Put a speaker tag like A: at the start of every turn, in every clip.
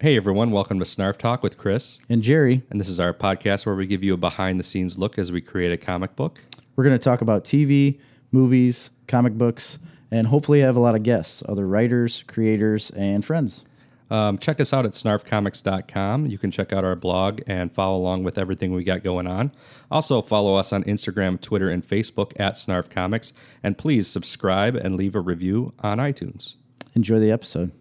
A: Hey everyone, welcome to Snarf Talk with Chris.
B: And Jerry,
A: And this is our podcast where we give you a behind the scenes look as we create a comic book.
B: we're going to talk about TV, movies, comic books, and hopefully have a lot of guests, other writers, creators, and friends.
A: Um, check us out at snarfcomics.com. You can check out our blog and follow along with everything we got going on. Also, follow us on Instagram, Twitter, and Facebook at Snarf Comics. And please subscribe and leave a review on iTunes.
B: Enjoy the episode.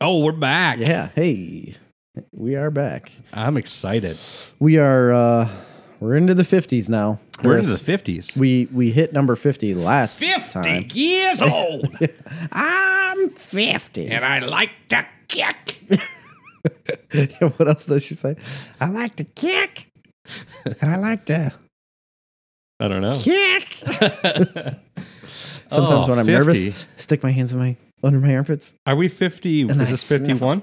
A: Oh, we're back.
B: Yeah, hey. We are back.
A: I'm excited.
B: We are uh we're into the 50s now.
A: We're in the
B: Chris.
A: 50s.
B: we we hit number 50 last time.
C: years old,
B: I'm 50.
C: and I like to kick.
B: what else does she say? I like to kick. And I like to
A: I don't know.
B: kick. Sometimes
A: Oh,
B: when I'm
A: 50.
B: nervous, stick my hands in my under my armpits.
A: Are we 50? Is
B: And I
A: this 51?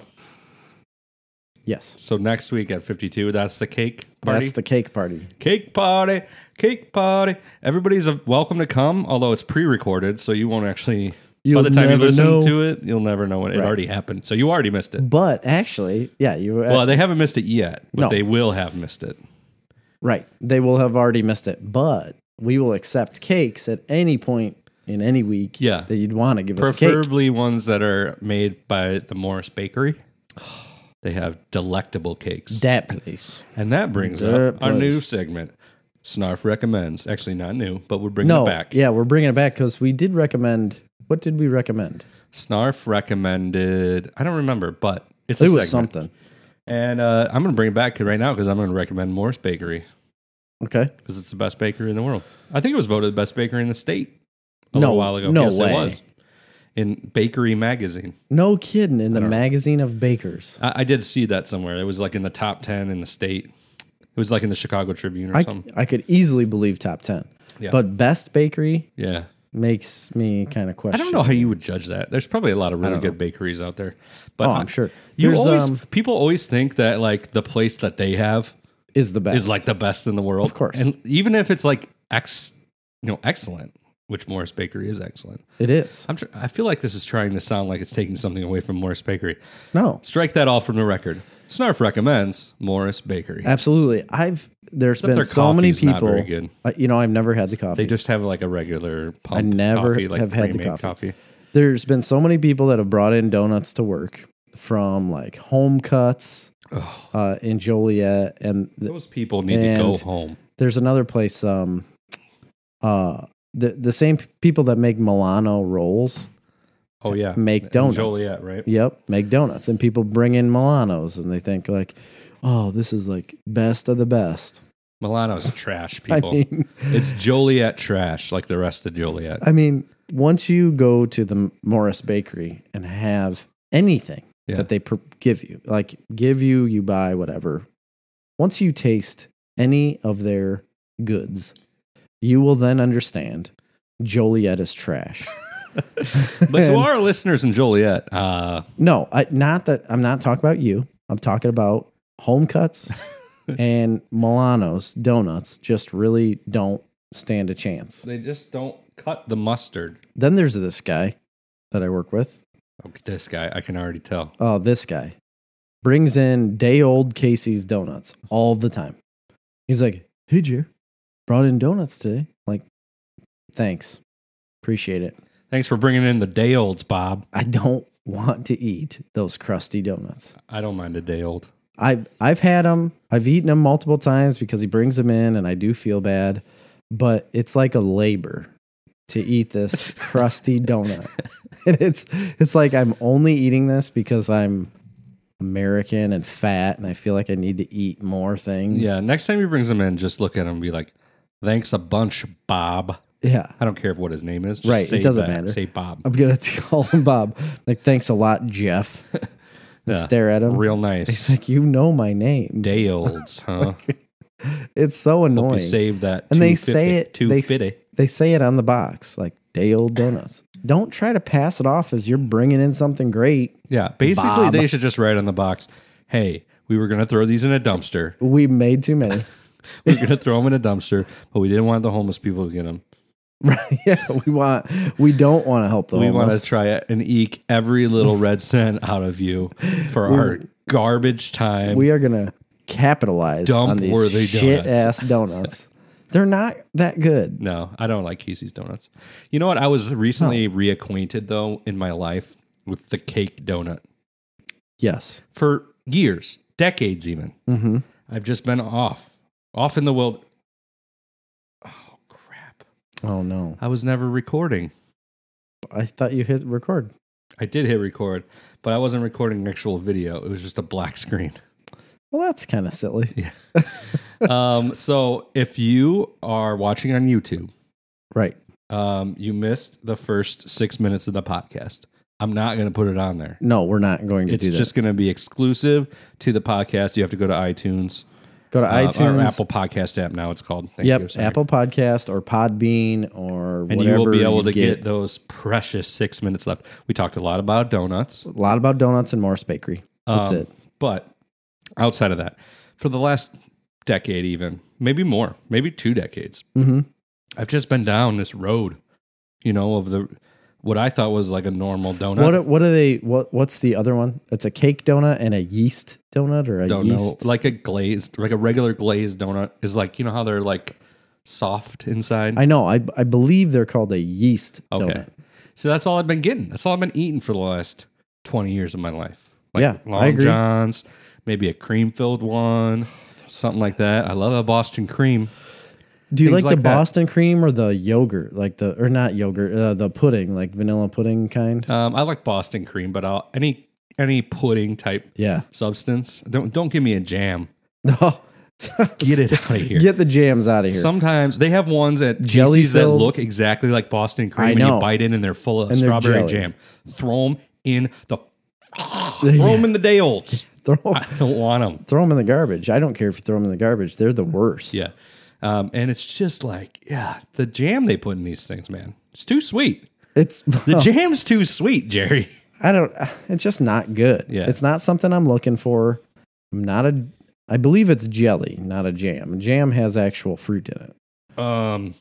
B: Yes.
A: So next week at 52, that's the cake party.
B: That's the cake party.
A: Cake party, cake party. Everybody's uh, welcome to come, although it's pre-recorded, so you won't actually.
B: You'll
A: by the time you
B: never
A: listen
B: know.
A: to it, you'll never know when it
B: Right.
A: already happened. So you already missed it.
B: But actually, yeah, you uh,
A: Well, they haven't missed it yet, but
B: No.
A: they will have missed it.
B: right. They will have already missed it, but we will accept cakes at any point in any week
A: Yeah.
B: that you'd want to give us a cake.
A: Preferably ones that are made by the Morris Bakery. They have delectable cakes,
B: That place.
A: and that brings
B: That
A: up our new
B: place.
A: segment. Snarf recommends. Actually, not new, but we're bringing
B: No,
A: it back.
B: yeah, we're bringing it back because we did recommend. What did we recommend?
A: Snarf recommended. I don't remember, but it's a
B: It was
A: segment.
B: something.
A: And uh, I'm going to bring it back right now because I'm going to recommend Morris Bakery
B: Okay.
A: because it's the best bakery in the world. I think it was voted the best bakery in the state a
B: No-
A: little while ago.
B: no
A: yes,
B: way.
A: it was in Bakery Magazine.
B: No kidding. In the magazine of bakers,
A: I, I did see that somewhere. It was like in the top ten in the state. It was like in the Chicago Tribune or
B: I,
A: something.
B: I could easily believe top ten.
A: Yeah.
B: But best bakery
A: Yeah,
B: makes me kind of
A: I
B: question.
A: don't know how you would judge that. There's probably a lot of really good bakeries out there. But
B: Oh,
A: I-
B: I'm sure.
A: You
B: There's,
A: always
B: um,
A: people always think that like the place that they have
B: Is the best?
A: is like the best in the world. Of
B: course.
A: And even if it's like ex, you know, excellent, which Morris Bakery is excellent.
B: it is.
A: I'm tr- I feel like this is trying to sound like it's taking something away from Morris Bakery.
B: No,
A: Strike that all from the record. Snarf recommends Morris Bakery.
B: Absolutely. I've there's been
A: their
B: so many
A: coffee's not
B: people.
A: very good.
B: uh, you know, I've never had the coffee.
A: They just have like a regular pump
B: I never
A: coffee, like
B: have had the
A: pre-made
B: coffee. there's been so many people that have brought in donuts to work from like home cuts uh, in Joliet, and th-
A: Those people need to go
B: And-
A: home.
B: there's another place. Um, uh, the the same people that make Milano rolls.
A: Oh yeah,
B: make
A: In
B: donuts.
A: Joliet, right?
B: Yep, make donuts, and people bring in Milanos, and they think like, oh, this is like best of the best.
A: Milano's trash, people.
B: I mean,
A: it's Joliet trash, like the rest of Joliet.
B: I mean, once you go to the Morris Bakery and have anything
A: Yeah.
B: that they pr- give you, like give you, you buy whatever. Once you taste any of their goods, you will then understand Joliet is trash.
A: But to
B: And-
A: our listeners in Joliet, uh,
B: no, I, not that I'm not talking about you. I'm talking about home cuts and Milano's donuts. Just really don't stand a chance.
A: they just don't cut the mustard.
B: Then there's this guy that I work with.
A: Oh, this guy, I can already tell.
B: Oh, this guy brings in day old Casey's donuts all the time. He's like, Hey, Jer, brought in donuts today. Like, thanks. Appreciate it.
A: Thanks for bringing in the day olds, Bob.
B: I don't want to eat those crusty donuts.
A: I don't mind a day old.
B: I've, I've had them, I've eaten them multiple times because he brings them in and I do feel bad, but it's like a labor to eat this crusty donut. And it's, it's like I'm only eating this because I'm American and fat and I feel like I need to eat more things.
A: Yeah, next time he brings them in, just look at him and be like, thanks a bunch, Bob.
B: Yeah.
A: I don't care if what his name is. Just
B: Right, it
A: say
B: doesn't
A: that.
B: matter.
A: Say Bob.
B: I'm going to call him Bob. Like, thanks a lot, Jeff. And
A: Yeah.
B: stare at him.
A: Real
B: He's
A: nice.
B: like, you know my name.
A: Day olds, huh?
B: It's so
A: Hope you
B: annoying.
A: saved that.
B: And they say it-
A: Too
B: they s-
A: fitty.
B: They say it on the box, like day old donuts. Don't try to pass it off as you're bringing in something great.
A: Yeah, basically,
B: Bob.
A: they should just write on the box, "Hey, we were gonna throw these in a dumpster.
B: We made too many.
A: We were gonna throw them in a dumpster, but we didn't want the homeless people to get them.
B: Right? Yeah, we want. We don't want to help the
A: We want to
B: homeless.
A: try it and eke every little red cent out of you for our garbage time.
B: we are gonna capitalize
A: Dump
B: on
A: worthy
B: these shit ass donuts. They're not that good.
A: no, I don't like Casey's donuts. You know what? I was recently reacquainted though in my life with the cake donut
B: Yes.
A: for years, decades even.
B: Mm-hmm.
A: I've just been off, off in the world. Oh crap!
B: Oh no!
A: I was never recording.
B: I thought you hit record.
A: I did hit record, but I wasn't recording actual video. It was just a black screen.
B: Well, that's kind of silly,
A: um, so if you are watching on YouTube,
B: right?
A: um, you missed the first six minutes of the podcast. I'm not going to put it on there.
B: No, we're not going to
A: It's
B: do that.
A: just going to be exclusive to the podcast. You have to go to iTunes,
B: Go to
A: uh,
B: iTunes.
A: or Apple Podcast app. Now it's called. Thank
B: yep,
A: you, sorry.
B: Apple Podcast or Podbean or
A: And you
B: whatever.
A: will be able to get.
B: get.
A: those precious six minutes left. We talked a lot about donuts.
B: a lot about donuts and Morris Bakery. That's
A: Um,
B: it.
A: But outside of that, for the last decade, even maybe more, maybe two decades,
B: hmm
A: I've just been down this road, you know, of the what I thought was like a normal donut.
B: What what are they? What what's the other one? It's a cake donut and a yeast donut or a
A: don't
B: yeast
A: know, like a glazed, like a regular glazed donut is like you know how they're like soft inside.
B: I know. I I believe they're called a yeast
A: okay,
B: donut.
A: so that's all I've been getting. That's all I've been eating for the last twenty years of my life. Like
B: Yeah, I
A: Long
B: agree.
A: Johns, maybe a cream filled one, something like that. I love a Boston cream.
B: Do you
A: Things
B: like,
A: like
B: the
A: that.
B: Boston cream or the yogurt? Like the or not yogurt, uh, the pudding, like vanilla pudding kind.
A: Um, I like Boston cream, but I'll any any pudding type
B: Yeah.
A: substance. Don't don't give me a jam.
B: No.
A: Get it out of here.
B: Get the jams out of here.
A: Sometimes they have ones at
B: Jelly
A: Casey's that
B: filled-
A: look exactly like Boston cream,
B: I
A: and
B: know.
A: you bite in and they're full of
B: And they're
A: strawberry
B: jelly.
A: jam. Throw them in the throw them in the day olds.
B: throw
A: I don't want them.
B: throw them in the garbage. I don't care if you throw them in the garbage. They're the worst.
A: Yeah, um, and it's just like yeah, the jam they put in these things, man, it's too sweet.
B: It's
A: The jam's too sweet, Jerry.
B: I don't. It's just not good.
A: Yeah.
B: It's not something I'm looking for. I'm not a. I believe it's jelly, not a jam. Jam has actual fruit in it.
A: Um,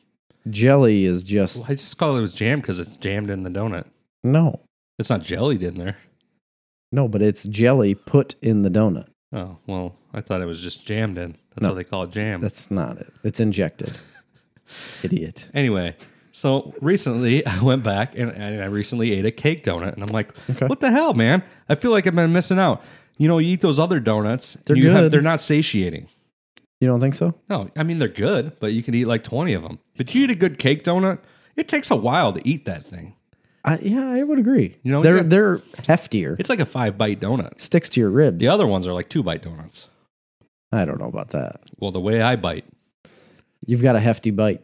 B: Jelly is just
A: I just call it was jam because it's jammed in the donut.
B: no,
A: It's not jellied in there.
B: no, but it's jelly put in the donut.
A: Oh well, I thought it was just jammed in. That's
B: No.
A: how they call it jam.
B: That's not it. It's injected. Idiot.
A: Anyway, so recently I went back and, and I recently ate a cake donut, and I'm like,
B: Okay.
A: what the hell, man? I feel like I've been missing out. You know, you eat those other donuts,
B: They're
A: you
B: good.
A: they're not satiating.
B: You don't think so?
A: No, I mean they're good, but you can eat like 20 of them. But you eat a good cake donut, it takes a while to eat that thing.
B: I, yeah, I would agree.
A: You know,
B: they're
A: yeah.
B: they're heftier.
A: It's like a five bite donut.
B: Sticks to your ribs.
A: The other ones are like two bite donuts.
B: I don't know about that.
A: Well, the way I bite.
B: You've got a hefty bite.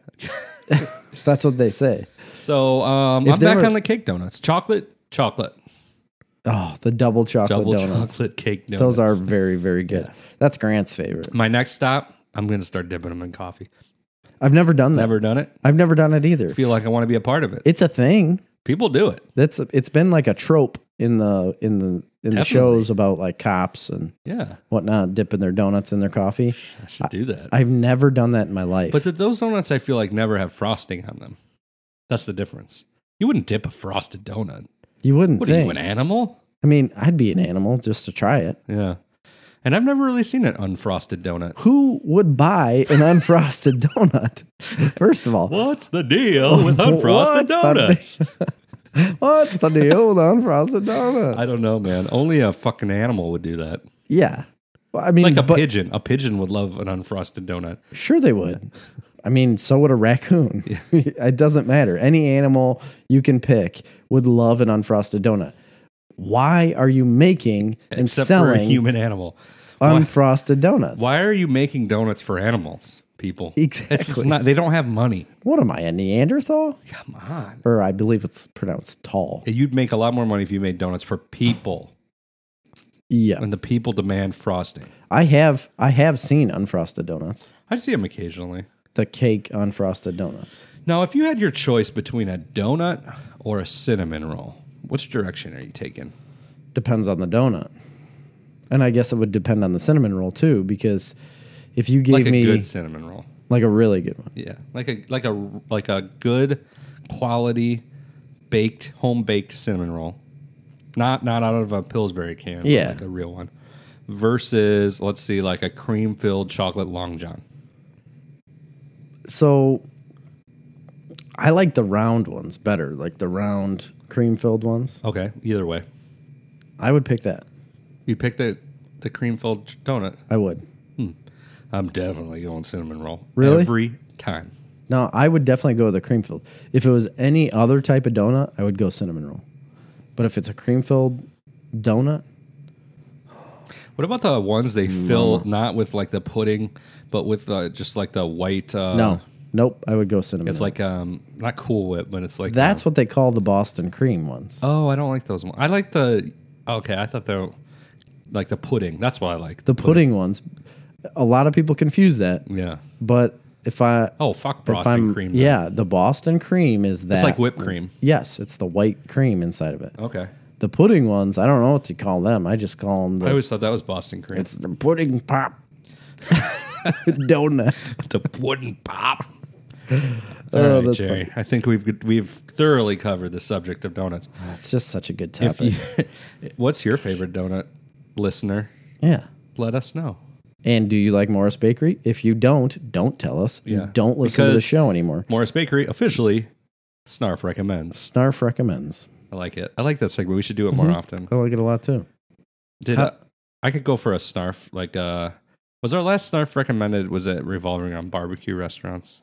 B: That's what they say.
A: So um,
B: If
A: I'm
B: they
A: back
B: were-
A: on the cake donuts. Chocolate, chocolate,
B: Oh, the double chocolate
A: double
B: donuts.
A: chocolate cake donuts.
B: Those are very, very good. That's Grant's favorite.
A: my next stop. I'm gonna start dipping them in coffee.
B: I've never done that.
A: Never done it.
B: I've never done it either.
A: feel like I want to be a part of it.
B: It's a thing.
A: People do it.
B: That's it's been like a trope in the in the in the shows about like cops and
A: Yeah,
B: whatnot dipping their donuts in their coffee.
A: I should do that.
B: I've never done that in my life.
A: but the, those donuts, I feel like never have frosting on them. That's the difference. You wouldn't dip a frosted donut.
B: you wouldn't
A: What are
B: think.
A: you, an animal?
B: I mean, I'd be an animal just to try it.
A: Yeah. And I've never really seen an unfrosted donut.
B: Who would buy an unfrosted donut? First of all,
A: What's the deal with
B: Oh, What's
A: unfrosted
B: the
A: donuts?
B: what's the deal with unfrosted donuts?
A: I don't know, man. Only a fucking animal would do that.
B: yeah, well, I mean,
A: Like a
B: but
A: pigeon. A pigeon would love an unfrosted donut.
B: Sure, they would. I mean, so would a raccoon. it doesn't matter. Any animal you can pick would love an unfrosted donut. Why are you making and
A: Except for a
B: selling
A: human animal.
B: unfrosted donuts?
A: Why are you making donuts for animals, people? It's just
B: Exactly.
A: not- they don't have money.
B: What am I, a Neanderthal?
A: Come on.
B: Or I believe it's pronounced tall.
A: You'd make a lot more money if you made donuts for people,
B: Yeah,
A: and the people demand frosting.
B: I have. I have seen unfrosted donuts.
A: I see them occasionally.
B: The cake unfrosted donuts.
A: Now, if you had your choice between a donut or a cinnamon roll, which direction are you taking?
B: Depends on the donut. And I guess it would depend on the cinnamon roll too, because if you gave
A: Like a
B: me
A: good cinnamon roll.
B: like a really good one,
A: Yeah, like a like a like a good quality baked home baked cinnamon roll, not not out of a Pillsbury can. but
B: Yeah.
A: like a real one. Versus, let's see, like a cream filled chocolate long john.
B: so I like the round ones better, like the round cream filled ones.
A: Okay, either way,
B: I would pick that.
A: you pick the the cream filled donut.
B: I would.
A: I'm definitely going cinnamon roll.
B: Really?
A: Every time.
B: No, I would definitely go with a cream filled. If it was any other type of donut, I would go cinnamon roll. But if it's a cream filled donut,
A: What about the ones they fill not with like the pudding, but with uh, just like the white? Uh,
B: no, nope, I would go cinnamon.
A: it's
B: roll.
A: like um not Cool Whip, but it's like
B: that's what they call the Boston cream ones.
A: Oh, I don't like those ones. I like the okay. I thought they were like the pudding. That's what I like.
B: the pudding ones, a lot of people confuse that.
A: yeah.
B: But if I
A: Oh fuck,
B: if I'm
A: frosting cream. though.
B: yeah, the Boston cream is that
A: it's like whipped cream.
B: Yes, it's the white cream inside of it.
A: Okay,
B: The pudding ones, I don't know what to call them. I just call them
A: I
B: the,
A: always thought that was Boston cream.
B: it's the pudding pop donut.
A: the pudding pop.
B: Oh,
A: All right,
B: that's
A: Jerry. I think we've we've thoroughly covered the subject of donuts.
B: It's just such a good
A: If
B: topic.
A: you, what's your favorite donut, listener?
B: yeah.
A: Let us know.
B: And do you like Morris Bakery? If you don't, don't tell us.
A: Yeah.
B: You don't listen to the
A: Because-
B: show anymore.
A: Morris Bakery officially Snarf recommends.
B: Snarf recommends.
A: I like it. I like that segment. We should do it
B: Mm-hmm.
A: more often.
B: I like it a lot too.
A: Did uh,
B: Huh.
A: I could go for a snarf? Like, uh, was our last snarf recommended? Was it revolving on barbecue restaurants?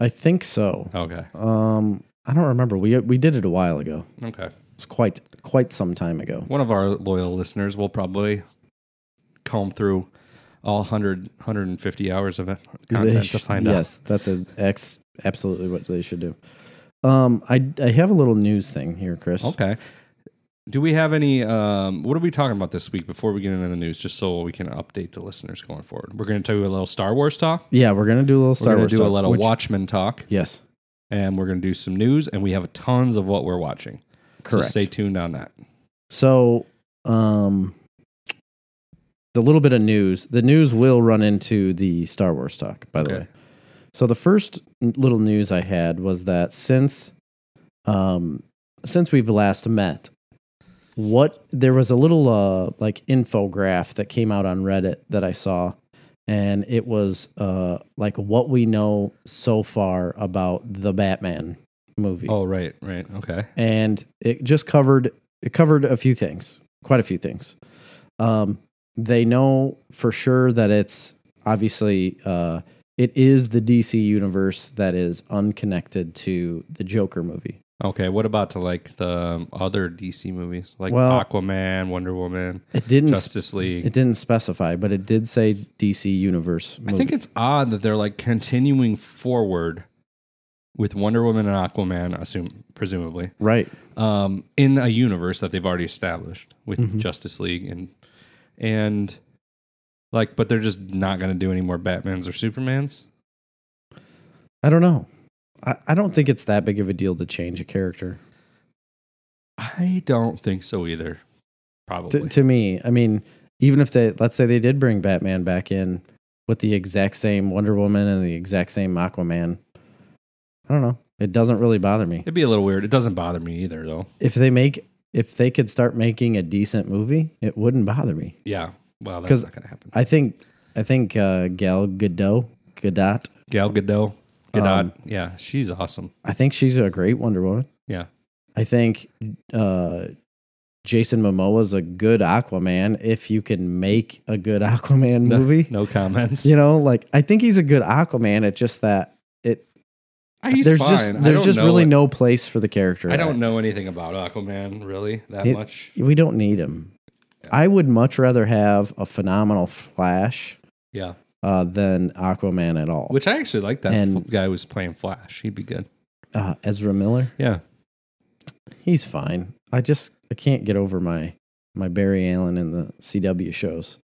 B: I think so.
A: Okay,
B: Um, I don't remember. We we did it a while ago.
A: okay.
B: It's quite quite some time ago.
A: One of our loyal listeners will probably comb through all 100, 150 hours of it content
B: They
A: to
B: sh-
A: find
B: yes, that's a ex absolutely what they should do. Um, I I have a little news thing here, Chris.
A: out. Okay. Do we have any? Um, what are we talking about this week before we get into the news? Just so we can update the listeners going forward. We're going to do a little Star Wars talk.
B: Yeah, we're gonna do a little
A: we're
B: Star
A: going
B: Wars.
A: to do a
B: talk,
A: little
B: which-
A: Watchmen talk,
B: Yes,
A: and we're going to do some news, and we have tons of what we're watching.
B: correct.
A: So stay tuned on that.
B: So, um, the little bit of news, the news will run into the Star Wars talk, by the
A: Okay.
B: way. So the first n- little news I had was that since, um, since we've last met, what there was a little uh like infograph that came out on Reddit that I saw, and it was uh like what we know so far about the Batman movie
A: Oh, right, right. Okay.
B: and it just covered it covered a few things, quite a few things. Um, they know for sure that it's obviously uh, it is the DC universe that is unconnected to the Joker movie.
A: Okay. What about to like the um, other DC movies like
B: Well-
A: Aquaman, Wonder Woman,
B: It didn't sp-
A: Justice League?
B: it didn't specify, but it did say DC universe.
A: I
B: Movie.
A: think it's odd that they're like continuing forward with Wonder Woman and Aquaman, assume presumably,
B: right.
A: um, in a universe that they've already established with
B: Mm-hmm.
A: Justice League and and like, but they're just not going to do any more Batmans or Supermans.
B: I don't know. I, I don't think it's that big of a deal to change a character.
A: I don't think so either. Probably.
B: to, to me i mean even if they let's say they did bring batman back in with the exact same wonder woman and the exact same aquaman i don't know it doesn't really bother me
A: It'd be a little weird. It doesn't bother me either, though.
B: if they make if they could start making a decent movie it wouldn't bother me
A: Yeah. Well, that's
B: 'Cause
A: not going to happen.
B: i think i think uh, gal gadot gadot
A: Gal Gadot. Gadot.
B: Um,
A: yeah, she's awesome.
B: i think she's a great wonder woman
A: Yeah.
B: i think uh Jason Momoa's a good Aquaman if you can make a good Aquaman
A: No-
B: movie.
A: No, comments.
B: You know, like I think he's a good Aquaman. It's just that it
A: I- Ah, He's
B: there's
A: fine. I
B: just there's
A: don't
B: just
A: know
B: really
A: it-
B: no place for the character.
A: I don't
B: at.
A: know anything about Aquaman really that
B: It-
A: much.
B: We don't need him. I would much rather have a phenomenal Flash
A: Yeah.
B: uh, than Aquaman at all.
A: Which I actually like that
B: And-
A: f- guy was playing Flash. He'd be good.
B: uh, Ezra Miller,
A: Yeah.
B: he's fine. I just I can't get over my my Barry Allen in the CW shows.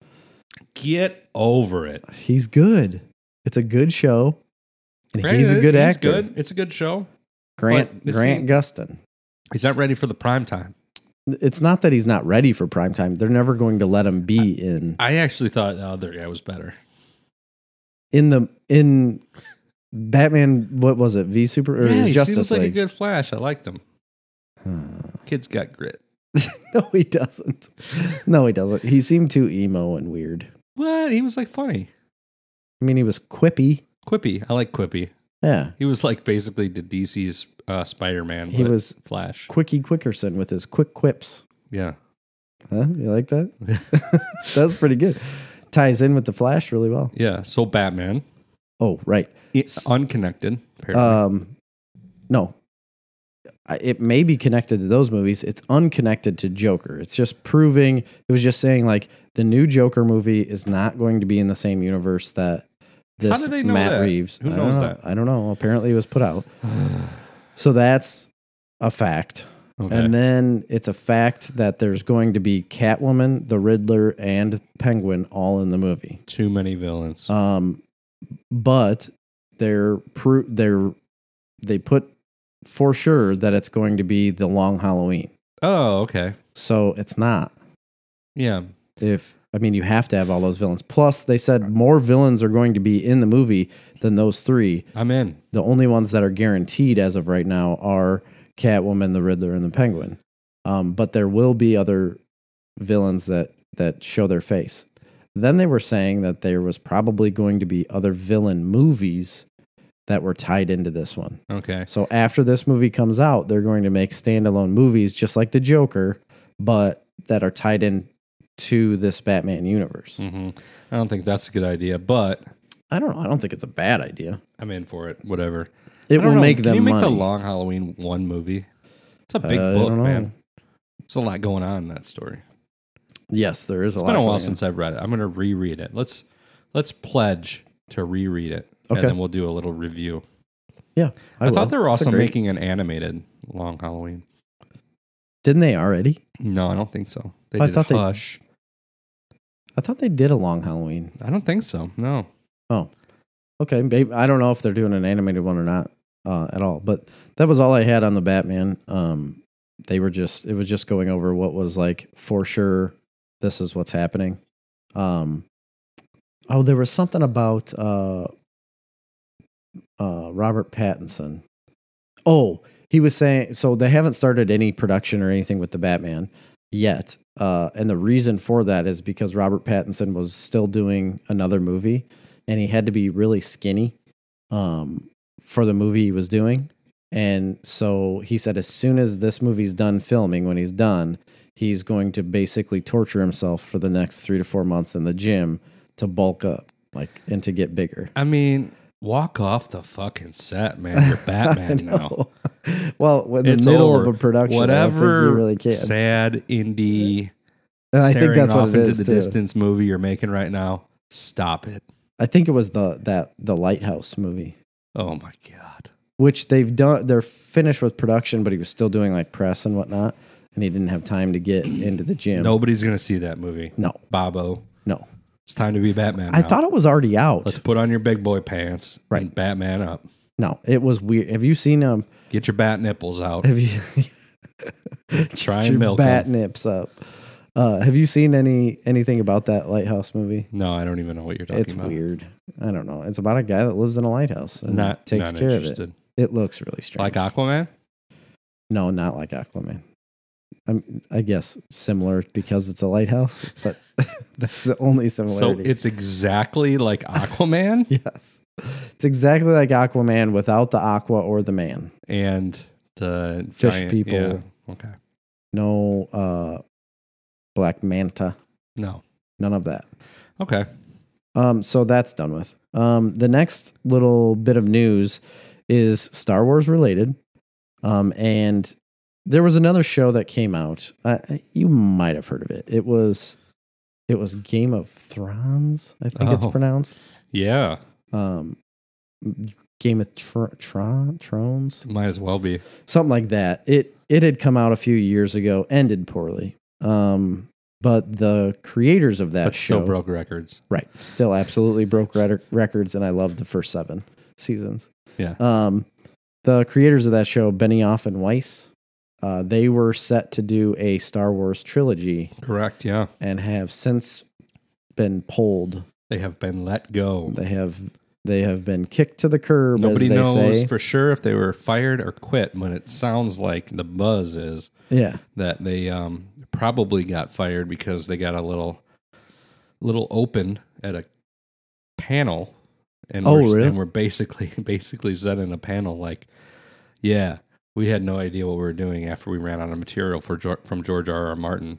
A: Get over it.
B: He's good. It's a good show. And
A: Right,
B: he's a good
A: he's
B: actor.
A: good. It's a good show.
B: Grant
A: But the
B: Grant
A: scene-
B: Gustin.
A: He's not ready for the prime time.
B: It's not that he's not ready for prime time. They're never going to let him be in
A: I actually thought the other guy was better.
B: in the in Batman. What was it? V Super or it was
A: he
B: Justice
A: seems like a
B: League?
A: good Flash. I liked him.
B: Huh.
A: Kid's got grit.
B: no, he doesn't. No, he doesn't. He seemed too emo and weird.
A: What? He was like funny.
B: I mean, he was quippy.
A: Quippy. I like Quippy.
B: Yeah,
A: He was like basically the DC's uh, Spider Man.
B: he was
A: Flash.
B: Quicky Quickerson with his quick quips.
A: Yeah.
B: Huh? You like that? That's pretty good. Ties in with the Flash really well.
A: Yeah. So Batman.
B: Oh, right.
A: It's unconnected. Apparently.
B: Um, no, I- it may be connected to those movies. It's unconnected to Joker. It's just proving. It was just saying like the new Joker movie is not going to be in the same universe that this
A: do they know
B: Matt
A: that?
B: Reeves.
A: Who
B: I don't
A: knows
B: know.
A: that?
B: I don't know. Apparently, it was put out. so that's a fact.
A: okay.
B: Uh, And then it's a fact that there's going to be Catwoman, the Riddler, and Penguin all in the movie.
A: Too many villains.
B: Um, but they're pro- they're they put for sure that it's going to be the long Halloween.
A: oh, okay.
B: So it's not.
A: Yeah.
B: If I mean, you have to have all those villains. Plus, they said more villains are going to be in the movie than those three.
A: I'm in.
B: The only ones that are guaranteed as of right now are Catwoman, the Riddler, and the Penguin. Um, but there will be other villains that that show their face. Then they were saying that there was probably going to be other villain movies that were tied into this one.
A: Okay.
B: So after this movie comes out, they're going to make standalone movies just like the Joker, but that are tied in to this Batman universe.
A: hmm I don't think that's a good idea, but
B: I don't know. I don't think it's a bad idea.
A: I'm in for it. Whatever. I
B: It
A: don't
B: will
A: know.
B: make
A: Can
B: them
A: you make
B: money.
A: the Long Halloween one movie? It's a big
B: Uh, I
A: book,
B: don't know.
A: man. There's a lot going on in that story.
B: Yes, there is a
A: It's
B: lot.
A: been a while
B: going on.
A: since I've read it. I'm going to reread it. Let's let's pledge to reread it,
B: Okay.
A: and then we'll do a little review.
B: Yeah,
A: I,
B: will.
A: thought they were
B: It's a
A: also
B: great-
A: making an animated Long Halloween.
B: Didn't they already?
A: No, I don't think so. They
B: I
A: did
B: thought they-
A: Hush.
B: I thought they did a long Halloween.
A: I don't think so. No.
B: Oh, okay. Babe, I don't know if they're doing an animated one or not uh, at all. But that was all I had on the Batman. Um, they were just it was just going over what was like for sure. This is what's happening. Um, oh, there was something about uh, uh, Robert Pattinson. Oh, he was saying so they haven't started any production or anything with the Batman yet. Uh, and the reason for that is because Robert Pattinson was still doing another movie and he had to be really skinny um, for the movie he was doing. And so he said, as soon as this movie's done filming, when he's done, he's going to basically torture himself for the next three to four months in the gym to bulk up, like, and to get bigger.
A: I mean, walk off the fucking set, man. You're Batman now.
B: now. well, in the
A: It's
B: middle
A: over.
B: of a production, I don't think
A: whatever
B: you really can.
A: sad indie
B: and I think
A: staring
B: that's
A: off
B: what it
A: into
B: is
A: the
B: too.
A: distance movie you're making right now. Stop it.
B: I think it was the that the lighthouse movie,
A: Oh my god.
B: which they've done. They're finished with production, but he was still doing like press and whatnot, and he didn't have time to get into the gym.
A: Nobody's gonna see that movie.
B: no,
A: Bobo.
B: no.
A: It's time to be Batman.
B: I
A: now.
B: thought it was already out.
A: let's put on your big boy pants and
B: Right.
A: Batman up.
B: no, it was weird. Have you seen um?
A: Get your bat nipples out.
B: Have you
A: Try
B: Get
A: and
B: your
A: milk
B: bat
A: them.
B: nips up? Uh, have you seen any anything about that lighthouse movie?
A: No, I don't even know what you're talking
B: It's
A: about.
B: weird. I don't know. It's about a guy that lives in a lighthouse and
A: Not
B: takes
A: not
B: care
A: interested.
B: of it. It looks really strange.
A: Like Aquaman?
B: No, not like Aquaman. I'm, I guess similar because it's a lighthouse, but that's the only
A: So
B: similarity.
A: it's exactly like Aquaman
B: yes, it's exactly like Aquaman without the aqua or the man.
A: and the
B: Fish
A: giant-
B: people.
A: yeah, Okay.
B: No uh, black manta.
A: No.
B: None of that.
A: Okay.
B: Um, so that's done with. Um, the next little bit of news is Star Wars related. Um, and there was another show that came out. Uh, you might have heard of it. It was, it was Game of Thrones. I think it's
A: Oh.
B: pronounced.
A: Yeah.
B: Um, Game of Tr- Tron Thrones
A: Might as well be.
B: something like that. It it had come out a few years ago, ended poorly. Um, but the creators of that
A: But
B: show
A: still broke records.
B: Right. Still absolutely broke rec- records, and I loved the first seven. seasons.
A: Yeah.
B: Um, the creators of that show, Benioff and Weiss, uh, they were set to do a Star Wars trilogy
A: Correct. Yeah.
B: and have since been pulled.
A: They have been let go.
B: They have they have been kicked to the curb,
A: Nobody
B: as they
A: knows
B: say.
A: for sure if they were fired or quit, but it sounds like the buzz is
B: yeah.
A: that they um, probably got fired because they got a little little open at a panel and,
B: Oh,
A: we're,
B: really?
A: and we're basically basically said in a panel like yeah we had no idea what we were doing after we ran out of material for Geor- from George R R Martin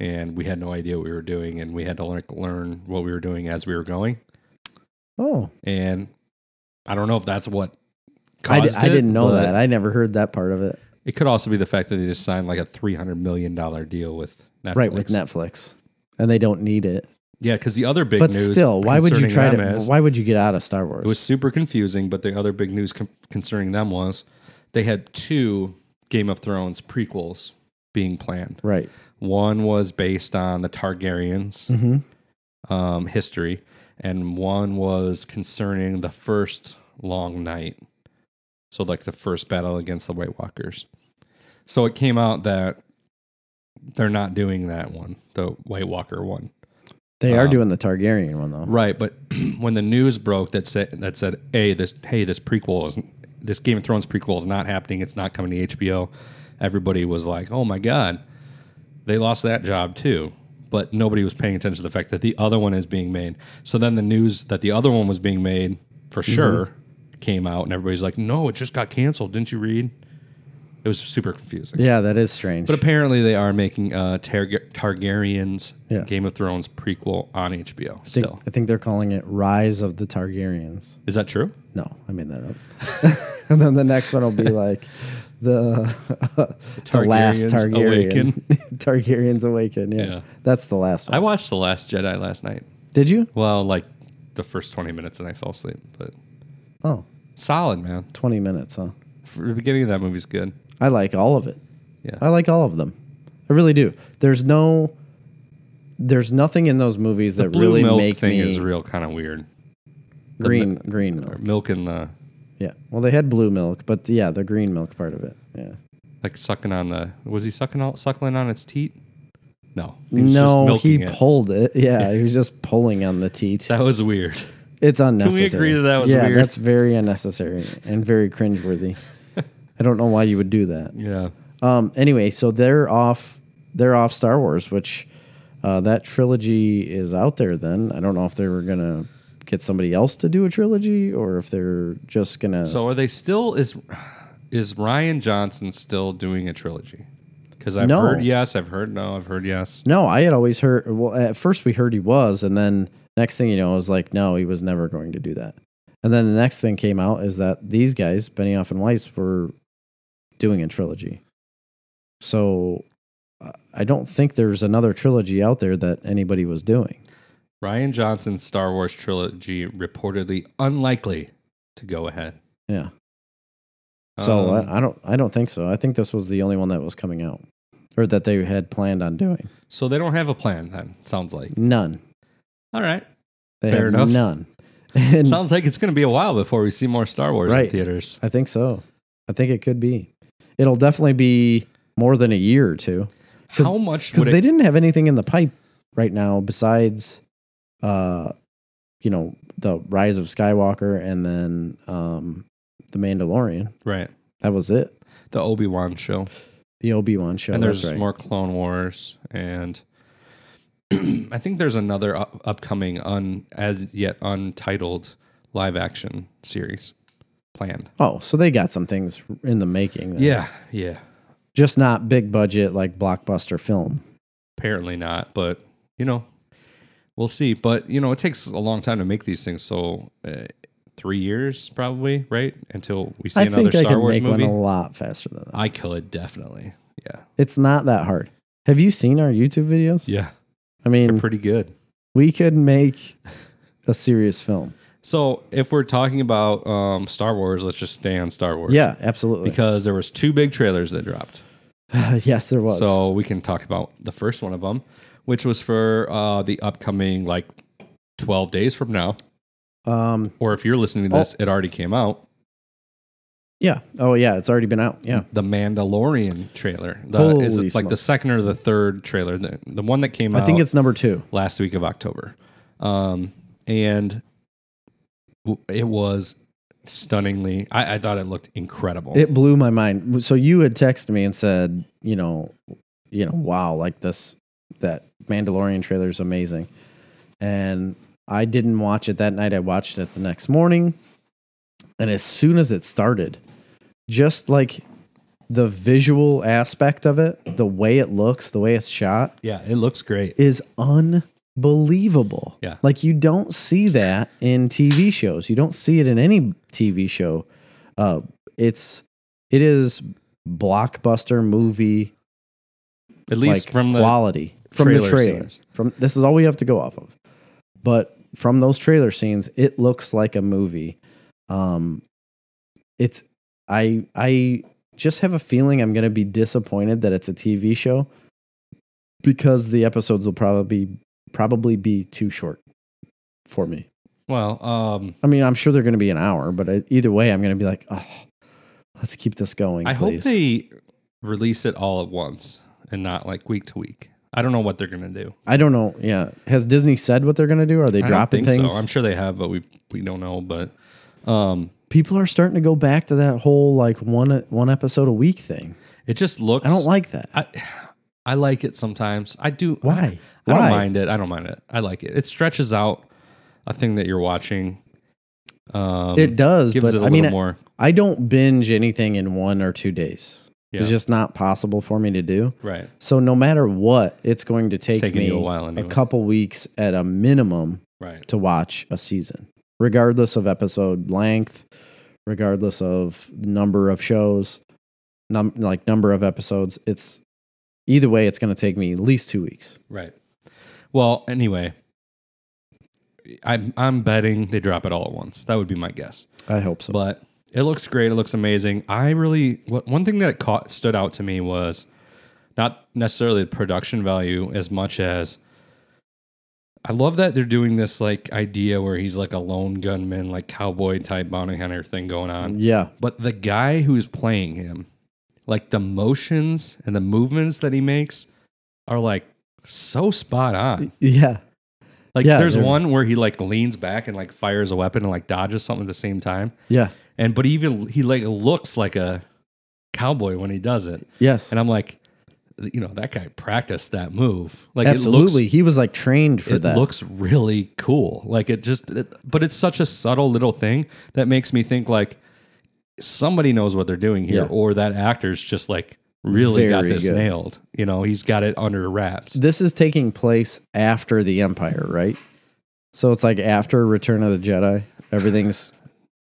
A: and we had no idea what we were doing and we had to learn, learn what we were doing as we were going
B: Oh,
A: and I don't know if that's what
B: I d-
A: caused
B: I
A: it,
B: didn't know
A: but
B: that. I never heard that part of it.
A: It could also be the fact that they just signed like a three hundred million dollar deal with Netflix.
B: Right with Netflix, and they don't need it.
A: Yeah, because the other big
B: but
A: news.
B: still, why would you
A: concerning
B: try
A: them
B: to?
A: is-
B: why would you get out of Star Wars?
A: it was super confusing, but the other big news con- concerning them was they had two Game of Thrones prequels being planned.
B: right.
A: One was based on the Targaryens
B: hmm
A: um, history, and one was concerning the first Long Night. So, like the first battle against the White Walkers. So it came out that they're not doing that one, the White Walker one.
B: They are
A: Um,
B: doing the Targaryen one though.
A: Right, but when the news broke that said that said, "Hey, this hey this prequel is this Game of Thrones prequel is not happening. It's not coming to HBO." Everybody was like, "Oh my god." They lost that job too, but nobody was paying attention to the fact that the other one is being made. So then the news that the other one was being made for
B: Mm-hmm.
A: sure came out and everybody's like, "No, it just got canceled. Didn't you read?" It was super confusing.
B: Yeah, that is strange.
A: But apparently they are making uh, Targ- Targaryen's
B: Yeah.
A: Game of Thrones prequel on HBO
B: I think,
A: still.
B: I think they're calling it Rise of the Targaryens.
A: Is that true?
B: No, I made that up. and then the next one will be like the the last
A: Targaryens
B: Targaryen.
A: awaken.
B: Targaryens awaken. Yeah.
A: Yeah.
B: that's the last
A: I
B: one.
A: watched The Last Jedi last night.
B: Did you?
A: Well, like the first 20 minutes and I fell asleep, but
B: Oh,
A: solid, man.
B: 20 minutes, huh?
A: The beginning of that movie's good.
B: I like all of it.
A: Yeah.
B: I like all of them. I really do. There's no, there's nothing in those movies that
A: Blue
B: really
A: milk
B: make
A: thing
B: me
A: is real kind of weird.
B: green. green milk.
A: Milk and the
B: Yeah. Well, they had blue milk, but yeah, the green milk part of it. Yeah.
A: like sucking on the was he sucking on suckling on its teat? No, he was just
B: No, he
A: milking it.
B: pulled it. Yeah, he was just pulling on the teat.
A: That was weird.
B: It's unnecessary.
A: agree that that was
B: yeah,
A: weird?
B: that's very unnecessary and very cringeworthy. I don't know why you would do that.
A: Yeah,
B: Um. Anyway, so they're off. They're off Star Wars, which uh, that trilogy is out there. Then I don't know if they were gonna get somebody else to do a trilogy or if they're just gonna.
A: So are they still is is Ryan Johnson still doing a trilogy? Because I've
B: No.
A: heard yes, I've heard no, I've heard yes.
B: no, I had always heard. Well, at first we heard he was, and then next thing you know, I was like, no, he was never going to do that. And then the next thing came out is that these guys, Benioff and Weiss, were doing a trilogy. So uh, I don't think there's another trilogy out there that anybody was doing.
A: Ryan Johnson's Star Wars trilogy reportedly unlikely to go ahead.
B: Yeah. So
A: Um,
B: I, I don't. I don't think so. I think this was the only one that was coming out, or that they had planned on doing.
A: So they don't have a plan then, sounds like.
B: None.
A: All right.
B: They
A: Fair
B: had
A: enough.
B: None. And
A: sounds like it's going to be a while before we see more Star Wars in
B: Right.
A: theaters.
B: I think so. I think it could be. It'll definitely be more than a year or two
A: How much
B: because
A: would
B: they
A: it,
B: didn't have anything in the pipe right now besides, uh, you know, the Rise of Skywalker and then um, the Mandalorian.
A: right?
B: That was it.
A: The Obi-Wan show.
B: The Obi Wan show.
A: and
B: that's
A: there's
B: right.
A: more Clone Wars, and I think there's another up- upcoming un as yet untitled live action series planned.
B: Oh, so they got some things in the making. then.
A: Yeah, yeah.
B: just not big budget like blockbuster film.
A: Apparently not, but you know, we'll see. But you know, it takes a long time to make these things, so uh, three years probably, right? Until we see
B: I
A: another
B: think I
A: Star
B: can
A: Wars
B: make
A: movie.
B: one a lot faster than that.
A: I could definitely, yeah,
B: It's not that hard. Have you seen our YouTube videos?
A: yeah.
B: I mean,
A: They're pretty good.
B: we could make a serious film.
A: So if we're talking about um, Star Wars, let's just stay on Star Wars.
B: Yeah, absolutely.
A: because there was two big trailers that dropped.
B: yes, there was.
A: So we can talk about the first one of them, which was for uh, the upcoming like 12 days from now,
B: Um,
A: Or if you're listening to this, it already came out.
B: yeah. Oh, yeah. It's already been out. Yeah.
A: The Mandalorian trailer. The, is
B: Holy
A: it like the
B: smokes.
A: second or the third trailer? The, the one that came out
B: I think it's number two.
A: last week of October. Um, and w- it was stunningly, I, I thought it looked incredible.
B: It blew my mind. So you had texted me and said, you know, you know, wow, like this, that Mandalorian trailer is amazing. And I didn't watch it that night. I watched it the next morning. And as soon as it started, just like the visual aspect of it, the way it looks, the way it's shot,
A: yeah, it looks great.
B: is unbelievable.
A: Yeah.
B: Like you don't see that in TV shows. You don't see it in any TV show. Uh it's it is blockbuster movie
A: At least
B: like
A: from the
B: quality from the
A: trailer
B: trailers.
A: scenes.
B: From this is all we have to go off of. But from those trailer scenes, it looks like a movie. Um it's I I just have a feeling I'm going to be disappointed that it's a TV show because the episodes will probably probably be too short for me.
A: well, um,
B: I mean, I'm sure they're going to be an hour, but I- either way, I'm going to be like, oh, let's keep this going.
A: I hope
B: please.
A: they release it all at once and not like week to week. I don't know what they're gonna do.
B: I don't know. Yeah, has Disney said what they're going to do? Are they
A: I don't
B: dropping
A: think so.
B: things?
A: I'm sure they have, but we we don't know. But um,
B: People are starting to go back to that whole like one one episode a week thing.
A: it just looks.
B: I don't like that.
A: I, I like it sometimes. I do.
B: Why?
A: I, I
B: Why?
A: don't mind it. I don't mind it. I like it. It stretches out a thing that you're watching. Um,
B: it does,
A: gives
B: but
A: it a
B: I
A: little
B: mean,
A: more.
B: I don't binge anything in one or two days.
A: Yeah.
B: It's just not possible for me to do.
A: Right.
B: So no matter what, it's going to take
A: taking
B: me
A: you a while anyway.
B: couple weeks at a minimum
A: Right.
B: to watch a season, regardless of episode length, regardless of number of shows, num- like number of episodes. It's either way, it's going to take me at least two weeks.
A: Right. Well, anyway, I'm I'm betting they drop it all at once. That would be my guess.
B: I hope so.
A: But it looks great. It looks amazing. I really wh- one thing that it caught stood out to me was not necessarily the production value as much as I love that they're doing this like idea where he's like a lone gunman, like cowboy type bounty hunter thing going on.
B: yeah,
A: But the guy who's playing him, like the motions and the movements that he makes are like so spot on.
B: yeah,
A: Like
B: Yeah,
A: there's
B: they're-
A: one where he like leans back and like fires a weapon and like dodges something at the same time.
B: yeah,
A: And but even he like looks like a cowboy when he does it.
B: yes,
A: And I'm like, you know, that guy practiced that move. Like
B: absolutely.
A: it
B: he was like trained for
A: looks, it
B: that.
A: looks really cool. Like it just it- but it's such a subtle little thing that makes me think like somebody knows what they're doing here
B: Yeah.
A: or that actor's just like really got
B: Very
A: this
B: good.
A: nailed. You know, he's got it under wraps.
B: this is taking place after the Empire, right? So it's like after Return of the Jedi, everything's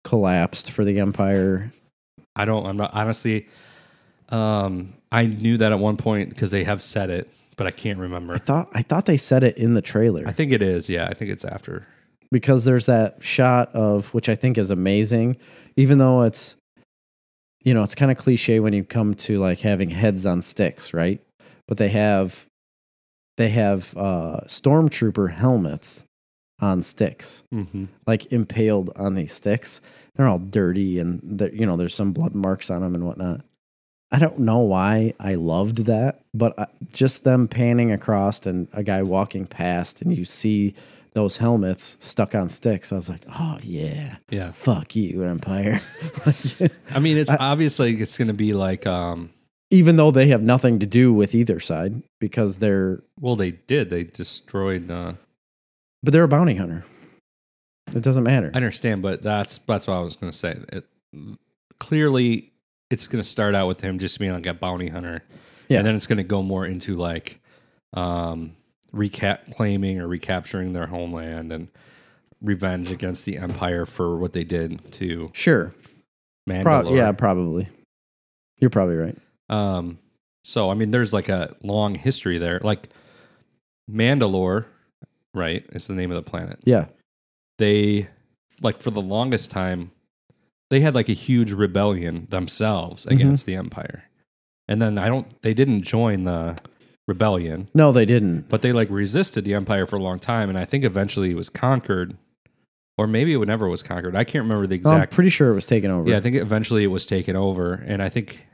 B: collapsed for the Empire.
A: I don't. I'm not honestly. Um, I knew that at one point because they have said it, but I can't remember.
B: I thought I thought they said it in the
A: I
B: trailer
A: think it is. Yeah, I think it's after.
B: because there's that shot of which I think is amazing, even though it's you know, it's kind of cliche when you come to like having heads on sticks, right? But they have they have uh stormtrooper helmets on sticks.
A: Mm-hmm.
B: like impaled on these sticks. They're all dirty and there- you know there's some blood marks on them and whatnot. I don't know why I loved that, but I, just them panning across and a guy walking past and you see those helmets stuck on sticks. I was like, oh yeah,
A: Yeah.
B: fuck you, Empire. Like,
A: I mean, it's obviously it's going to be like. Um,
B: even though they have nothing to do with either side because they're
A: well, they did. They destroyed. Uh,
B: but they're a bounty hunter. It doesn't matter.
A: I understand, but that's that's what I was going to say. It, clearly, it's going to start out with him just being like a bounty hunter,
B: Yeah.
A: and then it's going to go more into like, um, recap claiming or recapturing their homeland and revenge against the empire for what they did to
B: Sure.
A: Mandalore.
B: Pro- yeah, probably. You're probably right.
A: Um, so I mean, there's like a long history there. Like Mandalore, right? It's the name of the planet.
B: Yeah.
A: They like for the longest time, they had like a huge rebellion themselves
B: Mm-hmm.
A: against the Empire, and then I don't. They didn't join the rebellion,
B: No, they didn't.
A: but they like resisted the Empire for a long time, and I think eventually it was conquered or maybe it never was conquered. I can't remember the
B: Oh, I'm
A: exact.
B: pretty sure it was taken over.
A: yeah, I think eventually it was taken over, and I think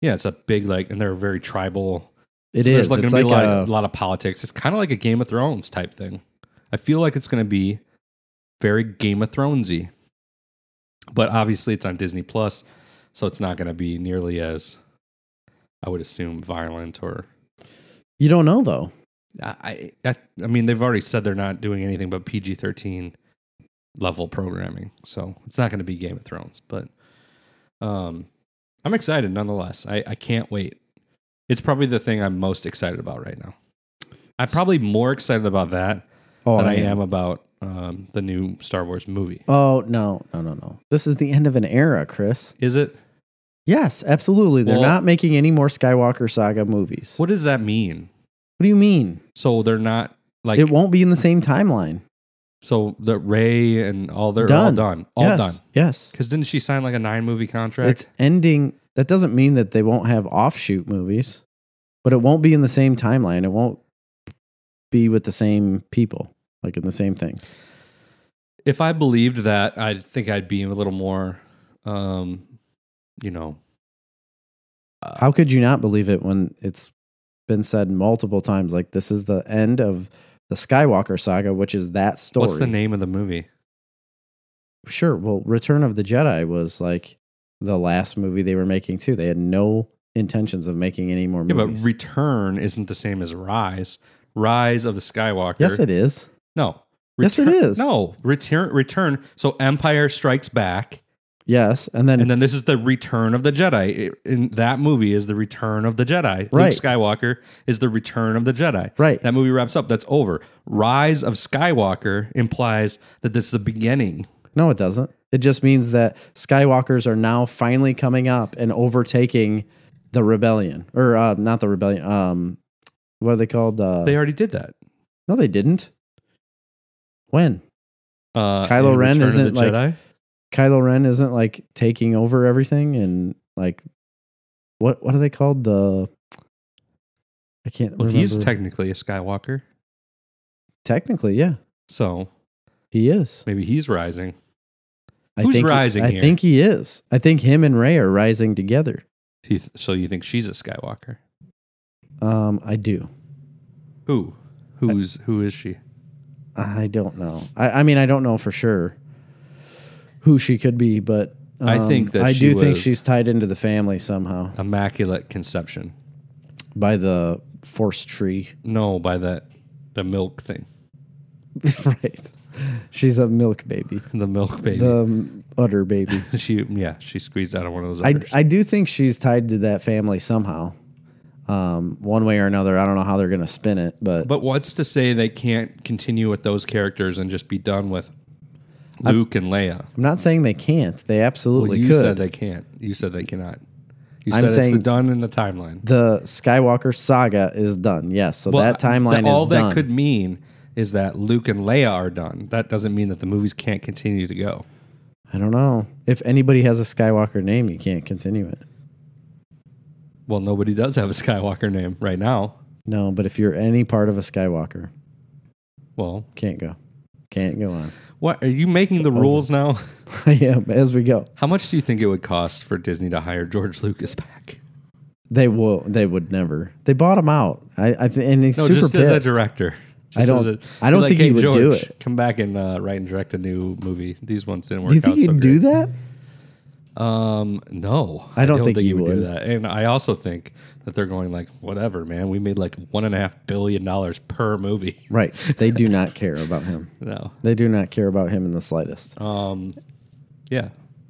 A: yeah, it's a big like, and they're very tribal.
B: it
A: So
B: is.
A: There's like
B: It's
A: going to
B: like, uh,
A: be like a
B: a,
A: lot of politics. It's kind of like a Game of Thrones type thing. I feel like it's going to be very Game of Thronesy, but obviously it's on Disney Plus, so it's not going to be nearly as I would assume violent or.
B: you don't know though.
A: I I, that, I mean they've already said they're not doing anything but PG thirteen level programming, so it's not going to be Game of Thrones. But um, I'm excited nonetheless. I, I can't wait. It's probably the thing I'm most excited about right now. I'm probably more excited about that
B: Oh,
A: than I
B: man.
A: am about um, the new Star Wars movie.
B: Oh no, no, no, no. This is the end of an era, Chris.
A: Is it?
B: Yes, absolutely. They're
A: Well-
B: not making any more Skywalker saga movies. What,
A: What does that mean?
B: do you mean?
A: So they're not like
B: it won't be in the same timeline.
A: so the Ray and all they're all
B: Done.
A: done, all
B: yes,
A: done.
B: Yes.
A: Because didn't she sign like a nine movie contract?
B: It's ending. That doesn't mean that they won't have offshoot movies, but it won't be in the same timeline. It won't be with the same people, like in the same things.
A: if I believed that, I think I'd be a little more, um, you know,
B: How could you not believe it when it's been said multiple times? Like this is the end of the Skywalker saga, which is that story.
A: what's the name of the movie?
B: Sure. Well, Return of the Jedi was like the last movie they were making too. They had no intentions of making any more
A: Yeah,
B: movies.
A: but Return isn't the same as Rise. Rise of the Skywalker.
B: yes, it is.
A: No.
B: Yes, it
A: Return-
B: is.
A: No. Return. Return. So Empire Strikes Back,
B: Yes, and then
A: and then this is the Return of the Jedi. It- In that movie is the Return of the Jedi.
B: Right.
A: Luke Skywalker is the Return of the Jedi.
B: right.
A: That movie wraps up. That's over. Rise of Skywalker implies that this is the beginning
B: No, it doesn't. It just means that Skywalkers are now finally coming up and overtaking the rebellion, or uh, not the rebellion. Um, what are they called? Uh,
A: They already did that.
B: no, they didn't. When
A: Uh,
B: Kylo
A: in
B: Ren
A: Return of the
B: isn't, like-
A: Jedi.
B: Kylo Ren isn't like taking over everything and like what what are they called? The I can't.
A: Well,
B: remember.
A: he's technically a Skywalker,
B: technically yeah,
A: so
B: he is.
A: maybe he's rising.
B: I
A: Who's
B: think he-
A: rising
B: I
A: here?
B: think he is. I think him and Ray are rising together.
A: He th- so you think she's a Skywalker?
B: Um, I do.
A: Who? Who's who is she?
B: I don't know. I, I mean, I don't know for sure who she could be, but
A: I
B: um,
A: think that
B: I
A: she
B: do think
A: was-
B: she's tied into the family somehow
A: Immaculate Conception.
B: by the force tree,
A: No, by that the milk thing,
B: right? She's a milk baby,
A: the milk baby.
B: the um, udder baby.
A: she yeah, she squeezed out of one of those.
B: I,
A: udders.
B: I do think she's tied to that family somehow, um, one way or another. I don't know how they're gonna spin it, but,
A: but what's to say they can't continue with those characters and just be done with Luke and Leia?
B: I'm not saying they can't. They absolutely
A: Well, you
B: could.
A: said they can't. You said they cannot. You
B: I'm
A: said it's the
B: saying-
A: done in the timeline.
B: the Skywalker saga is done. Yes, so
A: Well,
B: that timeline
A: the- all
B: is
A: that
B: done.
A: could mean is that Luke and Leia are done. That doesn't mean that the movies can't continue to go.
B: I don't know. If anybody has a Skywalker name, you can't continue it.
A: Well, nobody does have a Skywalker name right now.
B: No, but if you're any part of a Skywalker,
A: Well,
B: can't go. Can't go on.
A: what are you making the rules now?
B: I am as we go.
A: How much do you think it would cost for Disney to hire George Lucas back?
B: They will. They would never. They bought him out. I. I th- and he's
A: No,
B: super
A: just
B: pissed.
A: as a director. Just
B: I don't-
A: as
B: I don't
A: like,
B: think he
A: "Hey,
B: would do
A: George,
B: it."
A: Come back and uh, write and direct a new movie. These ones didn't work
B: do you think
A: out.
B: he'd
A: so
B: do
A: great."
B: that?
A: Um, no,
B: I don't think he
A: do
B: would.
A: that. And I also think that they're going like, whatever, man. We made like one and a half billion dollars per movie.
B: Right. They do not care about him.
A: No.
B: They do not care about him in the slightest.
A: Yeah.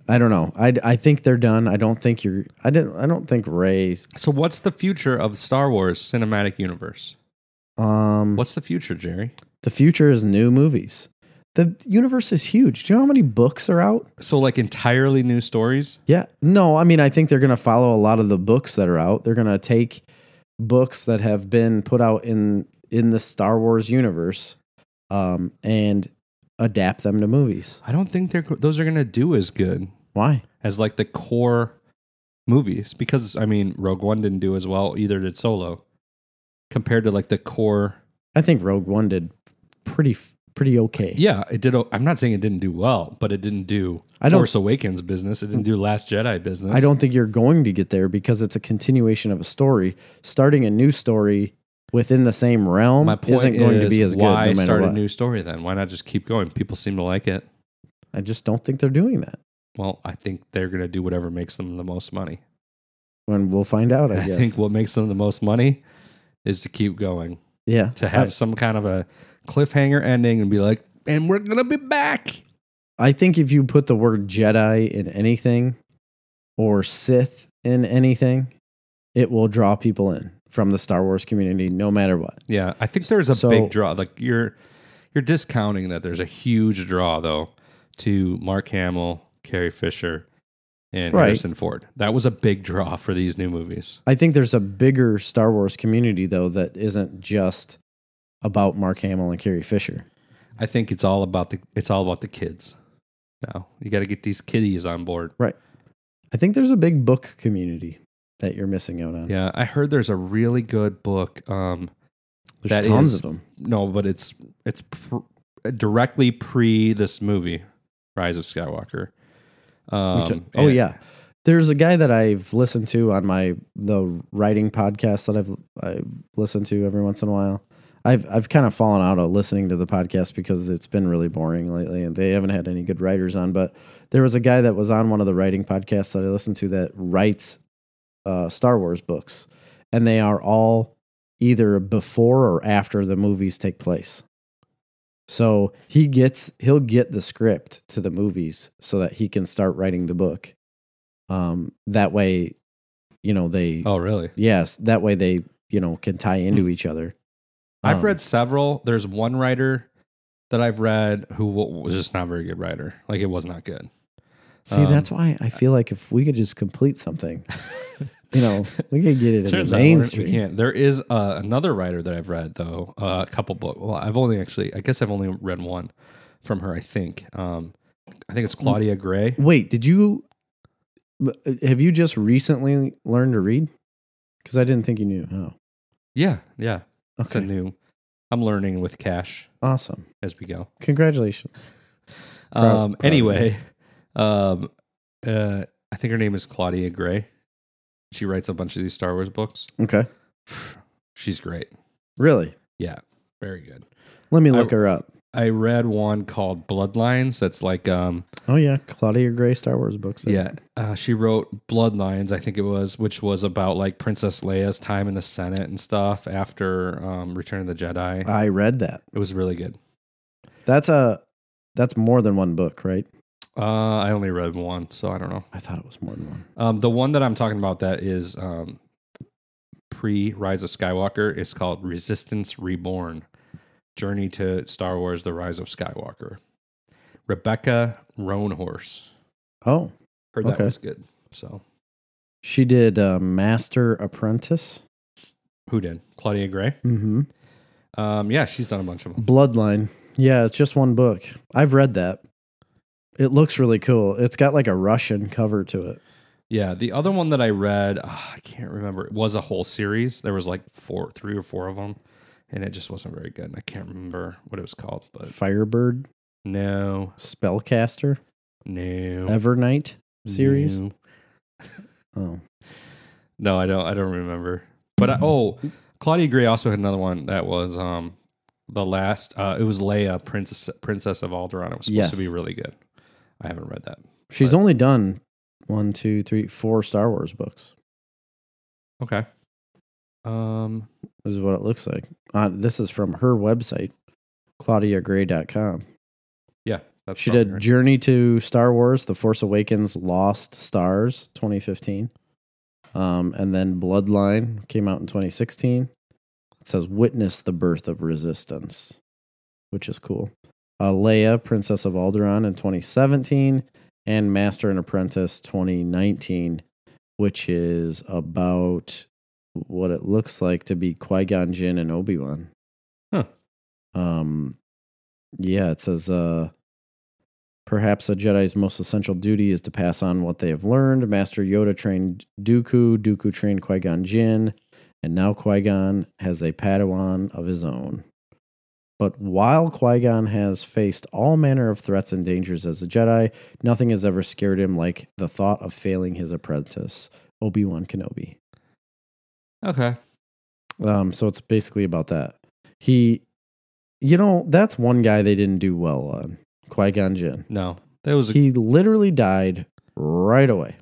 B: I don't know. I. I think they're done. I don't think you're. I didn't. I don't think Ray's.
A: So what's the future of Star Wars cinematic universe?
B: Um.
A: What's the future, Jerry?
B: The future is new movies. The universe is huge. Do you know how many books are out?
A: So like entirely new stories?
B: Yeah. No, I mean, I think they're going to follow a lot of the books that are out. They're going to take books that have been put out in in the Star Wars universe um, and adapt them to movies.
A: I don't think they're those are going to do as good
B: Why?
A: as like the core movies because I mean, Rogue One didn't do as well either did Solo compared to like the core
B: I think Rogue One did pretty f- pretty okay.
A: Yeah, it did. o- I'm not saying it didn't do well, but it didn't do
B: I don't-
A: Force Awakens business. It didn't do Last Jedi business.
B: I don't think you're going to get there because it's a continuation of a story. Starting a new story within the same realm
A: My point
B: isn't going to be as good
A: why
B: no matter
A: start a
B: what.
A: new story then? Why not just keep going? People seem to like it.
B: I just don't think they're doing that.
A: Well, I think they're going to do whatever makes them the most money.
B: When we'll find out, I,
A: I
B: guess.
A: think what makes them the most money is to keep going,
B: yeah.
A: to have some kind of a cliffhanger ending and be like, and we're going to be back.
B: I, I think if you put the word Jedi in anything or Sith in anything, it will draw people in from the Star Wars community no matter what.
A: Yeah, I think there's a
B: So-
A: big draw. Like you're you're discounting that there's a huge draw though to Mark Hamill, Carrie Fisher, and
B: Right.
A: Harrison Ford. That was a big draw for these new movies.
B: I think there's a bigger Star Wars community though that isn't just about Mark Hamill and Carrie Fisher.
A: I think it's all about the it's all about the kids. Now you got to get these kiddies on board.
B: I think there's a big book community that you're missing out on.
A: Yeah, I heard there's a really good book. Um,
B: There's
A: that
B: tons
A: is-
B: of them.
A: no, but it's it's pr- directly pre this movie, Rise of Skywalker. Um,
B: Okay. oh
A: and-
B: yeah. There's a guy that I've listened to on my the writing podcast that I've I listened to every once in a while. I've I've kind of fallen out of listening to the podcast because it's been really boring lately and they haven't had any good writers on, but there was a guy that was on one of the writing podcasts that I listened to that writes uh, Star Wars books and they are all either before or after the movies take place. So he gets he'll get the script to the movies so that he can start writing the book. Um, that way, you know they
A: Oh really?
B: yes that way they you know can tie into each other.
A: I've
B: Um,
A: read several. There's one writer that I've read who w- was just not a very good writer. Like it was not good.
B: See,
A: um,
B: that's why I feel like if we could just complete something, you know, we could get it in
A: Turns
B: the
A: out we're-
B: mainstream.
A: we can't. There is uh, another writer that I've read though. Uh, a couple books. Well, I've only actually. I guess I've only read one from her. I think. Um, I think it's
B: Hmm.
A: Claudia Gray.
B: Wait, did you uh, have you just recently learned to read? Because I didn't think you knew how.
A: Yeah, yeah. It's a
B: Okay,
A: new. I'm learning with cash
B: awesome.
A: as we go.
B: Congratulations. Proud-
A: Um,
B: proud of you.
A: anyway, um, uh, I think her name is Claudia Gray. She writes a bunch of these Star Wars books.
B: Okay,
A: She's great.
B: really?
A: Yeah, very good.
B: Let me
A: I-
B: look her up.
A: I read one called Bloodlines. That's like, um,
B: Oh yeah, Claudia Gray Star Wars books.
A: yeah, uh, she wrote Bloodlines. I think it was, which was about like Princess Leia's time in the Senate and stuff after um, Return of the Jedi.
B: I read that.
A: It was really good.
B: That's a that's more than one book, right?
A: Uh, I only read one, so I don't know.
B: I thought it was more than one.
A: Um, the one that I'm talking about that is um, pre Rise of Skywalker is called Resistance Reborn Journey to Star Wars The Rise of Skywalker. Rebecca Roanhorse.
B: Oh,
A: Heard
B: Okay.
A: that was good. So
B: she did uh, Master Apprentice.
A: who did? Claudia Gray.
B: Mm-hmm.
A: Um, yeah, she's done a bunch of them.
B: Bloodline. Yeah, it's just one book. I've read that. It looks really cool. It's got like a Russian cover to it.
A: Yeah, the other one that I read, ah, I can't remember. It was a whole series. There was like four, three or four of them, and it just wasn't very good. I can't remember what it was called, but
B: Firebird,
A: no,
B: Spellcaster,
A: no,
B: Evernight series.
A: no.
B: Oh,
A: No, I don't. I don't remember. But I, oh, Claudia Gray also had another one that was um the last. Uh, it was Leia, Princess Princess of Alderaan. It was supposed
B: Yes.
A: to be really good. I haven't read that.
B: she's
A: But-
B: only done one, two, three, four Star Wars books.
A: Okay. Um.
B: Is what it looks like. Uh, this is from her website, ClaudiaGray.com.
A: Yeah, that's
B: She
A: probably
B: did
A: right.
B: Journey to Star Wars, The Force Awakens, Lost Stars, 2015. Um, and then Bloodline came out in 2016. It says, Witness the Birth of Resistance, which is cool. Uh, Leia, Princess of Alderaan in 2017, and Master and Apprentice 2019, which is about what it looks like to be Qui Gon Jinn and Obi Wan.
A: Huh.
B: Um, yeah, it says, uh, Perhaps a Jedi's most essential duty is to pass on what they have learned. Master Yoda trained Dooku, Dooku trained Qui Gon Jinn, and now Qui Gon has a Padawan of his own. But while Qui Gon has faced all manner of threats and dangers as a Jedi, nothing has ever scared him like the thought of failing his apprentice, Obi Wan Kenobi.
A: Okay.
B: Um, so it's basically about that. He, you know, that's one guy they didn't do well on Qui Gon Jinn.
A: No, that was
B: He literally died right away.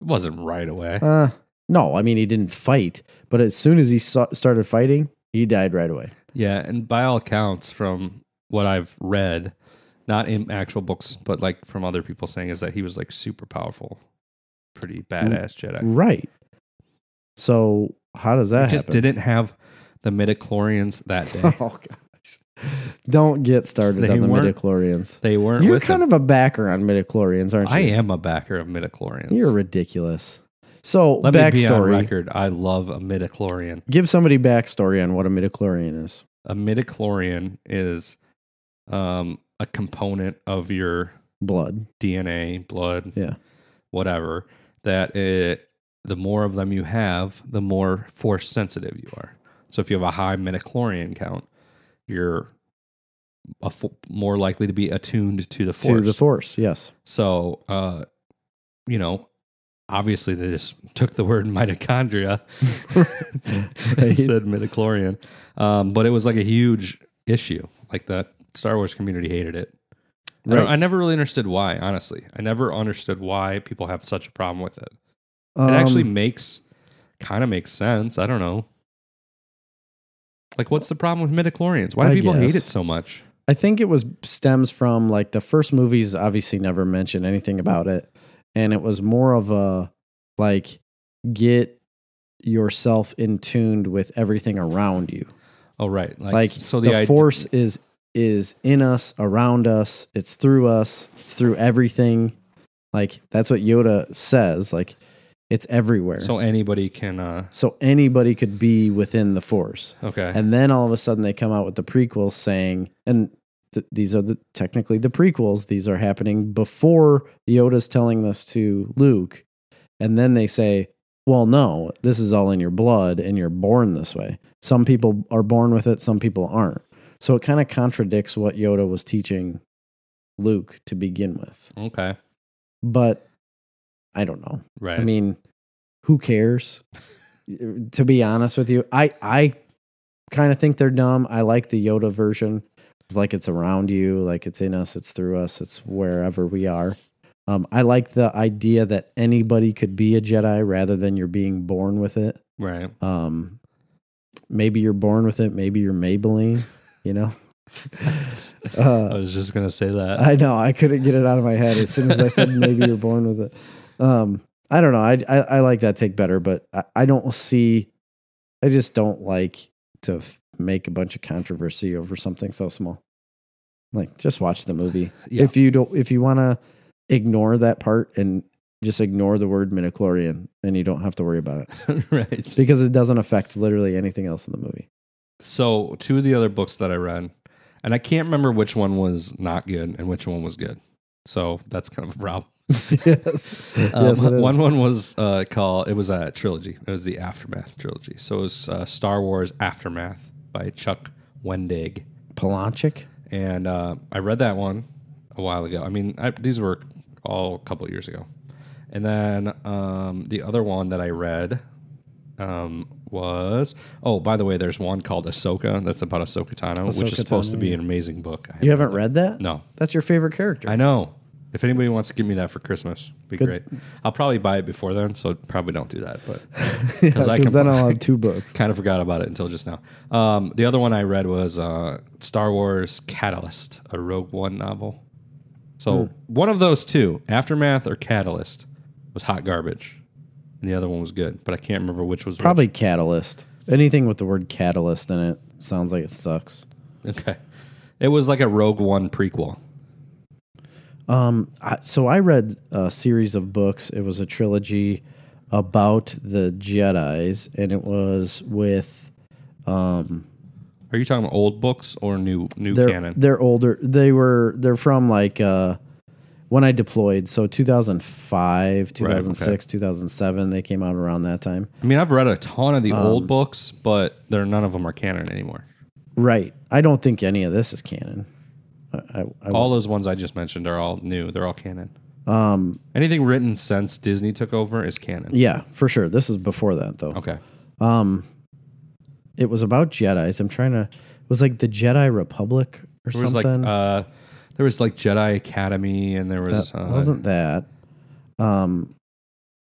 A: it wasn't right away.
B: Uh, no, I mean, he didn't fight, but as soon as he sa- started fighting, he died right away.
A: Yeah, and by all accounts, from what I've read, not in actual books, but like from other people saying, is that he was like super powerful, pretty badass Jedi.
B: Right. So, how does that
A: He just
B: happen?
A: didn't have the midichlorians that day.
B: Oh gosh. Don't get started
A: They
B: on the
A: weren't-
B: midichlorians.
A: They weren't
B: You're
A: with
B: kind
A: him.
B: of a backer on midichlorians, aren't you?
A: I am a backer of midichlorians.
B: You're ridiculous. So,
A: Let me be on
B: backstory.
A: record. I love a midichlorian.
B: Give somebody backstory on what a midichlorian is.
A: A midichlorian is um, a component of your
B: Blood.
A: DNA, blood,
B: Yeah.
A: whatever, that it, the more of them you have, the more force sensitive you are. So if you have a high midichlorian count, you're a fo- more likely to be attuned to the force.
B: To the force, yes.
A: so, uh, you know, obviously they just took the word mitochondria
B: Right.
A: and said midichlorian. Um, but it was like a huge issue. Like the Star Wars community hated it. I, don't-
B: Right.
A: I never really understood why, honestly. I never understood why people have such a problem with it. It
B: Um,
A: actually makes kind of makes sense. I don't know. Like, what's the problem with midichlorians? Why do
B: I
A: people hate
B: guess.
A: it so much?
B: I think it was stems from like the first movies obviously never mentioned anything about it. And it was more of a like get yourself in tuned with everything around you.
A: Oh, right. Like,
B: like
A: so
B: the,
A: the, id-
B: force is is in us around us it's through us it's through everything like that's what yoda says like it's everywhere so,
A: So anybody can. uh
B: anybody could be within the force
A: Okay.
B: and then all of a sudden they come out with the prequels saying and th- these are the technically the prequels these are happening before yoda's telling this to luke and then they say well no this is all in your blood and you're born this way some people are born with it some people aren't so it kind of contradicts what yoda was teaching luke to begin with
A: okay.
B: but i don't know
A: Right.
B: I mean, who cares? to be honest with you, I I kind of think they're dumb. I like the Yoda version, like it's around you, like it's in us, it's through us, it's wherever we are. Um, I like the idea that anybody could be a Jedi rather than you're being born with it.
A: right.
B: Um, maybe you're born with it, maybe you're Maybelline, you know. Uh,
A: I was just gonna say that.
B: I know. I couldn't get it out of my head as soon as I said maybe you're born with it. Um, I don't know. I, I I like that take better, but I, I don't see. I just don't like to f- make a bunch of controversy over something so small. Like, just watch the movie.
A: Yeah.
B: If you don't, if you want to ignore that part and just ignore the word midichlorian, and you don't have to worry about it
A: right.
B: because it doesn't affect literally anything else in the movie.
A: So two of the other books that I read, and I can't remember which one was not good and which one was good. So that's kind of a problem.
B: yes.
A: Um,
B: yes it is.
A: one one was uh, called. It was a trilogy. It was the Aftermath trilogy. So it was uh, Star Wars Aftermath by Chuck Wendig,
B: Palanchik.
A: and uh, I read that one a while ago. I mean, I, these were all a couple of years ago, and then um, the other one that I read um, was oh, by the way, there's one called Ahsoka. That's about Ahsoka Tano, which
B: Ahsoka
A: is supposed
B: Tano,
A: to be an amazing book. I
B: You haven't read that?
A: no,
B: That's your favorite character.
A: I know. If anybody wants to give me that for Christmas, it'd be great. I'll probably buy it before then, so probably don't do that. But
B: because
A: 'cause I can
B: then I'll
A: buy-
B: have two books.
A: kind of forgot about it until just now. Um, the other one I read was uh, Star Wars Catalyst, a Rogue One novel. So
B: Hmm.
A: one of those two, Aftermath or Catalyst, was hot garbage, and the other one was good. But I can't remember which was which.
B: Probably catalyst. Anything with the word catalyst in it sounds like it sucks.
A: okay. It was like a Rogue One prequel.
B: Um, I, so I read a series of books. It was a trilogy about the Jedi's, and it was with
A: Are you talking about old books or new new
B: they're
A: canon?
B: they're older. They were they're from like uh, when I deployed, so 2005, 2006, 2007. They came out around that time. Um,
A: I mean, I've read a ton of the old books, but they're none of them are canon anymore.
B: Right. I don't think any of this is canon. I, I, I,
A: All those ones I just mentioned are all new. They're all canon. Um, anything written since Disney took over is canon.
B: yeah, for sure. This is before that though.
A: Okay.
B: Um, It was about Jedi's. I'm trying to. It was like the Jedi Republic or
A: There was like
B: something.
A: uh, there was like Jedi Academy, and there was
B: That
A: uh,
B: wasn't that. Um,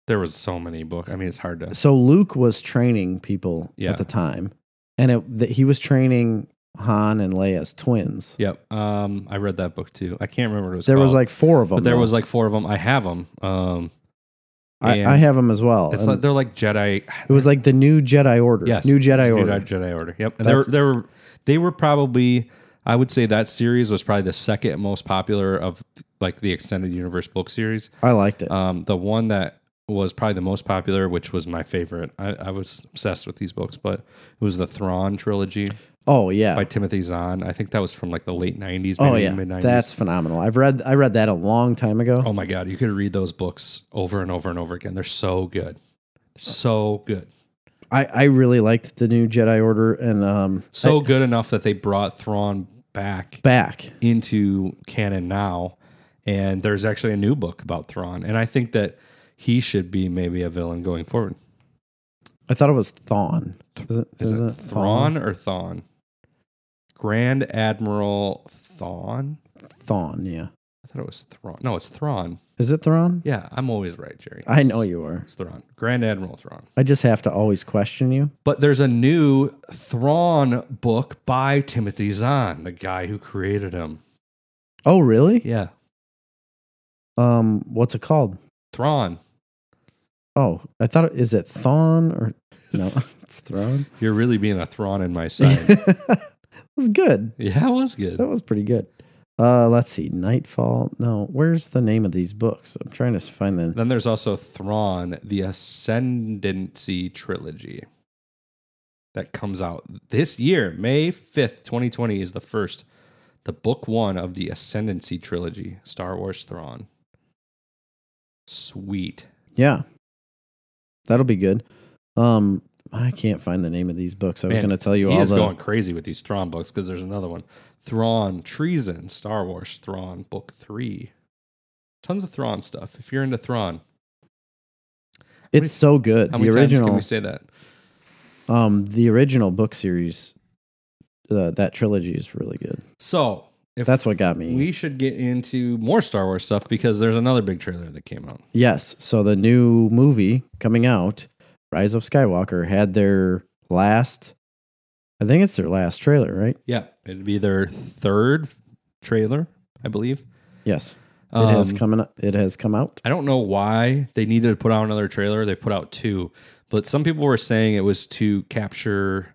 A: there was so many books. I mean, it's hard to.
B: So Luke was training people
A: Yeah.
B: at the time, and it, th- he was training Han and Leia as twins.
A: Yep. Um, I read that book too. I can't remember what it was.
B: there was
A: called,
B: like four of them.
A: Oh. but there
B: though.
A: was like four of them. I have them. Um,
B: I,
A: and
B: I have them as well.
A: It's
B: and
A: like they're like Jedi.
B: it was like the new Jedi Order.
A: Yes,
B: new Jedi
A: New
B: Order.
A: Jedi Order. Yep. And they were,
B: That's-
A: they were they were probably I would say that series was probably the second most popular of like the extended universe book series.
B: I liked it.
A: Um, the one that was probably the most popular, which was my favorite. I, I was obsessed with these books, but it was the Thrawn trilogy
B: oh yeah.
A: by Timothy Zahn. I think that was from like the late '90s, maybe
B: oh yeah.
A: mid '90s.
B: That's phenomenal. I've read I read that a long time ago.
A: oh my god, you could read those books over and over and over again. They're so good, so good.
B: I, I really liked the new Jedi Order and um
A: so good enough that they brought Thrawn back
B: back.
A: into canon now, and there's actually a new book about Thrawn, and I think that he should be maybe a villain going forward.
B: I thought it was Thawne. Was it,
A: Is
B: isn't
A: it Thrawn or Thon? Grand Admiral Thon?
B: Thawne, yeah.
A: I thought it was Thrawn. No, it's Thrawn.
B: Is it Thrawn?
A: Yeah, I'm always right, Jerry.
B: I know you are.
A: It's Thrawn. Grand Admiral Thrawn.
B: I just have to always question you.
A: But there's a new Thrawn book by Timothy Zahn, the guy who created him.
B: Oh really?
A: Yeah,
B: Um what's it called?
A: Thrawn.
B: Oh, I thought it- is it Thawne or no, it's Thrawn.
A: You're really being a Thrawn in my side.
B: it was good.
A: yeah, it was good.
B: That was pretty good. Uh let's see. Nightfall. No, where's the name of these books? I'm trying to find the
A: Then there's also Thrawn, the Ascendancy trilogy that comes out this year, May 5th, 2020 is the first, the book one of the Ascendancy trilogy, Star Wars Thrawn. Sweet.
B: Yeah. That'll be good. Um I can't find the name of these books. I was
A: Man,
B: going to tell you
A: he
B: all
A: is
B: the
A: going crazy with these Thrawn books because there's another one, Thrawn Treason, Star Wars Thrawn Book Three. Tons of Thrawn stuff. If you're into Thrawn,
B: It's so good.
A: how
B: The
A: many times can
B: original
A: we say that?
B: um the original book series uh, that trilogy is really good.
A: So if
B: That's what got me.
A: We should get into more Star Wars stuff because there's another big trailer that came out.
B: yes, so the new movie coming out, Rise of Skywalker had their last I think it's their last trailer, right?
A: Yeah, it'd be their third trailer, I believe.
B: Yes. It has
A: Um,
B: coming it has come out.
A: I don't know why they needed to put out another trailer. They put out two, but some people were saying it was to capture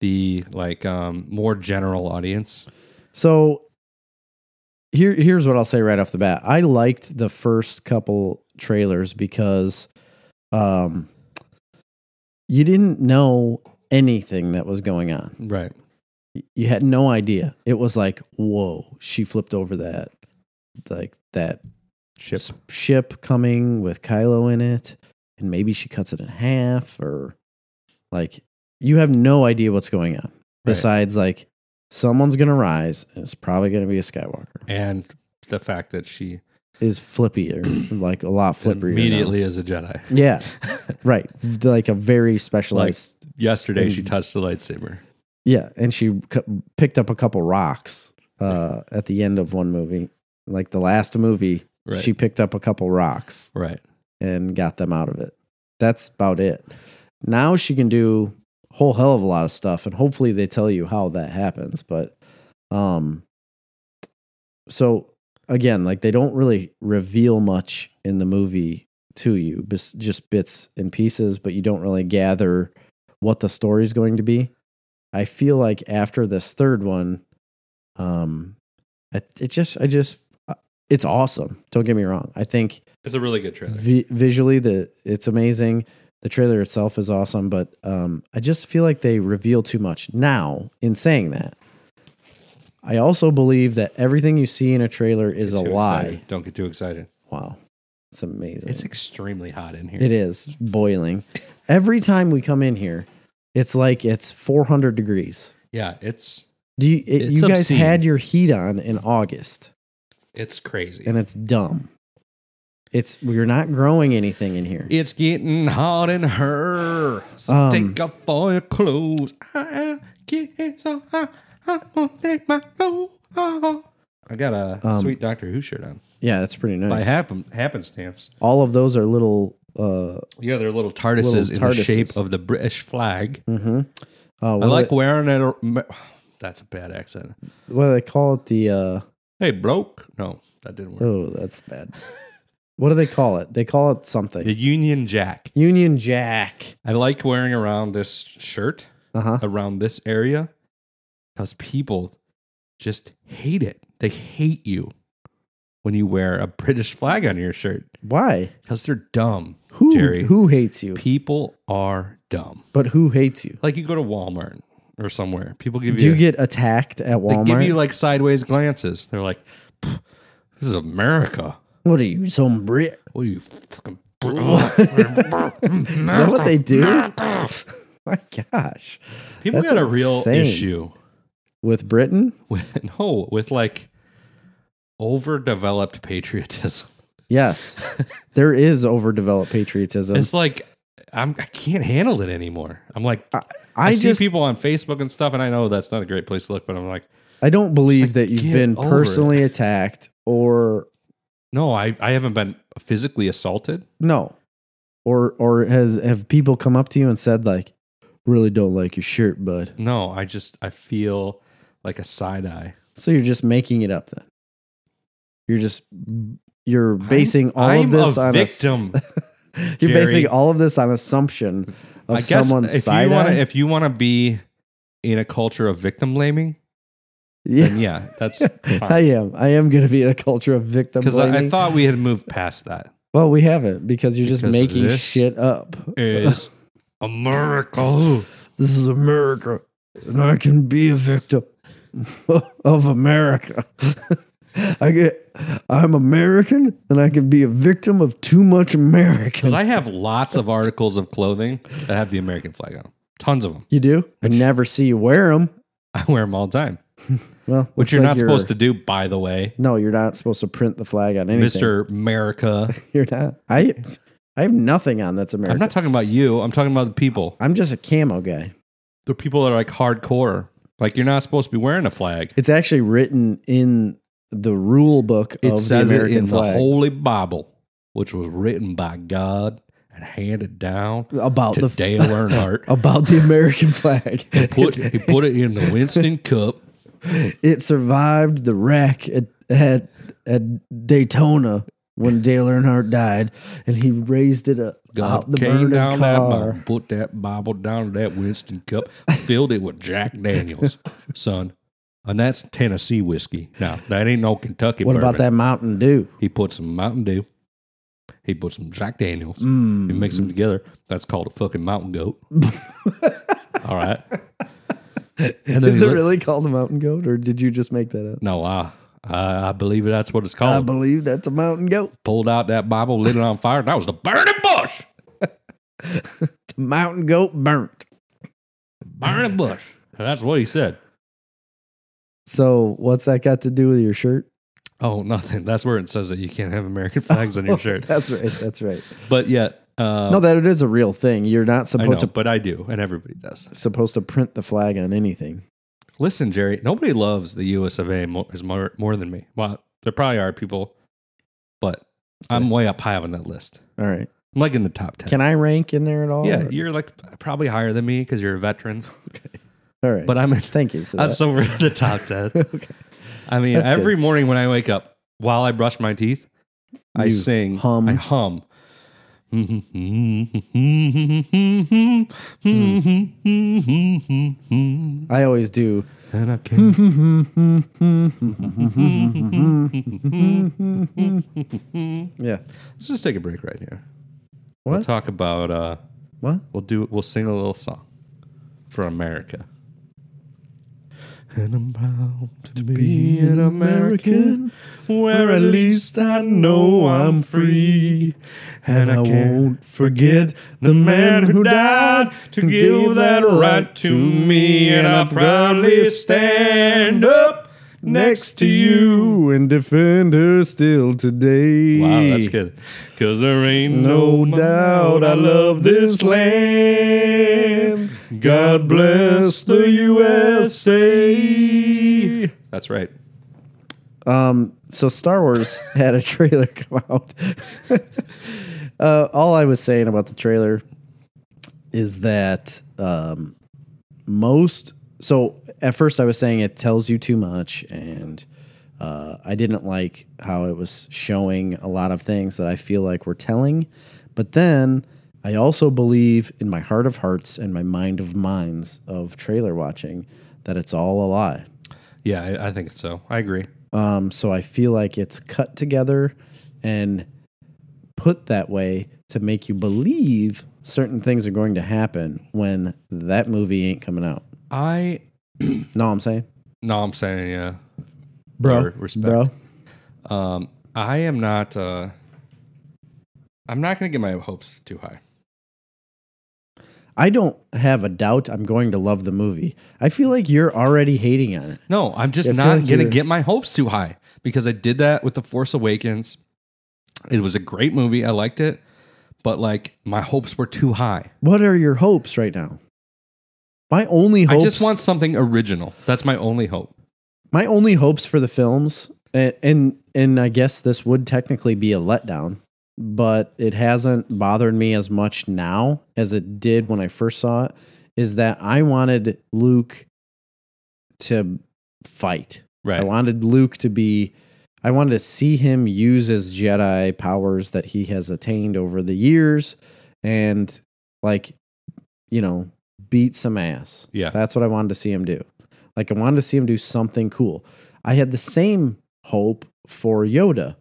A: the like um, more general audience.
B: So here here's what I'll say right off the bat. I liked the first couple trailers because um you didn't know anything that was going on.
A: Right.
B: Y- You had no idea. It was like, whoa, she flipped over that like that
A: Ship.
B: s- ship coming with Kylo in it, and maybe she cuts it in half, or like you have no idea what's going on. Besides, like someone's gonna rise, and it's probably gonna be a Skywalker.
A: And the fact that she
B: Is flippier, like a lot flippier. now.
A: immediately is a Jedi.
B: Yeah, right. Like a very specialized.
A: Yesterday,
B: And-
A: she touched the lightsaber.
B: yeah, and she cu- picked up a couple rocks uh, at the end of one movie, like the last movie.
A: Right.
B: She picked up a couple rocks.
A: right.
B: and got them out of it. That's about it. Now she can do a whole hell of a lot of stuff, and hopefully they tell you how that happens. But um so again, like they don't really reveal much in the movie to you, bes- just bits and pieces, but you don't really gather what the story's going to be. I feel like after this third one, um, it, it just, I just, uh, it's awesome. Don't get me wrong. I think
A: It's a really good trailer.
B: vi- visually the it's amazing the trailer itself is awesome but um i just feel like they reveal too much now in saying that i also believe that everything you see in a trailer is a
A: Too
B: lie
A: excited. Don't get too excited.
B: wow it's amazing
A: It's extremely hot in here.
B: it is boiling every time we come in here it's like it's 400 degrees
A: Yeah, it's
B: Do you, it,
A: It's
B: you guys
A: obscene.
B: had your heat on in August,
A: it's crazy.
B: and it's dumb. It's we're not growing anything in here.
A: It's getting hot in her. So
B: Um,
A: take off all your clothes. I, I get so hot. I won't take my clothes off. I got a
B: Um,
A: sweet Doctor Who shirt on
B: Yeah, that's pretty nice.
A: by happen, happenstance.
B: All of those are little. Uh,
A: Yeah, they're little TARDISes
B: Little
A: in the
B: TARDISes.
A: shape of the British flag.
B: mhm. Uh, what
A: I
B: do
A: like
B: they-
A: wearing it. ar- ma- That's a bad accent.
B: what do they call it? The uh,
A: Hey, broke. No, that didn't work.
B: oh, that's bad. What do they call it? They call it something.
A: The Union Jack.
B: Union Jack.
A: I like wearing around this shirt
B: Uh huh.
A: around this area because people just hate it. They hate you when you wear a British flag on your shirt
B: Why?
A: because they're dumb.
B: Who
A: Jerry.
B: who hates you?
A: People are dumb.
B: But who hates you?
A: Like you go to Walmart or somewhere, people give
B: Do
A: you,
B: you get attacked at
A: they
B: Walmart?
A: give you like sideways glances. They're like, "Pff, "This is America.
B: what are you, some Brit?
A: What are you fucking?"
B: Is that what they do? My gosh,
A: People
B: That's
A: got a real
B: insane.
A: issue
B: with Britain?
A: with no with like overdeveloped patriotism.
B: Yes, there is overdeveloped patriotism.
A: It's like I'm I can't handle it anymore. I'm like I,
B: I,
A: see
B: just
A: people on Facebook and stuff, and I know that's not a great place to look, but I'm like,
B: I don't believe
A: It's like,
B: that you've
A: get
B: been
A: over
B: personally attacked or
A: no, I I haven't been physically assaulted.
B: no, or or has have people come up to you and said like, really don't like your shirt, bud?
A: No, I just I feel like a side eye.
B: So you're just making it up then. You're just you're basing all
A: I'm
B: of this
A: a
B: on a
A: victim.
B: You're
A: Jerry.
B: basing all of this on assumption of
A: I guess
B: someone's
A: if
B: side
A: you wanna,
B: eye.
A: if you want to be in a culture of victim blaming, then
B: yeah,
A: yeah, that's
B: I
A: fine.
B: am. I am going to be in a culture of victim
A: Because
B: blaming.
A: I, I thought we had moved past that.
B: well, we haven't because you're just
A: Because
B: making
A: this
B: shit up.
A: Is America?
B: This is America, and I can be a victim of America. I get. I'm American, and I can be a victim of too much American.
A: Because I have lots of articles of clothing that have the American flag on them. Tons of them.
B: you do. I never see you wear them.
A: I wear them all the time,
B: Well,
A: which you're not supposed to do, by the way,
B: No, you're not supposed to print the flag on anything.
A: Mister America.
B: You're not. I I have nothing on that's American.
A: I'm
B: I'm,
A: not talking about you. I'm talking about the people.
B: just a camo guy.
A: The people that are like hardcore. Like you're not supposed to be wearing a flag.
B: It's actually written in the rule book
A: It
B: of
A: says
B: the
A: it
B: American
A: in
B: flag
A: the Holy Bible, which was written by God and handed down
B: about
A: to
B: the Oh,
A: Dale Earnhardt.
B: about the American flag.
A: Put,
B: it,
A: he put it in the Winston Cup.
B: survived the wreck at, at at Daytona when Dale Earnhardt died, and he raised it up out
A: God
B: the
A: came
B: burning
A: down that
B: car.
A: Bible, put that Bible down in that Winston cup, filled it with Jack Daniels, son. And that's Tennessee whiskey. Now, that ain't no Kentucky
B: What about
A: bourbon.
B: that Mountain Dew?
A: He put some Mountain Dew. He put some Jack Daniels.
B: Mm.
A: You mix them together. That's called a fucking mountain goat. All right. And then
B: Is
A: he
B: it
A: let-
B: really called a mountain goat, or did you just make that up?
A: No, I, I, I believe that's what it's
B: I
A: called.
B: believe that's a mountain goat.
A: Pulled out that Bible, lit it on fire. and That was the burning bush.
B: Mountain goat burnt.
A: Burning bush. And that's what he said.
B: So what's that got to do with your shirt?
A: Oh, nothing. That's where it says that you can't have American flags on your shirt.
B: Oh, That's right. That's right.
A: But yet, uh,
B: no, that it is a real thing. You're
A: I
B: not supposed
A: know,
B: to
A: but I do, and everybody does.
B: supposed to print the flag on anything.
A: Listen, Jerry, nobody loves the U.S. of A. More, is more more than me. Well, there probably are people, but I'm way up high on that list.
B: All right.
A: I'm like in the top ten.
B: Can I rank in there at all?
A: yeah,
B: Or-
A: you're like probably higher than me because you're a veteran,
B: all right.
A: but I'm in.
B: thank you for
A: I'm
B: that.
A: somewhere in the top ten.
B: okay.
A: I mean,
B: That's good.
A: every morning when I wake up, while I brush my teeth, I
B: You
A: sing,
B: hum.
A: I hum. And
B: I always do.
A: I can't.
B: Yeah.
A: Let's just take a break right here. We'll
B: What?
A: talk about. Uh,
B: What?
A: we'll do. We'll sing a little song for America. And I'm proud to be an American, where
B: Or
A: at least
B: I
A: know I'm free. And I won't
B: forget
A: the man who died to give that right to me. And I proudly stand up next to you.
B: and defend her still today.
A: Wow, that's good. Cause there ain't no,
B: No doubt I love this land. God bless the USA.
A: That's right.
B: So Star Wars had a trailer come out. uh, all I was saying about the trailer is that um, most. So at first I was saying it tells you too much, and uh, I didn't like how it was showing a lot of things that I feel like were telling. But then I also believe in my heart of hearts and my mind of minds of trailer watching that it's all a lie.
A: Yeah, I, I think so. I agree.
B: Um, so I feel like it's cut together and put that way to make you believe certain things are going to happen when that movie ain't coming out.
A: I
B: No, I'm saying,
A: no, I'm saying yeah. Or respect.
B: bro.
A: Um, I am not. Uh, I'm not going to get my hopes too high.
B: I don't have a doubt I'm going to love the movie. I feel like you're already hating on it.
A: No, I'm just
B: Yeah, I feel
A: not
B: like
A: going to
B: you're-
A: get my hopes too high because I did that with The Force Awakens. It was a great movie. I liked it, but like my hopes were too high.
B: What are your hopes right now? My only hopes
A: I just want something original. That's my only hope.
B: my only hopes for the films and, and and I guess this would technically be a letdown, but it hasn't bothered me as much now as it did when I first saw it is that I wanted Luke to fight. I
A: Right.
B: wanted Luke to be I wanted to see him use his Jedi powers that he has attained over the years and like you know, beat some ass.
A: Yeah.
B: That's what I wanted to see him do. Like I wanted to see him do something cool. I had the same hope for Yoda.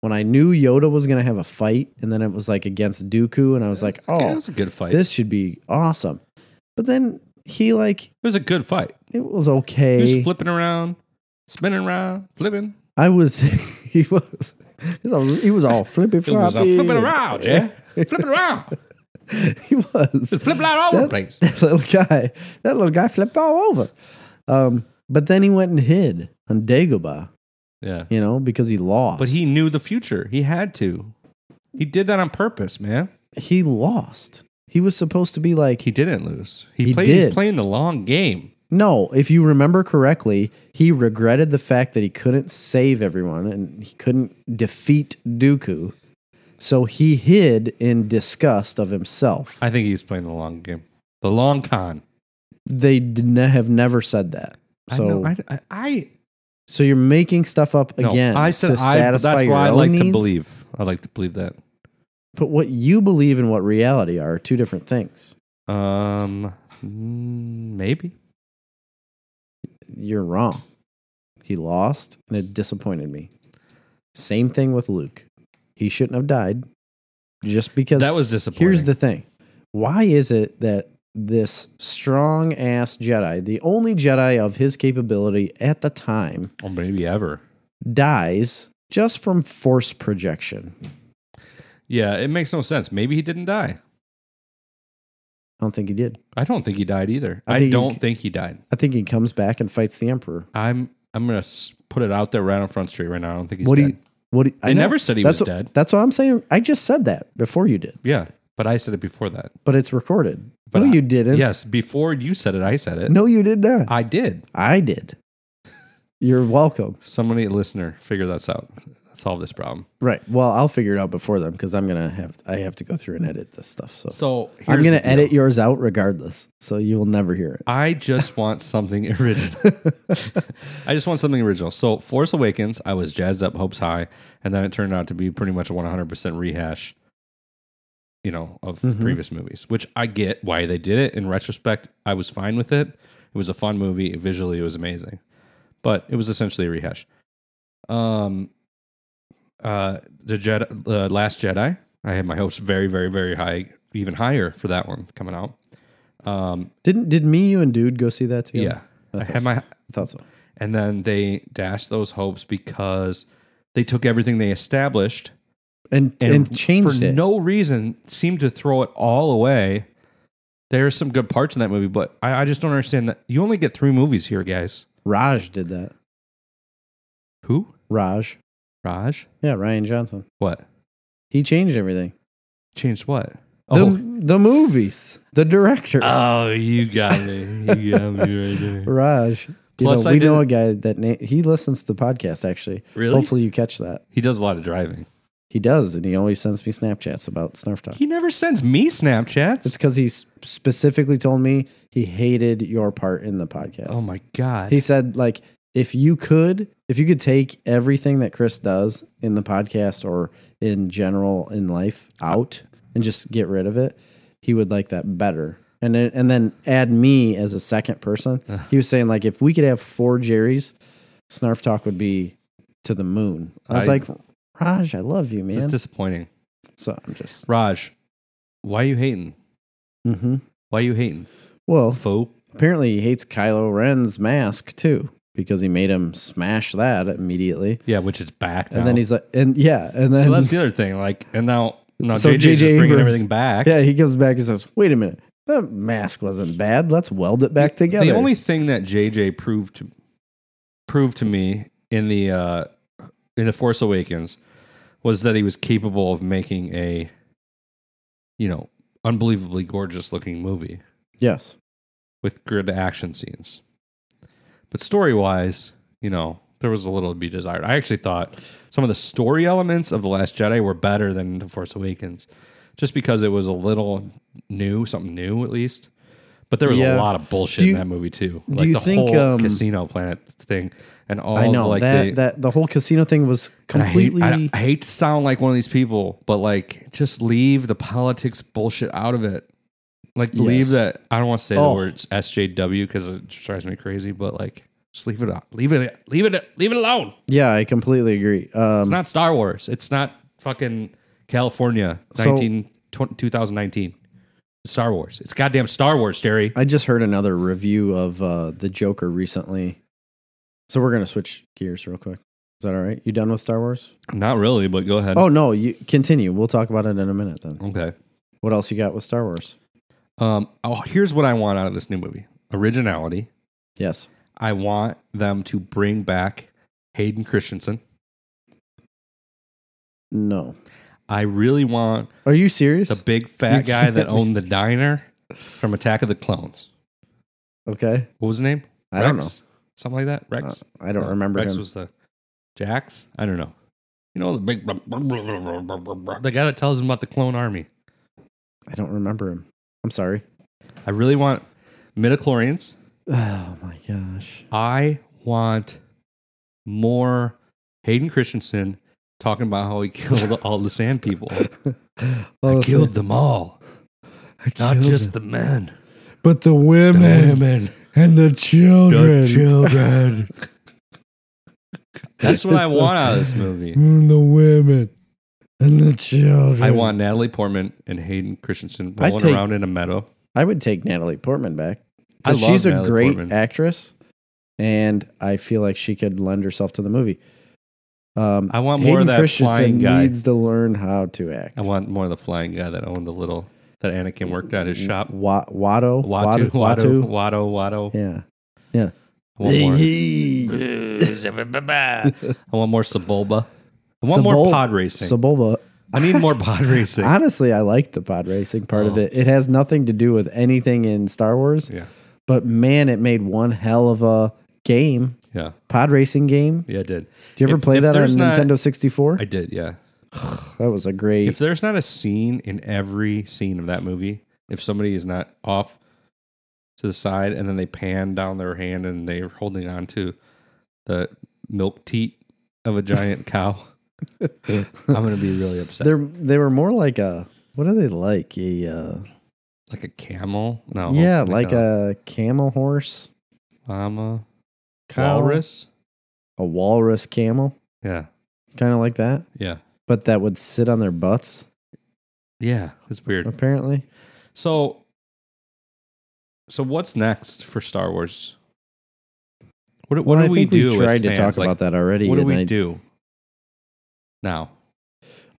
B: When I knew Yoda was going to have a fight and then it was like against Dooku and I was like,
A: Okay, it
B: "Oh,
A: was a good fight.
B: this should be awesome." But then he like
A: it was a good fight.
B: it was
A: He
B: okay.
A: was flipping around, spinning around, flipping.
B: I was he was he was all, he was all flippy
A: It was uh,
B: floppy.
A: flipping around, yeah. flipping around.
B: he was.
A: Just flipping all over the place.
B: that little guy, that little guy flipped all over. Um, but then he went and hid on Dagobah,
A: Yeah.
B: you know, because he lost.
A: But he knew the future. He had to. He did that on purpose, man.
B: he lost. He was supposed to be like
A: He didn't lose. He,
B: He
A: played,
B: did.
A: He's playing the long game.
B: no. If you remember correctly, he regretted the fact that he couldn't save everyone and he couldn't defeat Dooku, so he hid in disgust of himself.
A: I think he's playing the long game. The long con.
B: They d- ne- have never said that.
A: I,
B: So,
A: know, I, I, I
B: so you're making stuff up
A: no,
B: again
A: I said
B: to
A: I, that's
B: satisfy
A: why
B: your
A: I
B: own
A: like to
B: needs?
A: believe. I like to believe that.
B: But what you believe and what reality are two different things.
A: Um, mm, maybe.
B: You're wrong. He lost and it disappointed me. Same thing with Luke. He shouldn't have died just because.
A: That was disappointing.
B: here's the thing why is it that this strong ass Jedi, the only Jedi of his capability at the time,
A: or maybe ever.
B: dies just from force projection?
A: Yeah, it makes no sense. Maybe he didn't die.
B: I don't think he did.
A: I don't think he died either.
B: I
A: I,
B: think he
A: don't
B: c-
A: think he died.
B: I think he comes back and fights the Emperor.
A: I'm I'm gonna s- put it out there right on Front Street right now. I don't think he's
B: What do
A: dead.
B: you? What do you,
A: They
B: know.
A: never said he
B: That's
A: was
B: what-
A: dead.
B: That's what I'm saying. I just said that before you did.
A: Yeah, but I said it before that.
B: but it's recorded.
A: But
B: no,
A: I-
B: you didn't.
A: yes, before you said it, I said it.
B: No, you did not.
A: I did.
B: I did. You're welcome.
A: Somebody, listener, figure this out. Solve this problem.
B: Right. Well, I'll figure it out before them because I'm gonna have I have to go through and edit this stuff. So,
A: So
B: I'm
A: here's
B: gonna
A: the deal.
B: edit yours out regardless. So you will never hear it.
A: I just want something original. I just want something original. So, Force Awakens, I was jazzed up, hopes high, and then it turned out to be pretty much a 100% rehash, you know, of the
B: Mhm.
A: previous movies, which I get why they did it. In retrospect, I was fine with it. It was a fun movie. Visually, it was amazing, but it was essentially a rehash. Um, uh, the Jedi, the Last Jedi, I had my hopes very, very, very high, even higher for that one coming out. Um,
B: Didn't did me, you, and dude go see that together?
A: yeah. I
B: That's
A: had my
B: I thought so.
A: and then they dashed those hopes because they took everything they established
B: And and, changed
A: for
B: it.
A: no reason seemed to throw it all away. There are some good parts in that movie, but I, I just don't understand that you only get three movies here, guys.
B: Raj did that.
A: Who?
B: Raj.
A: Raj?
B: Yeah, Ryan Johnson.
A: What?
B: He changed everything.
A: Changed what?
B: The the movies. The director.
A: oh, you got me. You got me right there.
B: Raj. You
A: Plus,
B: know,
A: I
B: we know a
A: didn't-
B: guy that na- he listens to the podcast. Actually,
A: Really?
B: hopefully you catch that.
A: He does a lot of driving.
B: He does, and he always sends me Snapchats about Snarf Talk.
A: He never sends me Snapchats.
B: It's because he s- specifically told me he hated your part in the podcast.
A: oh my god.
B: He said, like, if you could, if you could take everything that Chris does in the podcast or in general in life out and just get rid of it, he would like that better. And then, and then add me as a second person. He was saying like, if we could have four Jerry's, Snarf Talk would be to the moon. I was
A: I-
B: like, Raj, I love you,
A: this
B: man.
A: is disappointing.
B: so I'm just,
A: Raj, why you hating?
B: hmm
A: Why you hating?
B: well,
A: Faux.
B: apparently he hates Kylo Ren's mask too because he made him smash that immediately.
A: Yeah, which is back.
B: And
A: now.
B: then he's like, and yeah, and then
A: So that's the other thing. Like, and now, now
B: So
A: JJ is
B: J.J.
A: bringing
B: Abrams-
A: everything back.
B: yeah, he comes back and says, "Wait a minute, that mask wasn't bad. Let's weld it back together."
A: The only thing that JJ proved to proved to me in the uh, in the Force Awakens was that he was capable of making a you know unbelievably gorgeous looking movie
B: yes,
A: with good action scenes. But story wise, you know, there was a little to be desired. I actually thought some of the story elements of The Last Jedi were better than The Force Awakens just because it was a little new, something new at least. But there was a
B: Yeah.
A: lot of bullshit
B: Do you-
A: in that movie too. Like
B: you
A: the
B: think,
A: whole
B: um,
A: casino planet thing and all
B: I
A: of,
B: know
A: like
B: that
A: the,
B: that the whole casino thing was
A: and I hate,
B: completely.
A: I- I hate to sound like one of these people, but like just leave the politics bullshit out of it. Like leave
B: Yes.
A: that I don't want to say
B: Oh.
A: the words SJW because it just drives me crazy, but like just leave it out. Leave it leave it leave it alone.
B: yeah, I completely agree.
A: It's
B: Um,
A: not Star Wars. It's not fucking California
B: So-
A: 19, 2019. It's Star Wars. It's goddamn Star Wars, Jerry.
B: I just heard another review of uh, the Joker recently, so we're gonna switch gears real quick. Is that all right? You done with Star Wars?
A: Not really, but go ahead.
B: Oh no, you continue. We'll talk about it in a minute. Then
A: Okay.
B: what else you got with Star Wars?
A: Um oh, here's what I want out of this new movie. Originality.
B: Yes,
A: I want them to bring back Hayden Christensen.
B: no.
A: I really want
B: Are you serious?
A: the big fat
B: You
A: guy that
B: can't
A: owned the
B: be
A: diner from Attack of the Clones.
B: okay,
A: What was his name?
B: I don't know.
A: Rex? Something like that. Rex.
B: Uh, I don't
A: No,
B: remember
A: Rex
B: him.
A: was the Jax. I don't know. You know the big the guy that tells him about the clone army.
B: I don't remember him. I'm sorry.
A: I really want midichlorians.
B: Oh my gosh.
A: I want more Hayden Christensen talking about how he killed all the sand people.
B: Well,
A: I
B: it's-
A: killed them all,
B: I
A: not
B: killed
A: just
B: him.
A: the men.
B: but the
A: The
B: women
A: women.
B: and the children.
A: The children. That's what I
B: It's
A: want
B: a-
A: out of this movie.
B: Mm, the women and the children.
A: I want Natalie Portman and Hayden Christensen
B: I'd
A: rolling
B: take-
A: around in a meadow.
B: I would take Natalie Portman back.
A: I
B: 'Cause
A: love
B: she's a
A: Natalie
B: great
A: Portman.
B: actress, and I feel like she could lend herself to the movie. Um,
A: I want more of
B: Hayden
A: that flying guy.
B: needs to learn how to act.
A: I want more of the flying guy that owned the little that Anakin worked at his shop.
B: Wa- Watto.
A: Watu, Watu, Watto,
B: Watto.
A: Watto.
B: Yeah.
A: I want more.
C: Bye-bye.
A: I want more Sebulba. I want more
B: Sebul-
A: pod racing.
B: Sebulba.
A: I need more pod racing.
B: Honestly, I like the pod racing part of
A: Oh.
B: it. It has nothing to do with anything in Star Wars,
A: Yeah,
B: but man, it made one hell of a game,
A: yeah,
B: pod racing game.
A: yeah. I did.
B: Do you ever
A: If-
B: play
A: if
B: that on
A: there's not-
B: Nintendo 64?
A: I did. Yeah.
B: that was a great.
A: If there's not a scene in every scene of that movie, if somebody is not off to the side and then they pan down their hand and they're holding on to the milk teat of a giant cow, I'm gonna be really upset.
B: They're they were more like a what are they like a uh,
A: like a camel? No.
B: yeah like
A: uh,
B: a, camel horse
A: llama,
B: cow,
A: walrus.
B: a walrus camel
A: Yeah,
B: kind of like that
A: yeah,
B: but that would sit on their butts
A: yeah. It's weird.
B: apparently
A: So, so what's next for Star Wars? What, what
B: Well,
A: do
B: I
A: we
B: think
A: do?
B: we've
A: as
B: tried to
A: fans?
B: talk
A: Like,
B: about that already.
A: What do
B: and
A: we
B: I-
A: do now?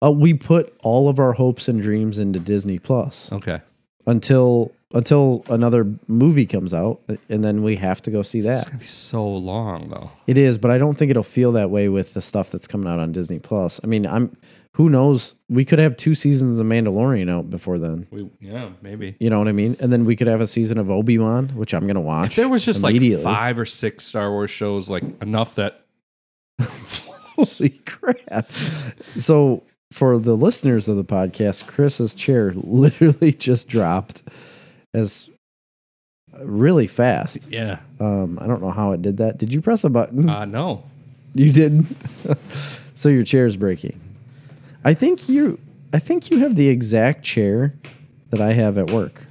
B: Uh, we put all of our hopes and dreams into Disney Plus
A: Okay.
B: until until another movie comes out, and then we have to go see
A: It's
B: that.
A: gonna be so long though.
B: It is, but I don't think it'll feel that way with the stuff that's coming out on Disney Plus. I mean, I'm who knows? We could have two seasons of Mandalorian out before then.
A: We yeah maybe.
B: You know what I mean? And then we could have a season of Obi Wan, which I'm gonna watch.
A: If there was just like
B: immediately.
A: five or six Star Wars shows, like enough that
B: Holy crap. So, for the listeners of the podcast, Chris's chair literally just dropped as uh, really fast.
A: yeah,
B: Um, I don't know how it did that. Did you press a button?
A: uh, no,
B: you didn't. so your chair's breaking. I think you I think you have the exact chair that I have at work.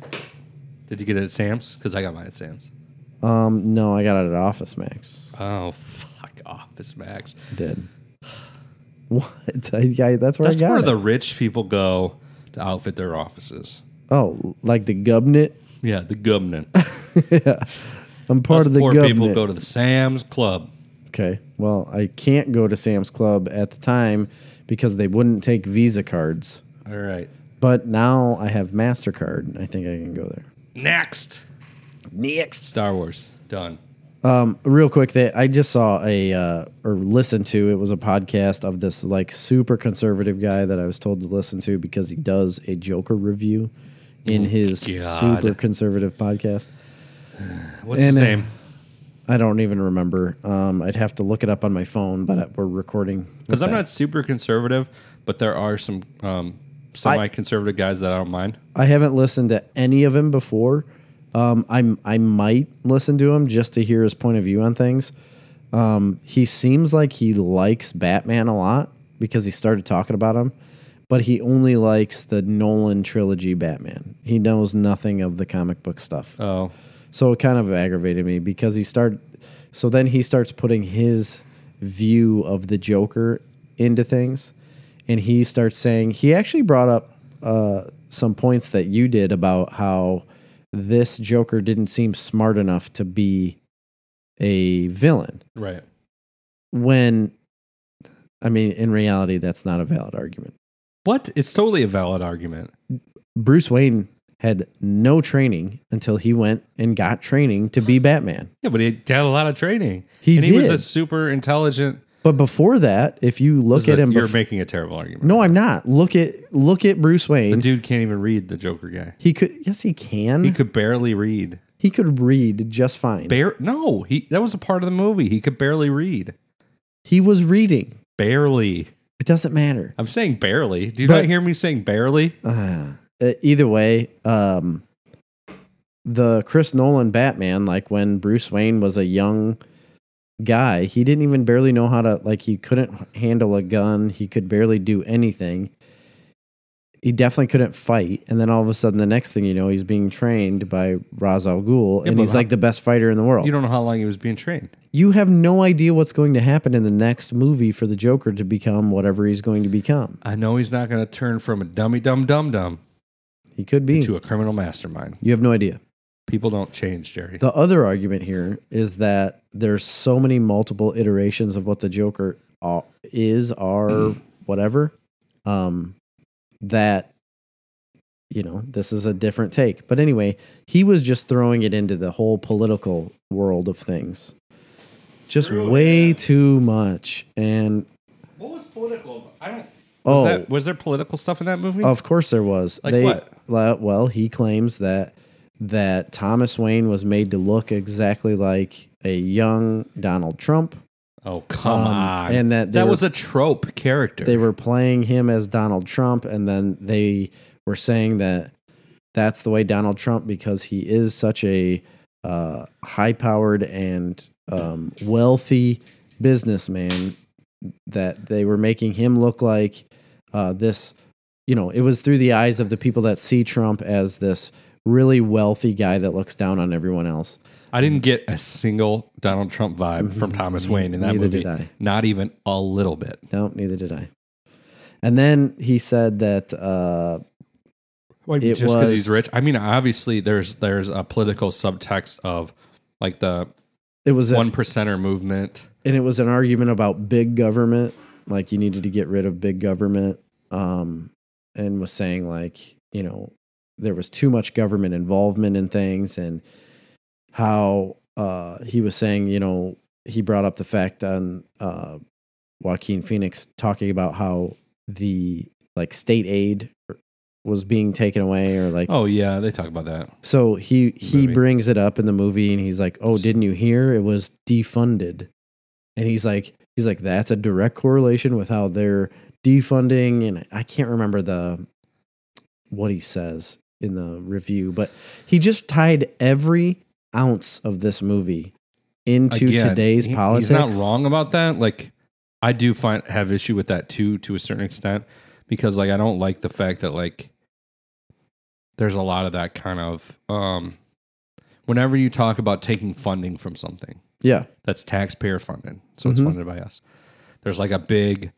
A: Did you get it at Sam's? Because I got mine at Sam's.
B: Um, no, I got it at Office Max.
A: Oh, fuck Office Max.
B: I did. What? I, I, that's where
A: That's
B: I got
A: where
B: it.
A: the rich people go to outfit their offices.
B: oh, like the gubnet
A: Yeah, the government.
B: I'm part of the
A: poor
B: government.
A: people go to the Sam's Club.
B: okay. Well, I can't go to Sam's Club at the time because they wouldn't take Visa cards.
A: All right.
B: But now I have Mastercard. and I think I can go there.
A: Next.
B: Next,
A: Star Wars. Done.
B: real quick, that I just saw a uh, or listened to. It was a podcast of this like super conservative guy that I was told to listen to because he does a Joker review in his
A: God.
B: super conservative podcast.
A: What's his
B: And, uh,
A: name?
B: I don't even remember. Um, I'd have to look it up on my phone, but I- we're recording.
A: Because I'm
B: not.
A: not super conservative, but there are some um, semi-conservative guys that I don't mind.
B: I haven't listened to any of him before. Um, I'm I might listen to him just to hear his point of view on things. Um, he seems like he likes Batman a lot because he started talking about him, but he only likes the Nolan trilogy Batman. He knows nothing of the comic book stuff,
A: Oh,
B: so it kind of aggravated me because he started. So then he starts putting his view of the Joker into things, and he starts saying he actually brought up uh, some points that you did about how this Joker didn't seem smart enough to be a villain.
A: right.
B: When, I mean, in reality, that's not a valid argument.
A: What? It's totally a valid argument.
B: Bruce Wayne had no training until he went and got training to be Batman.
A: Yeah, but he had a lot of training.
B: He
A: and he was
B: did.
A: a super intelligent.
B: But before that, if you
A: This
B: look
A: is
B: at
A: a-
B: him,
A: you're
B: bef-
A: making a terrible argument.
B: no, I'm not. Look at look at Bruce
A: The
B: Wayne.
A: dude can't even read the Joker guy.
B: he could, yes, he can.
A: He could barely read.
B: he could read just fine.
A: Bare no, he that was a part of the movie. He could barely read.
B: he was reading.
A: Barely.
B: It doesn't matter.
A: I'm saying barely. Do you
B: But-
A: not hear me saying barely?
B: uh, either way, um, the Chris Nolan Batman, like when Bruce Wayne was a young guy, he didn't even barely know how to, like, he couldn't handle a gun. He could barely do anything. He definitely couldn't fight. And then all of a sudden, the next thing you know, he's being trained by Ra's al Ghul
A: Yeah,
B: and
A: but
B: he's
A: how-
B: like the best fighter in the world.
A: You don't know how long he was being trained.
B: you have no idea what's going to happen in the next movie for the Joker to become whatever he's going to become.
A: I know he's not gonna turn from a dummy dum dum dum
B: He could be.
A: to a criminal mastermind.
B: You have no idea.
A: People don't change, Jerry.
B: The other argument here is that there's so many multiple iterations of what the Joker uh, is, are, whatever, um, that you know this is a different take. But anyway, he was just throwing it into the whole political world of things, just way too much. And
A: What was political? I don't was,
B: oh,
A: that, was there political stuff in that movie?
B: Of course there was.
A: Like
B: they
A: what?
B: le- well, he claims that that Thomas Wayne was made to look exactly like a young Donald Trump.
A: oh come
B: um,
A: on.
B: and that they
A: that
B: were-
A: was a trope character.
B: They were playing him as Donald Trump and then they were saying that that's the way Donald Trump because he is such a uh, high-powered and um, wealthy businessman that they were making him look like uh, this you know, it was through the eyes of the people that see Trump as this really wealthy guy that looks down on everyone else.
A: I didn't get a single Donald Trump vibe from Thomas Wayne in that
B: Mm-hmm. Neither
A: movie.
B: did I.
A: Not even a little bit.
B: No, neither did I. And then he said that uh, It
A: just because
B: was-
A: he's rich. I mean, obviously there's there's a political subtext of like the
B: it was a,
A: One percenter movement.
B: and it was an argument about big government like you needed to get rid of big government um and was saying like you know there was too much government involvement in things and how uh he was saying you know he brought up the fact on uh Joaquin Phoenix talking about how the like state aid was being taken away or like
A: Oh yeah, they talk about that.
B: so he he
A: Movie.
B: brings it up in the movie and he's like, "Oh, didn't you hear? It was defunded." And he's like he's like that's a direct correlation with how they're defunding and I can't remember the what he says in the review, but he just tied every ounce of this movie into
A: Again,
B: today's
A: he-
B: politics.
A: He's not wrong about that. Like I do find have issue with that too to a certain extent because like I don't like the fact that like there's a lot of that kind of um whenever you talk about taking funding from something
B: Yeah.
A: that's taxpayer funded. So it's
B: Mhm.
A: funded by us. There's like a big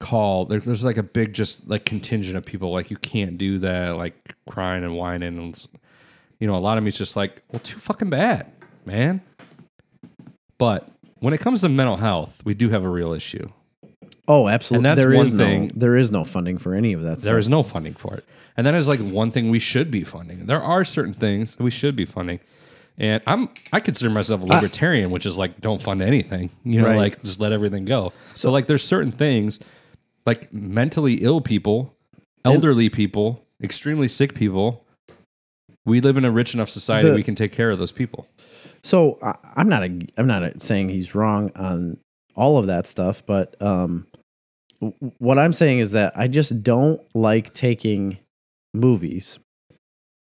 A: call. There, there's like a big just like contingent of people like you can't do that like crying and whining and s- you know a lot of me's just like well too fucking bad, man. But when it comes to mental health, we do have a real issue.
B: Oh, absolutely.
A: that's
B: There
A: one
B: is
A: thing-
B: no there is no funding for any of that.
A: There is no funding for it. And that is like one thing we should be funding. There are certain things that we should be funding. And I'm I consider myself a libertarian, which is like don't fund anything. You know,
B: Right.
A: like just let everything go. So like there's certain things like mentally ill people, elderly people, extremely sick people. We live in a rich enough society
B: The-
A: we can take care of those people.
B: So I, I'm not a, I'm not a, saying he's wrong on all of that stuff, but um, w- what I'm saying is that I just don't like taking movies,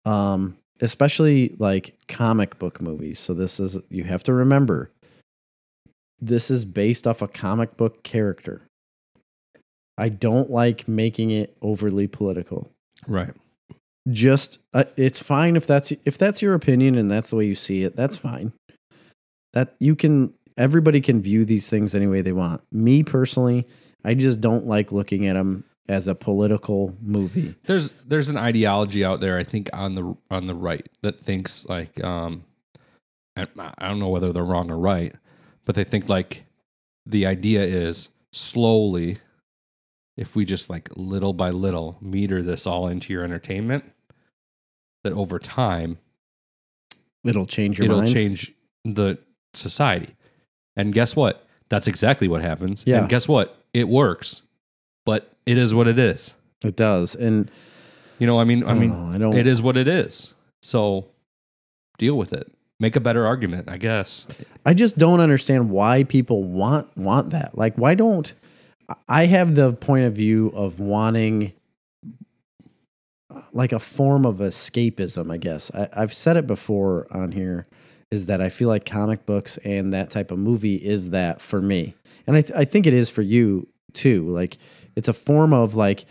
B: um, especially like comic book movies. So this is you have to remember, this is based off a comic book character. I don't like making it overly political
A: Right.
B: just uh, it's fine if that's if that's your opinion and that's the way you see it that's
A: Mm-hmm.
B: fine that you can everybody can view these things any way they want me personally i just don't like looking at them as a political movie
A: there's there's an ideology out there I think on the on the right that thinks like um I, I don't know whether they're wrong or right but they think like the idea is slowly if we just like little by little meter this all into your entertainment that over time
B: it'll change your
A: it'll
B: mind
A: change the society and guess what that's exactly what happens
B: Yeah.
A: and guess what it works but it is what it is
B: it does and
A: you know I mean I
B: don't
A: mean
B: know, i don't
A: it is what it is. So deal with it. Make a better argument, I guess.
B: I just don't understand why people want want that. Like, why don't I have the point of view of wanting uh, like a form of escapism? I guess I, I've said it before on here is that I feel like comic books and that type of movie is that for me, and I th- I think it is for you too. Like, it's a form of like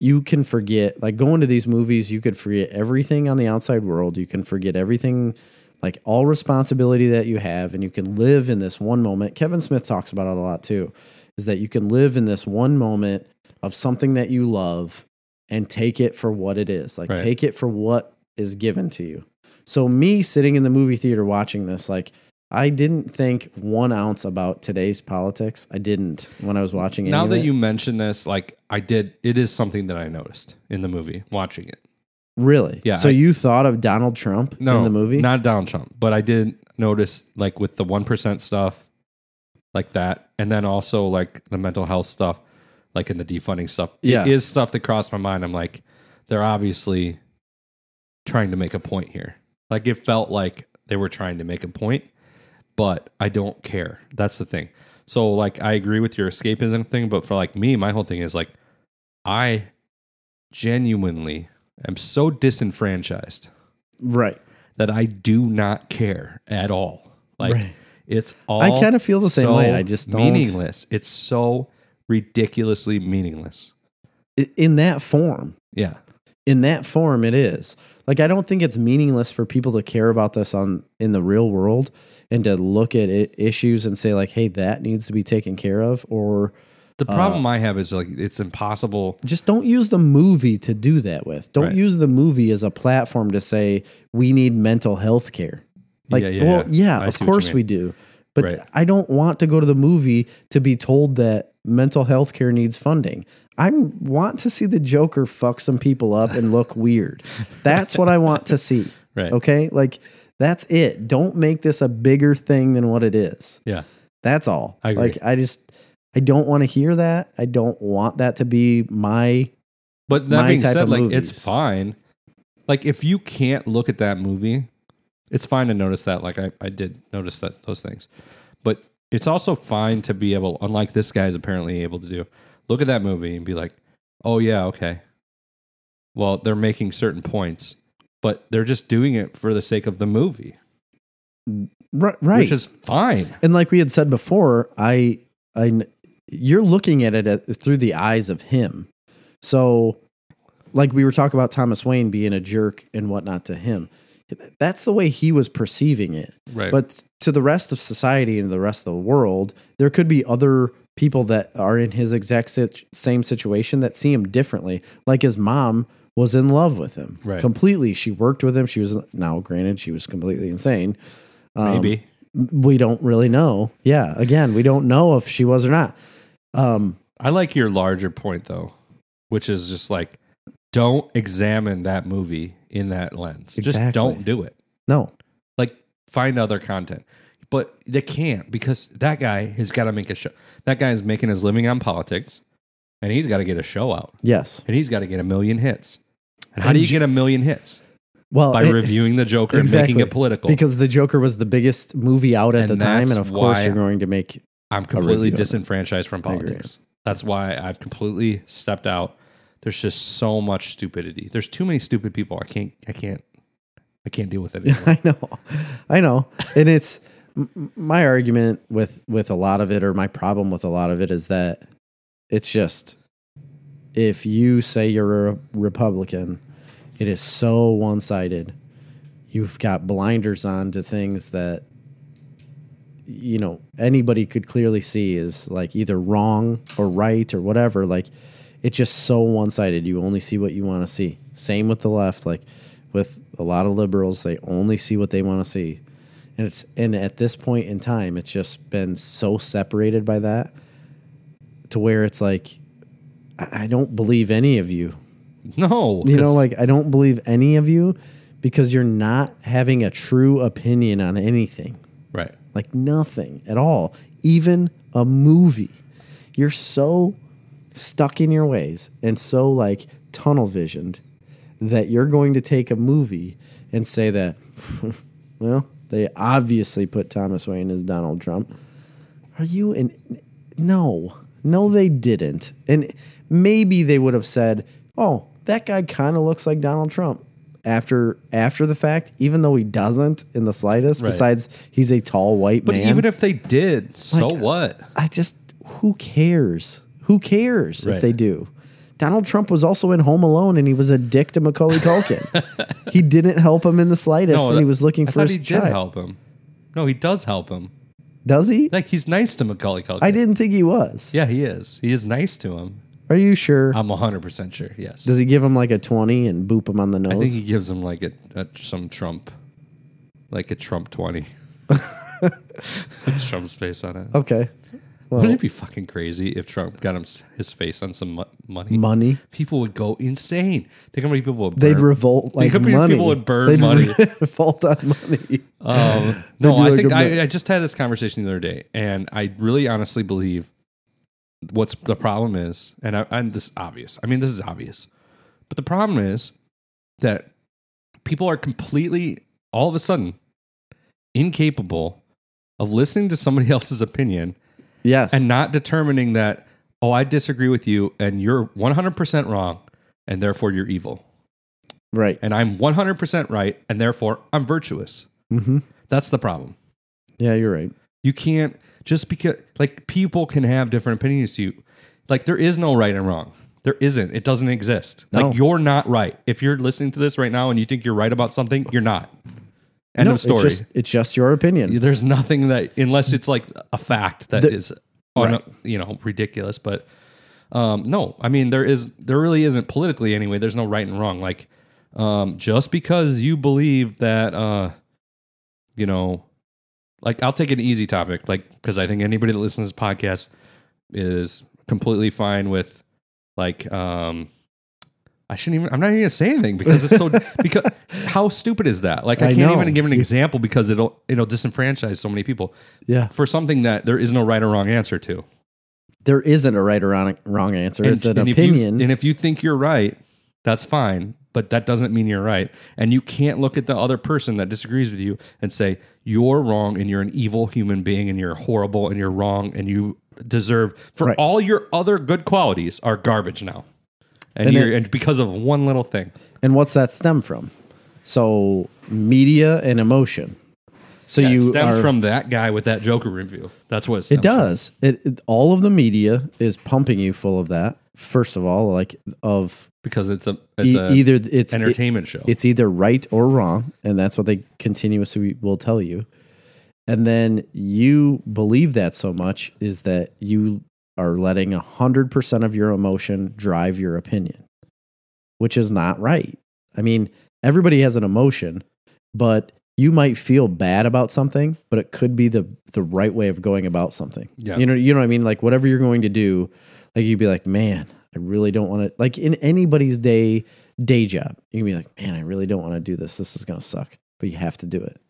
B: you can forget like going to these movies you could forget everything on the outside world you can forget everything like all responsibility that you have and you can live in this one moment kevin smith talks about it a lot too is that you can live in this one moment of something that you love and take it for what it is like
A: Right.
B: take it for what is given to you so me sitting in the movie theater watching this like i didn't think one ounce about today's politics i didn't when i was watching
A: now
B: any of
A: that
B: it.
A: you mention this, like I did, it is something that I noticed in the movie watching it.
B: Really?
A: Yeah,
B: So
A: I-
B: you thought of Donald Trump
A: No,
B: in the movie?
A: not Donald Trump, but I did notice like with the one percent stuff, like that, and then also like the mental health stuff, like in the defunding stuff.
B: Yeah.
A: it is stuff that crossed my mind. I'm like, they're obviously trying to make a point here. Like it felt like they were trying to make a point, but I don't care. That's the thing. So like I agree with your escapism thing, but for like me, my whole thing is like I genuinely am so disenfranchised
B: right.
A: that I do not care at all. Like
B: Right.
A: it's all
B: I kinda feel the same
A: so
B: way. I just don't-
A: meaningless. It's so ridiculously meaningless.
B: I- In that form.
A: Yeah.
B: In that form it is. Like I don't think it's meaningless for people to care about this on in the real world and to look at it, issues and say like, "Hey, that needs to be taken care of," or
A: The
B: Uh,
A: problem I have is like it's impossible.
B: just don't use the movie to do that with. Don't
A: Right.
B: use the movie as a platform to say we need mental health care. Like,
A: Yeah, yeah,
B: well,
A: yeah.
B: yeah,
A: I
B: of
A: see what you
B: course
A: mean.
B: we do. But
A: Right.
B: I don't want to go to the movie to be told that mental health care needs funding. I want to see the Joker fuck some people up and look weird. That's what I want to see.
A: Right.
B: Okay? Like that's it. Don't make this a bigger thing than what it is.
A: Yeah.
B: That's all.
A: I agree.
B: Like I just I don't want to hear that. I don't want that to be my
A: But that
B: my
A: being
B: type
A: said,
B: of
A: like it's
B: movies.
A: fine. Like if you can't look at that movie, it's fine to notice that. Like I, I did notice that those things. But it's also fine to be able, unlike this guy's apparently able to do, look at that movie and be like, Oh yeah, okay. Well, they're making certain points, but they're just doing it for the sake of the movie.
B: right, right.
A: Which is fine.
B: and like we had said before i i you're looking at it at, through the eyes of him so like we were talking about thomas wayne being a jerk and whatnot to him that's the way he was perceiving it
A: Right.
B: but to the rest of society and the rest of the world there could be other people that are in his exact sit- same situation that see him differently like his mom was in love with him
A: Right.
B: completely she worked with him she was now granted she was completely insane Um,
A: maybe.
B: we don't really know. Yeah, again, we don't know if she was or not. Um,
A: I like your larger point though, which is just like don't examine that movie in that lens.
B: Exactly.
A: Just don't do it.
B: no,
A: Like find other content. But they can't because that guy has got to make a show. That guy is making his living on politics and he's got to get a show out
B: yes.
A: and he's got to get a million hits. And how do
B: And
A: you
B: ju-
A: get a million hits?
B: Well,
A: By
B: it-
A: reviewing the Joker and
B: exactly.
A: making it political.
B: because the Joker was the biggest movie out at
A: And
B: the time,
A: that's
B: and of course
A: why-
B: you're going to make
A: I'm completely
B: review of it.
A: disenfranchised from
B: I agree.
A: politics. That's why I've completely stepped out. There's just so much stupidity. There's too many stupid people. I can't. I can't. I can't deal with it. Anymore.
B: I know, I know, and it's m- m- my argument with with a lot of it, or my problem with a lot of it, is that it's just if you say you're a Republican, it is so one sided. You've got blinders on to things that you know anybody could clearly see is like either wrong or right or whatever like it's just so one-sided you only see what you want to see same with the left like with a lot of liberals they only see what they want to see and it's and at this point in time it's just been so separated by that to where it's like i I don't believe any of you
A: no,
B: you know
A: 'cause-
B: like i don't believe any of you because you're not having a true opinion on anything
A: right.
B: like nothing at all, even a movie. You're so stuck in your ways and so like tunnel visioned that you're going to take a movie and say that, well, they obviously put Thomas Wayne as Donald Trump. Are you in? No, no, they didn't. And maybe they would have said, "Oh, that guy kind of looks like Donald Trump." After after the fact, even though he doesn't in the slightest.
A: Right.
B: Besides, he's a tall white
A: But
B: man.
A: even if they did, so
B: Like,
A: what?
B: I just who cares? Who cares
A: Right.
B: if they do? Donald Trump was also in Home Alone and he was a dick to Macaulay Culkin. he didn't help him in the slightest, and he was looking
A: I
B: for
A: thought
B: his
A: he
B: child.
A: did help him. No, he does help him.
B: Does he?
A: Like he's nice to Macaulay Culkin.
B: I didn't think he was.
A: Yeah, Uh, he is. He is nice to him.
B: Are you sure?
A: I'm 100 percent sure. Yes.
B: Does he give him like a 20 and boop him on the
A: I think
B: nose?
A: he gives him like a, a some Trump, like a Trump twenty. Trump's face on it.
B: okay.
A: Wouldn't it be fucking crazy if Trump got him s- his face on some mo- money?
B: Money.
A: People would go insane. Think how many people would burn.
B: They'd revolt like
A: how many
B: money.
A: people would burn
B: They'd
A: money?
B: revolt on money.
A: Um,
B: They'd
A: no,
B: be
A: I
B: like
A: think
B: a
A: I,
B: mi-
A: I just had this conversation the other day, and I really honestly believe what's the problem is, and I, and this is obvious. I mean, this is obvious, but the problem is that people are completely all of a sudden incapable of listening to somebody else's opinion
B: Yes.
A: and not determining that oh, I disagree with you, and you're 100 percent wrong, and therefore you're evil,
B: right.
A: and I'm 100 percent right, and therefore I'm virtuous.
B: hmm
A: That's the problem.
B: Yeah, you're right.
A: You can't just because like people can have different opinions to you. Like there is no right and wrong. There isn't. It doesn't exist.
B: No.
A: Like you're not right. If you're listening to this right now and you think you're right about something, you're not. End
B: No,
A: of story.
B: It's just, it's just your opinion.
A: There's nothing that unless it's like a fact that
B: The-
A: is, un- you know ridiculous. But um, no, I mean there is there really isn't politically anyway. There's no right and wrong. Like um, just because you believe that uh, you know, like I'll take an easy topic, like because I think anybody that listens to this podcast is completely fine with like um I shouldn't even I'm not even gonna say anything because it's so because how stupid is that? Like I,
B: I
A: can't
B: know.
A: even give an example because it'll it'll disenfranchise so many people
B: Yeah.
A: for something that there is no right or wrong answer to.
B: There isn't a right or wrong, wrong answer. it's an
A: if you-
B: opinion.
A: and if you think you're right, that's fine, but that doesn't mean you're right. And you can't look at the other person that disagrees with you and say, you're wrong and you're an evil human being and you're horrible and you're wrong and you deserve for
B: Right.
A: all your other good qualities are garbage now. And,
B: And
A: you're and because of one little thing.
B: and what's that stem from? So media and emotion. So
A: That
B: you
A: stems
B: are,
A: from that guy with that Joker review. That's what it stems
B: It does. It, it all of the media is pumping you full of that. First of all, like of
A: because it's a
B: e-
A: it's a
B: either it's it-
A: entertainment show.
B: it's either right or wrong, and that's what they continuously will tell you. And then you believe that so much is that you are letting hundred percent of your emotion drive your opinion, which is not right. I mean, everybody has an emotion, but you might feel bad about something, but it could be the the right way of going about something.
A: Yeah.
B: You know, you know what I mean? Like whatever you're going to do, like you'd be like, man, I really don't want to like in anybody's day day job, you can be like, man, I really don't want to do this. This is gonna suck. But you have to do it.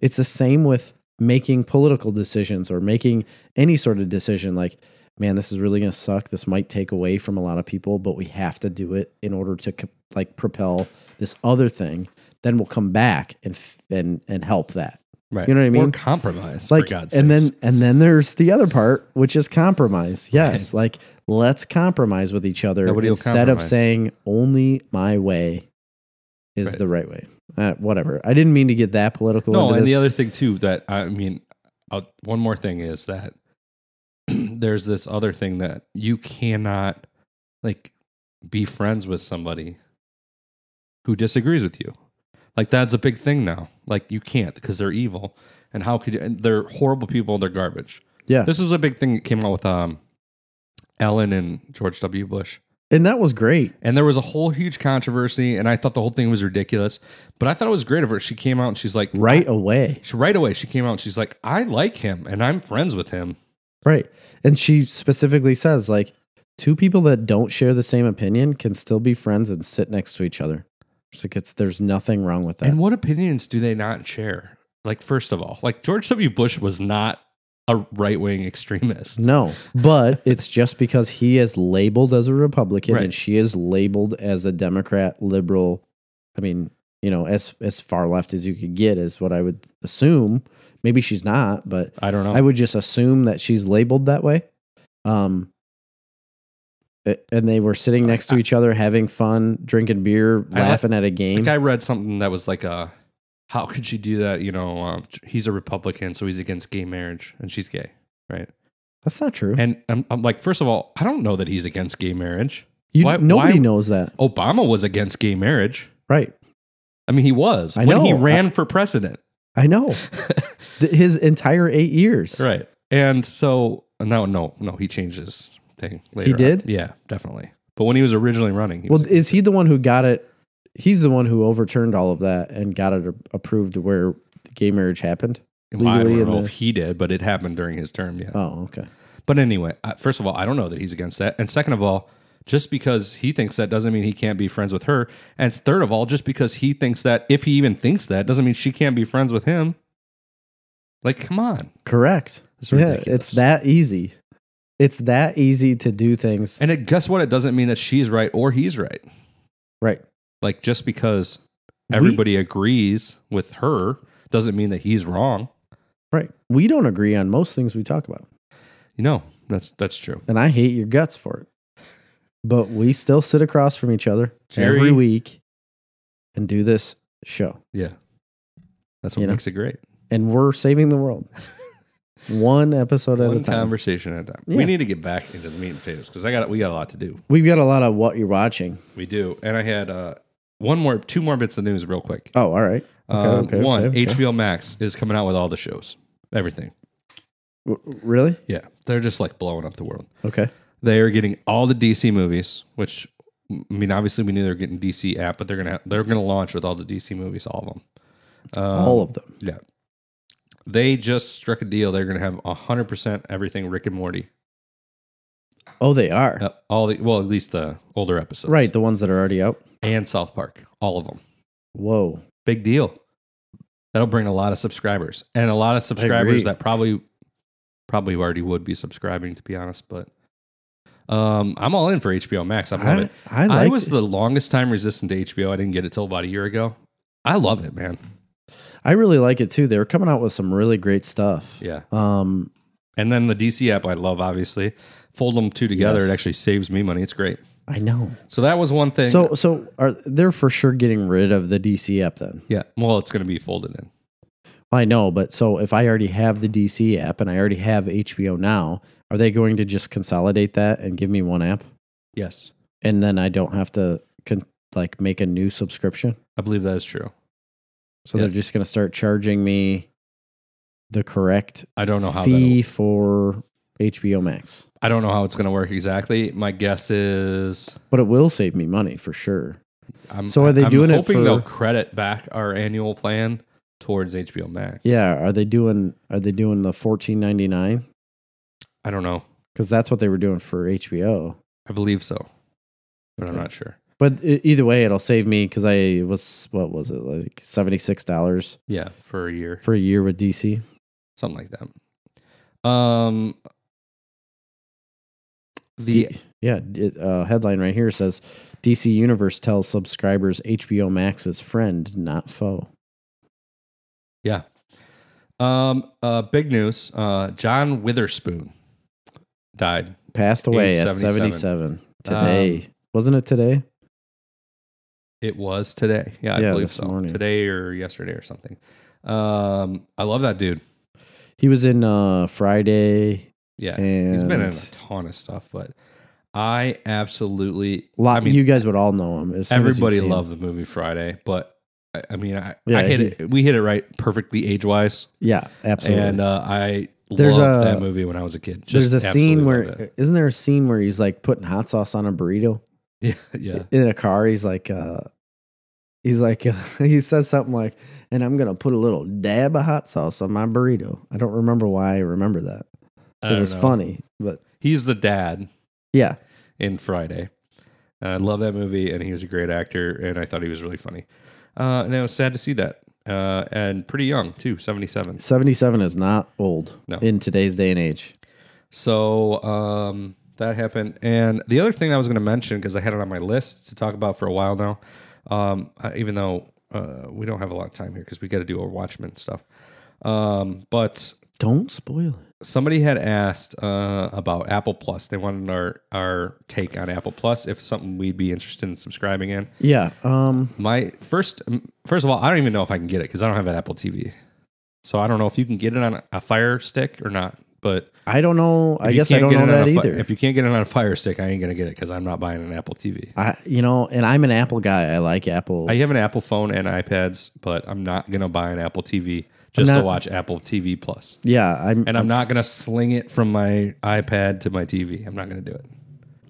B: It's the same with making political decisions or making any sort of decision like man this is really going to suck this might take away from a lot of people but we have to do it in order to co- like propel this other thing then we'll come back and f- and and help that
A: right.
B: you know what I
A: Or
B: mean?
A: compromise,
B: like
A: for God's
B: and
A: sakes.
B: then and then there's the other part which is compromise yes like let's compromise with each other
A: Nobody will
B: instead of
A: compromise.
B: saying only my way is
A: Right.
B: the right way uh, whatever i didn't mean to get that political
A: No,
B: into
A: and
B: this.
A: the other thing too that I mean, i one more thing is that there's this other thing that you cannot like be friends with somebody who disagrees with you. Like that's a big thing now. Like you can't because they're evil, and how could you, and they're horrible people? They're garbage.
B: yeah
A: This is a big thing that came out with um, Ellen and George W. Bush.
B: and that was great
A: And there was a whole huge controversy, and I thought the whole thing was ridiculous. But I thought it was great of her. She came out and she's like,
B: right away
A: she, right away she came out and she's like i like him and i'm friends with him
B: Right. And she specifically says, like, two people that don't share the same opinion can still be friends and sit next to each other. It's like it's there's nothing wrong with that.
A: and what opinions do they not share like first of all like george w bush was not a right-wing extremist
B: no, but it's just because he is labeled as a Republican
A: Right.
B: and she is labeled as a Democrat, liberal. I mean, you know, as as far left as you could get is what I would assume. Maybe she's not, but
A: i don't know
B: I would just assume that she's labeled that way. Um, a- and they were sitting next to each other, having fun, drinking
A: I
B: beer,
A: like-
B: laughing at a game.
A: like i read something that was like uh how could she do that you know um, he's a republican so he's against gay marriage and she's gay right
B: That's not true.
A: and I'm, I'm like first of all i don't know that he's against gay marriage
B: You,
A: why-
B: nobody
A: why-
B: knows that,
A: obama was against gay marriage
B: right?
A: i mean he was
B: I
A: when he
B: know. I-
A: ran for president
B: I know. Th- His entire eight years.
A: Right. And so no, no, no, he changed his thing later. on.
B: did?
A: Yeah, definitely. But when he was originally running, he
B: Well,
A: was,
B: is he the one who got it? He's the one who overturned all of that and got it a- approved to where gay marriage happened.
A: well, I
B: legally
A: don't
B: in
A: know
B: the-
A: if he did, but it happened during his term. Yeah.
B: Oh, okay.
A: But anyway, I- first of all, I don't know that he's against that. And second of all, just because he thinks that doesn't mean he can't be friends with her. And third of all, just because he thinks that, if he even thinks that, doesn't mean she can't be friends with him. Like, come on.
B: Correct.
A: It's
B: Yeah,
A: ridiculous.
B: it's that easy. It's that easy to do things.
A: And it, guess what? It doesn't mean that she's right or he's right.
B: right.
A: like just because
B: We-
A: everybody agrees with her doesn't mean that he's wrong.
B: Right. We don't agree on most things we talk about.
A: You know, that's that's true.
B: And I hate your guts for it. But we still sit across from each other
A: Jerry.
B: every week and do this show.
A: Yeah. That's what
B: You know?
A: makes it great.
B: And we're saving the world. One episode at a
A: One
B: time.
A: conversation at a time.
B: Yeah.
A: We need to get back into the meat and potatoes because I got we got a lot to do.
B: We've got a lot of what you're watching.
A: We do. And I had uh one more two more bits of news real quick.
B: Oh, all right. Okay,
A: Um,
B: okay,
A: one,
B: okay, okay.
A: HBO Max is coming out with all the shows. Everything.
B: W- really?
A: Yeah. They're just like blowing up the world.
B: Okay.
A: They are getting all the DC movies, which I mean, obviously we knew they're getting DC app, but they're gonna they're gonna launch with all the DC movies, all of them.
B: All of them.
A: Yeah. They just struck a deal. They're going to have 100% everything Rick and Morty.
B: Oh, they are.
A: Uh, all the, well, at least the older episodes.
B: Right, the ones that are already out.
A: And South Park, all of them.
B: Whoa.
A: Big deal. That'll bring a lot of subscribers and a lot of subscribers that probably probably already would be subscribing to be honest, but um, I'm all in for HBO Max. I love it.
B: I,
A: I,
B: liked
A: was
B: it.
A: the longest time resistant to HBO. I didn't get it till about a year ago. I love it, man.
B: I really like it too. They were coming out with some really great stuff.
A: Yeah.
B: Um,
A: And then the DC app I love, obviously. Fold them two together,
B: Yes.
A: it actually saves me money. It's great.
B: I know.
A: So that was one thing.
B: So, so are they're for sure getting rid of the DC app then?
A: yeah, well, it's going to be folded in.
B: I know, but so if I already have the DC app and I already have HBO now, are they going to just consolidate that and give me one app,
A: Yes,
B: and then I don't have to con- like make a new subscription?
A: I believe that is true.
B: So
A: Yeah.
B: they're just going to start charging me the correct
A: I don't know how
B: fee
A: that.
B: for HBO Max,
A: I don't know how it's going to work exactly. My guess is.
B: but it will save me money for sure.
A: I'm,
B: So are they
A: I'm
B: doing it
A: hoping
B: for-
A: they'll credit back our annual plan towards HBO Max.
B: Yeah, are they doing are they doing the fourteen ninety nine?
A: I don't know.
B: Because that's what they were doing for HBO.
A: I believe so, but I'm
B: Okay.
A: not sure.
B: But e- either way, it'll save me because I was what was it like seventy six dollars
A: Yeah, for a year,
B: for a year with DC.
A: something like that. Um, the
B: D- yeah, it, uh, headline right here says DC Universe tells subscribers HBO Max is friend, not foe.
A: Yeah. Um. Uh. Big news. Uh. John Witherspoon died.
B: Passed away
A: Age Um,
B: at
A: 77.
B: seventy seven today. Wasn't it today?
A: It was today. Yeah, I
B: Yeah,
A: believe
B: this
A: so.
B: morning.
A: Today or yesterday or something. Um. I love that dude.
B: He was in uh, Friday.
A: Yeah.
B: And
A: He's been in a ton of stuff, but I absolutely.
B: lot,
A: I mean,
B: you guys would all know him. as soon as you'd
A: everybody
B: see him.
A: loved the movie Friday, but I, I mean, I,
B: Yeah,
A: I hit
B: he-
A: it. We hit it right perfectly age wise,
B: Yeah, absolutely.
A: and uh, I
B: There's
A: loved
B: a-
A: that movie when I was a kid.
B: There's
A: Just
B: a scene
A: absolutely
B: where
A: loved it.
B: isn't there a scene where he's like putting hot sauce on a burrito
A: yeah, yeah.
B: in a car? He's like, uh, he's like, he says something like, "And I'm gonna put a little dab of hot sauce on my burrito." I don't remember why I remember that.
A: I
B: it
A: don't
B: was
A: know.
B: funny, but
A: He's the dad.
B: yeah,
A: in Friday. And I love that movie, and he was a great actor, and I thought he was really funny. Uh, and I was sad to see that, uh, and pretty young too, seventy-seven.
B: 77 is not old
A: No.
B: in today's day and age.
A: So um, that happened. And the other thing I was going to mention because I had it on my list to talk about for a while now, um, I- even though uh, we don't have a lot of time here because we got to do our Watchmen stuff. Um, but
B: Don't spoil it.
A: somebody had asked uh, about Apple Plus. They wanted our our take on Apple Plus if something we'd be interested in subscribing in.
B: Yeah. Um.
A: My first, um, first of all, I don't even know if I can get it because I don't have an Apple TV, so I don't know if you can get it on a Fire Stick or not. But
B: I don't know.
A: if
B: I
A: you
B: guess I
A: can't
B: don't
A: get
B: know
A: it on
B: that
A: a Fi-
B: either.
A: If you can't get it on a Fire Stick, I ain't gonna get it because I'm not buying an Apple TV.
B: I, you know, and I'm an Apple guy. I like Apple.
A: I have an Apple phone and iPads, but I'm not gonna buy an Apple TV just to
B: not-
A: watch Apple TV Plus.
B: yeah, I'm.
A: And I'm not gonna sling it from my iPad to my TV. I'm not gonna do it.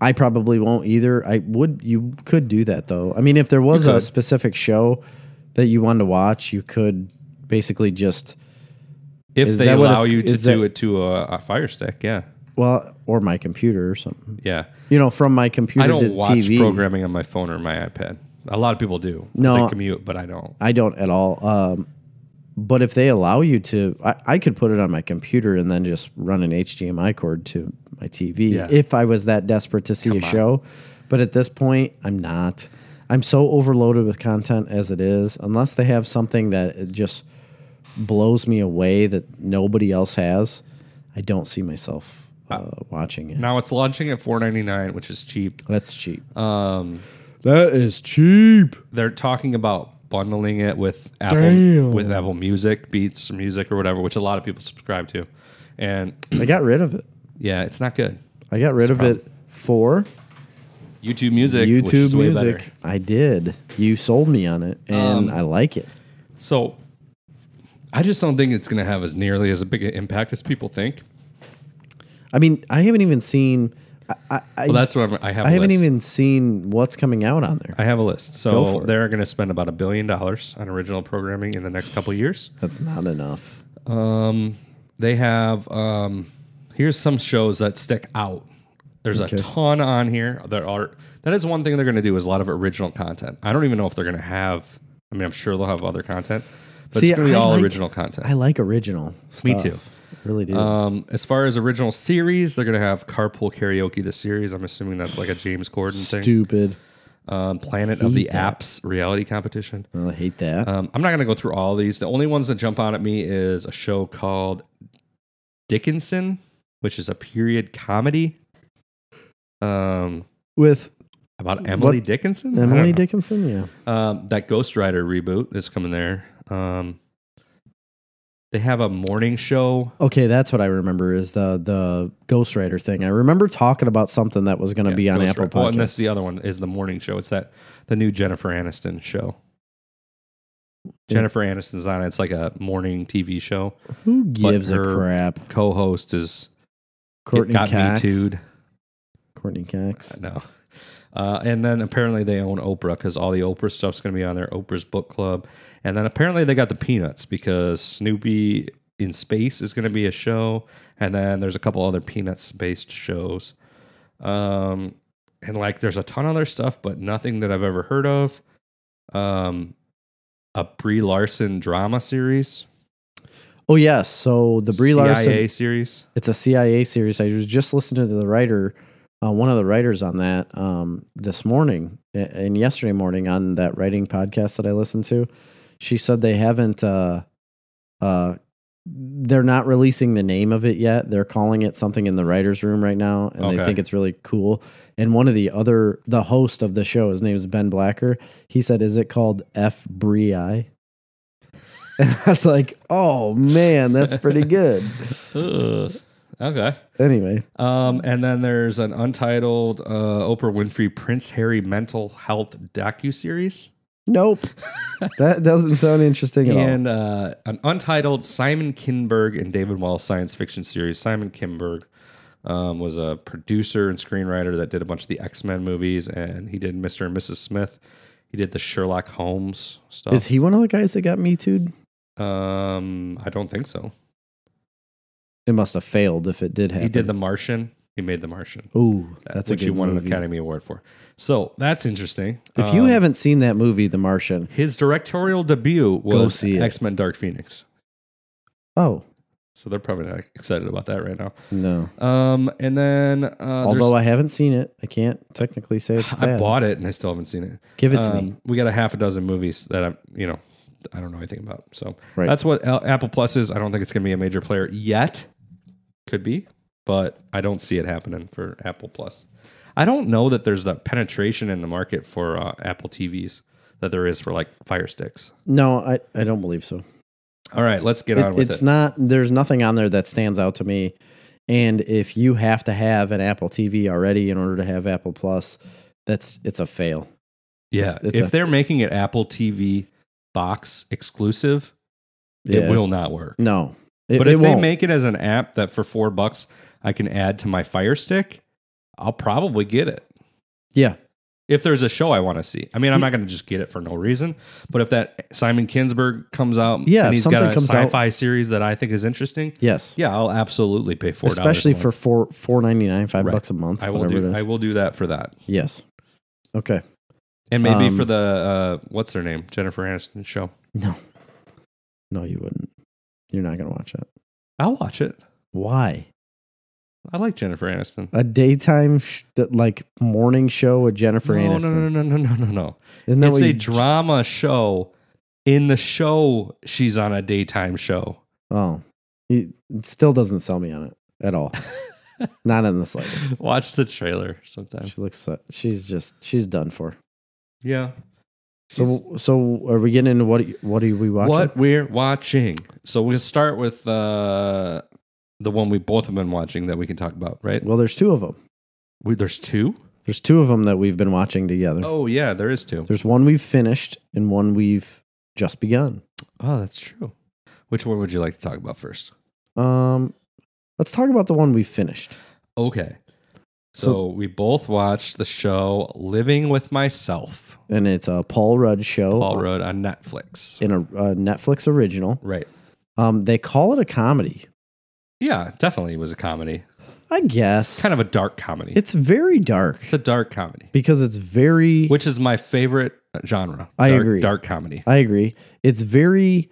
B: I probably won't either. I would. You could do that though. I mean, if there was a
A: could.
B: specific show that you wanted to watch, you could basically just
A: If
B: Is
A: they
B: that what
A: allow
B: it's-
A: you to
B: is
A: do
B: that-
A: it to a, a Fire Stick, yeah,
B: well, or my computer or something.
A: yeah.
B: You know, from my computer
A: I
B: to
A: don't
B: the
A: watch
B: TV.
A: programming on my phone or my iPad. A lot of people do. if
B: No.
A: they commute, but I don't.
B: I don't at all. Um, but if they allow you to, I, I could put it on my computer and then just run an HDMI cord to my TV
A: Yeah.
B: if I was that desperate to see a show. But at this point, I'm not. I'm so overloaded with content as it is, unless they have something that it just blows me away that nobody else has. I don't see myself uh, watching it.
A: Now it's launching at four ninety nine, which is cheap.
B: That's cheap.
A: Um,
B: That is cheap.
A: they're talking about bundling it with Apple
B: Damn.
A: with Apple Music, Beats Music, or whatever, which a lot of people subscribe to. And
B: I got rid of it.
A: yeah, it's not good.
B: I got rid of it for
A: YouTube Music, which
B: YouTube
A: is way
B: music.
A: better. Um,
B: I did. You sold me on it, and I like it.
A: So I just don't think it's going to have as nearly as big an impact as people think.
B: I mean, I haven't even seen. I, I, I-
A: Well, that's what I'm, I have.
B: I
A: a
B: haven't
A: list.
B: even seen what's coming out on there.
A: I have a list.
B: Go
A: So
B: for it.
A: they're going to spend about a billion dollars on original programming in the next couple of years.
B: That's not enough.
A: Um, they have um, here's some shows that stick out. There's
B: Okay.
A: a ton on here. There are that is one thing they're going to do is a lot of original content. I don't even know if they're going to have. I mean, I'm sure they'll have other content, but
B: See,
A: it's going to be
B: I
A: all
B: like-
A: original content.
B: I like original
A: Me
B: stuff.
A: too.
B: I really do.
A: Um, as far as original series, they're going to have Carpool Karaoke the series. I'm assuming that's like a James Corden thing.
B: Stupid.
A: Um, Planet of the
B: that.
A: Apps reality competition.
B: Oh, I hate that.
A: Um, I'm not going to go through all these. The only ones that jump out at me is a show called Dickinson, which is a period comedy um,
B: With
A: about Emily
B: What?
A: Dickinson. I don't
B: Emily
A: know.
B: Dickinson, yeah.
A: Um, that Ghost Rider reboot is coming there. Um, they have a morning show.
B: Okay, that's what I remember is the the Ghost Rider thing. I remember talking about something that was going to be on
A: Ghost
B: Apple
A: Rider. Oh, and
B: Podcasts.
A: that's the other one is the morning show. It's that the new Jennifer Aniston show. Jennifer Aniston's on it. It's like a morning TV show.
B: Who gives a
A: her-
B: crap?
A: Co-host is it
B: Courtney
A: got
B: Cox.
A: me too'd.
B: Courtney Cox.
A: No. Uh, and then apparently they own Oprah because all the Oprah stuff's going to be on there. Oprah's book club, and then apparently they got the Peanuts because Snoopy in space is going to be a show, and then there's a couple other Peanuts based shows, um, and like there's a ton of other stuff, but nothing that I've ever heard of. Um, a Brie Larson drama series,
B: Oh yes, so the Brie
A: CIA
B: Larson.
A: series.
B: It's a CIA series. I was just listening to the writer, uh, one of the writers on that um, this morning a- and yesterday morning on that writing podcast that I listened to. She said they haven't. Uh, uh, they're not releasing the name of it yet. They're calling it something in the writers' room right now, and they
A: Okay.
B: think it's really cool. And one of the other, the host of the show, his name is Ben Blacker. He said, "Is it called F Brie?" And I was like, "Oh man, that's pretty good."
A: Ugh. Okay.
B: anyway,
A: Um, and then there's an untitled uh, Oprah Winfrey Prince Harry mental health docu series,
B: Nope. that doesn't sound interesting at all.
A: and uh, an untitled Simon Kinberg and David Wallace science fiction series. Simon Kinberg um, was a producer and screenwriter that did a bunch of the X Men movies, and he did Mister and Mrs Smith. He did the Sherlock Holmes stuff.
B: Is he one of the guys that got me too?
A: Um, I don't think so.
B: It must have failed if it did happen.
A: He did The Martian. He made The Martian.
B: Ooh, that's a
A: which
B: good
A: he won an
B: movie.
A: Academy Award for. So that's interesting.
B: If you
A: Um,
B: haven't seen that movie, The Martian,
A: His directorial debut was
B: see it.
A: X Men Dark Phoenix.
B: oh
A: So they're probably not excited about that right now.
B: no.
A: Um, and then uh,
B: Although I haven't seen it, I can't technically say it's
A: there's- I
B: bad.
A: bought it and I still haven't seen it.
B: Give it to
A: Um,
B: me.
A: We got a half a dozen movies that I'm, you know, I don't know anything about. So
B: Right.
A: that's what Al- Apple Plus is. I don't think it's going to be a major player yet. Could be, but I don't see it happening for Apple Plus. I don't know that there's that penetration in the market for uh, Apple TVs that there is for like Fire Sticks.
B: No, I, I don't believe so.
A: All right, let's get
B: It-
A: on with
B: it's
A: it.
B: not. There's nothing on there that stands out to me. And if you have to have an Apple TV already in order to have Apple Plus, that's it's a fail.
A: Yeah,
B: It's- it's
A: if
B: a-
A: they're making it Apple TV box exclusive,
B: Yeah.
A: it will not work.
B: No, it,
A: but
B: it
A: if they
B: won't.
A: make it as an app that for four bucks I can add to my Fire Stick, I'll probably get it.
B: yeah,
A: If there's a show I want to see, I mean, I'm
B: Ye-
A: not going to just get it for no reason. But if that Simon Kinsberg comes out,
B: Yeah, if
A: and he's
B: something
A: got a
B: comes out-
A: sci-fi series that I think is interesting,
B: yes.
A: yeah, I'll absolutely pay four,
B: especially for four four ninety nine, five
A: Right.
B: bucks a month,
A: I will
B: whatever it
A: do.
B: is.
A: I will do that for that,
B: Yes. Okay.
A: and maybe
B: Um,
A: for the uh, what's her name, Jennifer Aniston show.
B: No. No, you wouldn't. You're not gonna watch it.
A: I'll watch it.
B: Why?
A: I like Jennifer Aniston.
B: A daytime sh- that, like morning show with Jennifer
A: no,
B: Aniston.
A: no, no, no, no, no, no, no.
B: Isn't that
A: it's
B: what
A: a
B: you-
A: drama show. In the show, she's on a daytime show.
B: Oh, You- it still doesn't sell me on it at all. not in the slightest.
A: Watch the trailer sometime.
B: She looks. so- She's just. She's done for.
A: Yeah. She's-
B: So so are we getting into what what are we watching?
A: what we're watching. So we'll start with uh, the one we both have been watching that we can talk about, right?
B: Well, there's two of them.
A: We, there's two.
B: There's two of them that we've been watching together.
A: Oh yeah, there is two.
B: There's one we've finished and one we've just begun.
A: Oh, that's true. Which one would you like to talk about first?
B: Um, let's talk about the one we finished.
A: Okay. So,
B: So-
A: we both watched the show "Living with Myself,"
B: And
A: Oh,
B: it's a Paul Rudd show
A: uh, Paul Rudd on Netflix.
B: in a, a Netflix original.
A: Right.
B: Um, they call it a comedy,
A: Yeah, definitely was a comedy.
B: I guess.
A: Kind of a dark comedy.
B: It's very dark
A: It's a dark comedy,
B: because it's very.
A: which is my favorite genre.
B: I
A: Dark-
B: agree.
A: Dark comedy.
B: I agree. It's very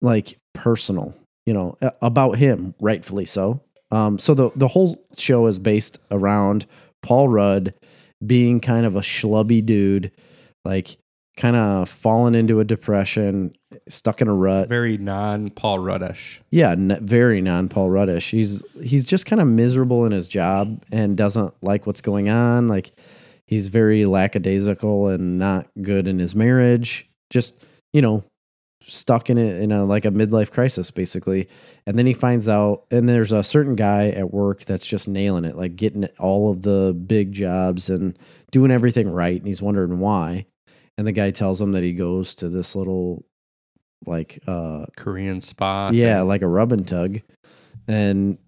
B: like personal, you know, a- about him, rightfully so. Um, so the the whole show is based around Paul Rudd being kind of a schlubby dude, like kind of fallen into a depression, stuck in a rut.
A: Very non Paul Ruddish.
B: Yeah, n- very non Paul Ruddish. He's he's just kind of miserable in his job and doesn't like what's going on. Like he's very lackadaisical and not good in his marriage. Just you know, stuck in it in a like a midlife crisis basically. And then he finds out, and there's a certain guy at work that's just nailing it, like getting all of the big jobs and doing everything right. And he's wondering why. And the guy tells him that he goes to this little like uh
A: Korean spa.
B: yeah,
A: thing.
B: like a rub and tug, and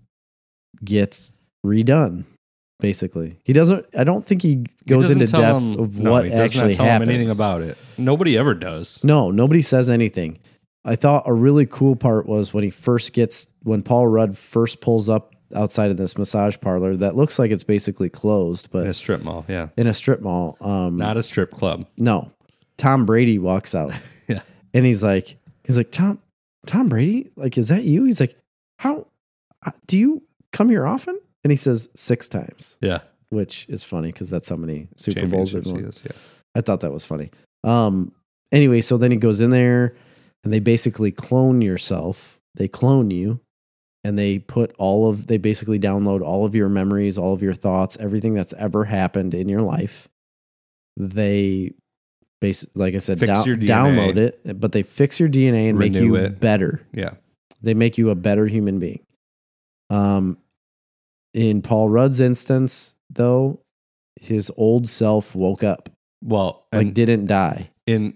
B: gets redone. Basically, he doesn't. I don't think he
A: He
B: goes
A: doesn't
B: into
A: tell
B: depth
A: him-
B: of
A: no,
B: what
A: he does not
B: actually
A: tell him
B: happened.
A: anything about it. Nobody ever does.
B: no, nobody says anything. I thought a really cool part was when he first gets when Paul Rudd first pulls up outside of this massage parlor that looks like it's basically closed, but
A: In a strip mall. Yeah.
B: in a strip mall. Um,
A: Not a strip club.
B: no, Tom Brady walks out.
A: Yeah.
B: And he's like, he's like, Tom, Tom Brady, like, is that you? He's like, how uh, do you come here often? And he says six times,
A: Yeah.
B: which is funny because that's how many Super Bowls they've
A: Championships
B: won.
A: he is, yeah.
B: I thought that was funny. Um, anyway, so then he goes in there and they basically clone yourself. They clone you and they put all of, they basically download all of your memories, all of your thoughts, everything that's ever happened in your life. They, base, like I said,
A: Fix
B: down-
A: your DNA.
B: download it, but they fix your DNA and make
A: Renew
B: you
A: it.
B: better.
A: Yeah.
B: They make you a better human being. Um, in Paul Rudd's instance, though, his old self woke up
A: Well,
B: like
A: and
B: didn't die.
A: in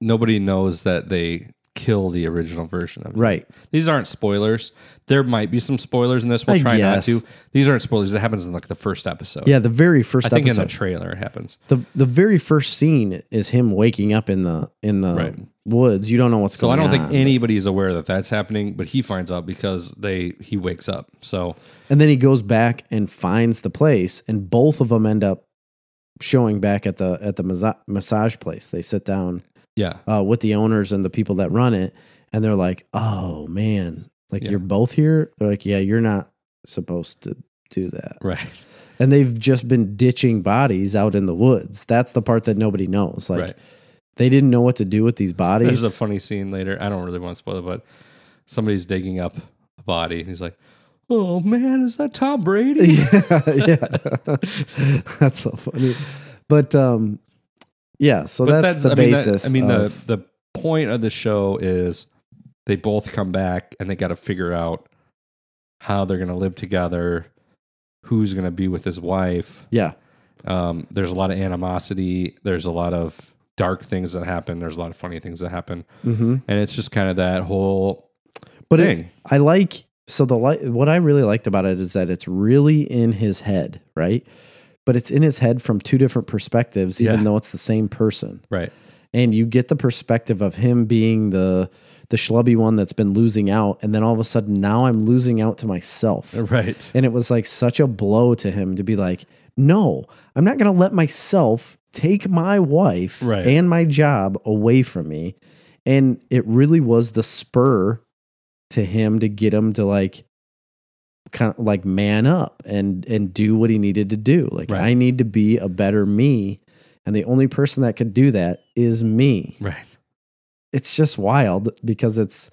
A: nobody knows that they kill the original version of it.
B: Right.
A: These aren't spoilers. There might be some spoilers in this. We'll
B: I
A: try
B: guess.
A: not to. These aren't spoilers. That happens in like the first episode.
B: Yeah, the very first
A: I think in
B: episode.
A: the trailer it happens.
B: the the very first scene is him waking up in the in the
A: Right.
B: woods. You don't know what's
A: So I
B: going on.
A: don't think anybody is aware that that's happening, but he finds out because they he wakes up. So
B: And then he goes back and finds the place, and both of them end up showing back at the at the massa- massage place. They sit down
A: yeah,
B: uh, with the owners and the people that run it, and they're like, "Oh man, like
A: Yeah.
B: you're both here." They're like, "Yeah, you're not supposed to do that."
A: right,
B: And they've just been ditching bodies out in the woods. That's the part that nobody knows. Like.
A: right.
B: They didn't know what to do with these bodies.
A: There's a funny scene later. I don't really want to spoil it, but somebody's digging up a body. and He's like, "Oh man, is that Tom Brady?"
B: yeah, yeah. that's so funny. But um, yeah. So
A: But
B: that's, the
A: I mean, that-
B: basis.
A: I mean,
B: of,
A: the the point of the show is they both come back and they got to figure out how they're going to live together, who's going to be with his wife.
B: yeah,
A: Um, there's a lot of animosity. There's a lot of dark things that happen. There's a lot of funny things that happen,
B: hmm
A: and it's just kind of that whole
B: but it,
A: thing.
B: I like so the li- what I really liked about it is that it's really in his head, right? But it's in his head from two different perspectives, even
A: Yeah.
B: though it's the same person.
A: right.
B: and you get the perspective of him being the the schlubby one that's been losing out and then all of a sudden now i'm losing out to myself
A: Right.
B: and it was like such a blow to him to be like no i'm not going to let myself take my wife
A: Right.
B: and my job away from me and it really was the spur to him to get him to like kind of like man up and and do what he needed to do like
A: Right.
B: i need to be a better me and the only person that could do that is me
A: Right.
B: it's just wild because it's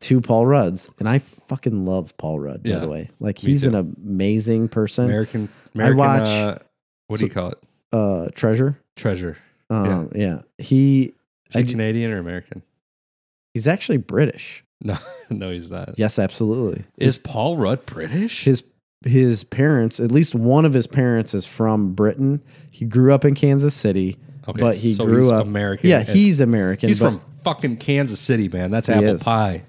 B: two Paul Rudds, and I fucking love Paul Rudd.
A: Yeah.
B: By the way, like
A: Me
B: he's
A: too.
B: an amazing person.
A: American. American.
B: watch-
A: uh, what do
B: so-
A: you call it?
B: Uh, treasure.
A: Treasure.
B: Um, yeah. he
A: Is he
B: I ju-
A: Canadian or American?
B: he's actually British.
A: No, no, he's not.
B: Yes, absolutely.
A: Is Paul Rudd British?
B: his his parents, at least one of his parents, is from Britain. He grew up in Kansas City,
A: Okay,
B: but he
A: so
B: grew
A: he's
B: up
A: American.
B: Yeah,
A: as-
B: he's American.
A: he's
B: but
A: from fucking Kansas City, man. That's
B: He
A: apple
B: is.
A: pie.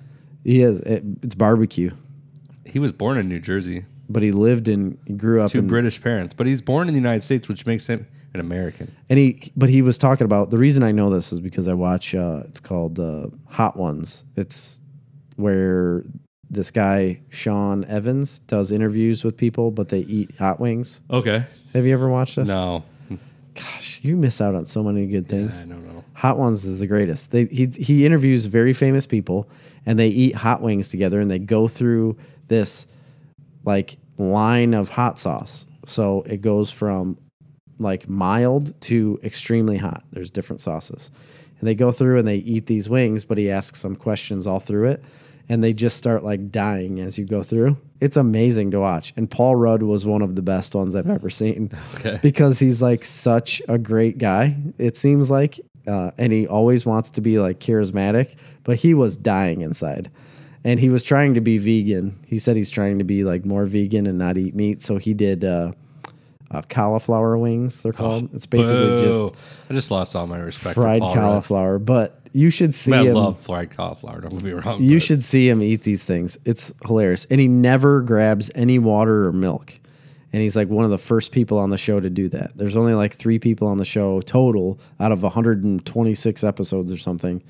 B: he is. It, it's barbecue,
A: He was born in New Jersey
B: but he lived in he grew up
A: to
B: in
A: British parents, but he's born in the United States, which makes him an American.
B: And he, but he was talking about the reason I know this is because I watch. Uh, it's called uh, Hot Ones. It's where this guy Sean Evans does interviews with people, but they eat hot wings.
A: Okay.
B: Have you ever watched this?
A: No.
B: Gosh, you miss out on so many good things.
A: I don't know.
B: Hot Ones is the greatest. They, he he interviews very famous people, and they eat hot wings together, and they go through this like line of hot sauce. So it goes from like mild to extremely hot. There's different sauces, and they go through and they eat these wings. But he asks some questions all through it, and they just start like dying as you go through. It's amazing to watch. And Paul Rudd was one of the best ones I've ever seen
A: Okay.
B: because he's like such a great guy. It seems like, uh, and he always wants to be like charismatic, but he was dying inside, and he was trying to be vegan. He said he's trying to be like more vegan and not eat meat, so he did uh, uh, cauliflower wings. They're called. it's basically
A: Oh, Boo.
B: just
A: I just lost all my respect. for
B: fried
A: Paul Rudd.
B: cauliflower, but you should see
A: I, mean, I
B: him.
A: love fried cauliflower. Don't get me wrong.
B: You
A: but-
B: should see him eat these things. It's hilarious. And he never grabs any water or milk. And he's like one of the first people on the show to do that. There's only like three people on the show total out of 126 episodes or something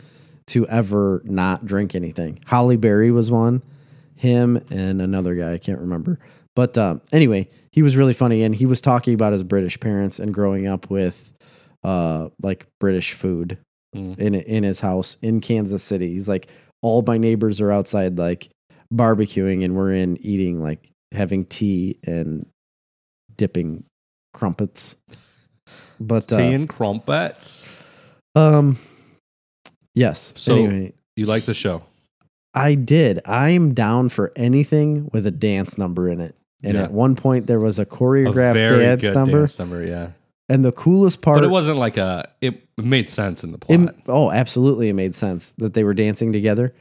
B: to ever not drink anything. Holly Berry was one, him and another guy. I can't remember. But um, anyway, he was really funny. And he was talking about his British parents and growing up with uh, like British food in in his house in Kansas City. He's like, all my neighbors are outside like barbecuing, and we're in eating like having tea and dipping crumpets. But
A: tea
B: uh,
A: and crumpets.
B: um, yes.
A: So-
B: anyway,
A: You like the show?
B: I did. I'm down for anything with a dance number in it. And
A: Yeah.
B: at one point, there was a
A: A
B: choreographed
A: very
B: dance
A: good
B: number,
A: dance number. Yeah,
B: and the coolest part.
A: but it wasn't like a. It made sense in the plot.
B: It, oh, absolutely. It made sense that they were dancing together.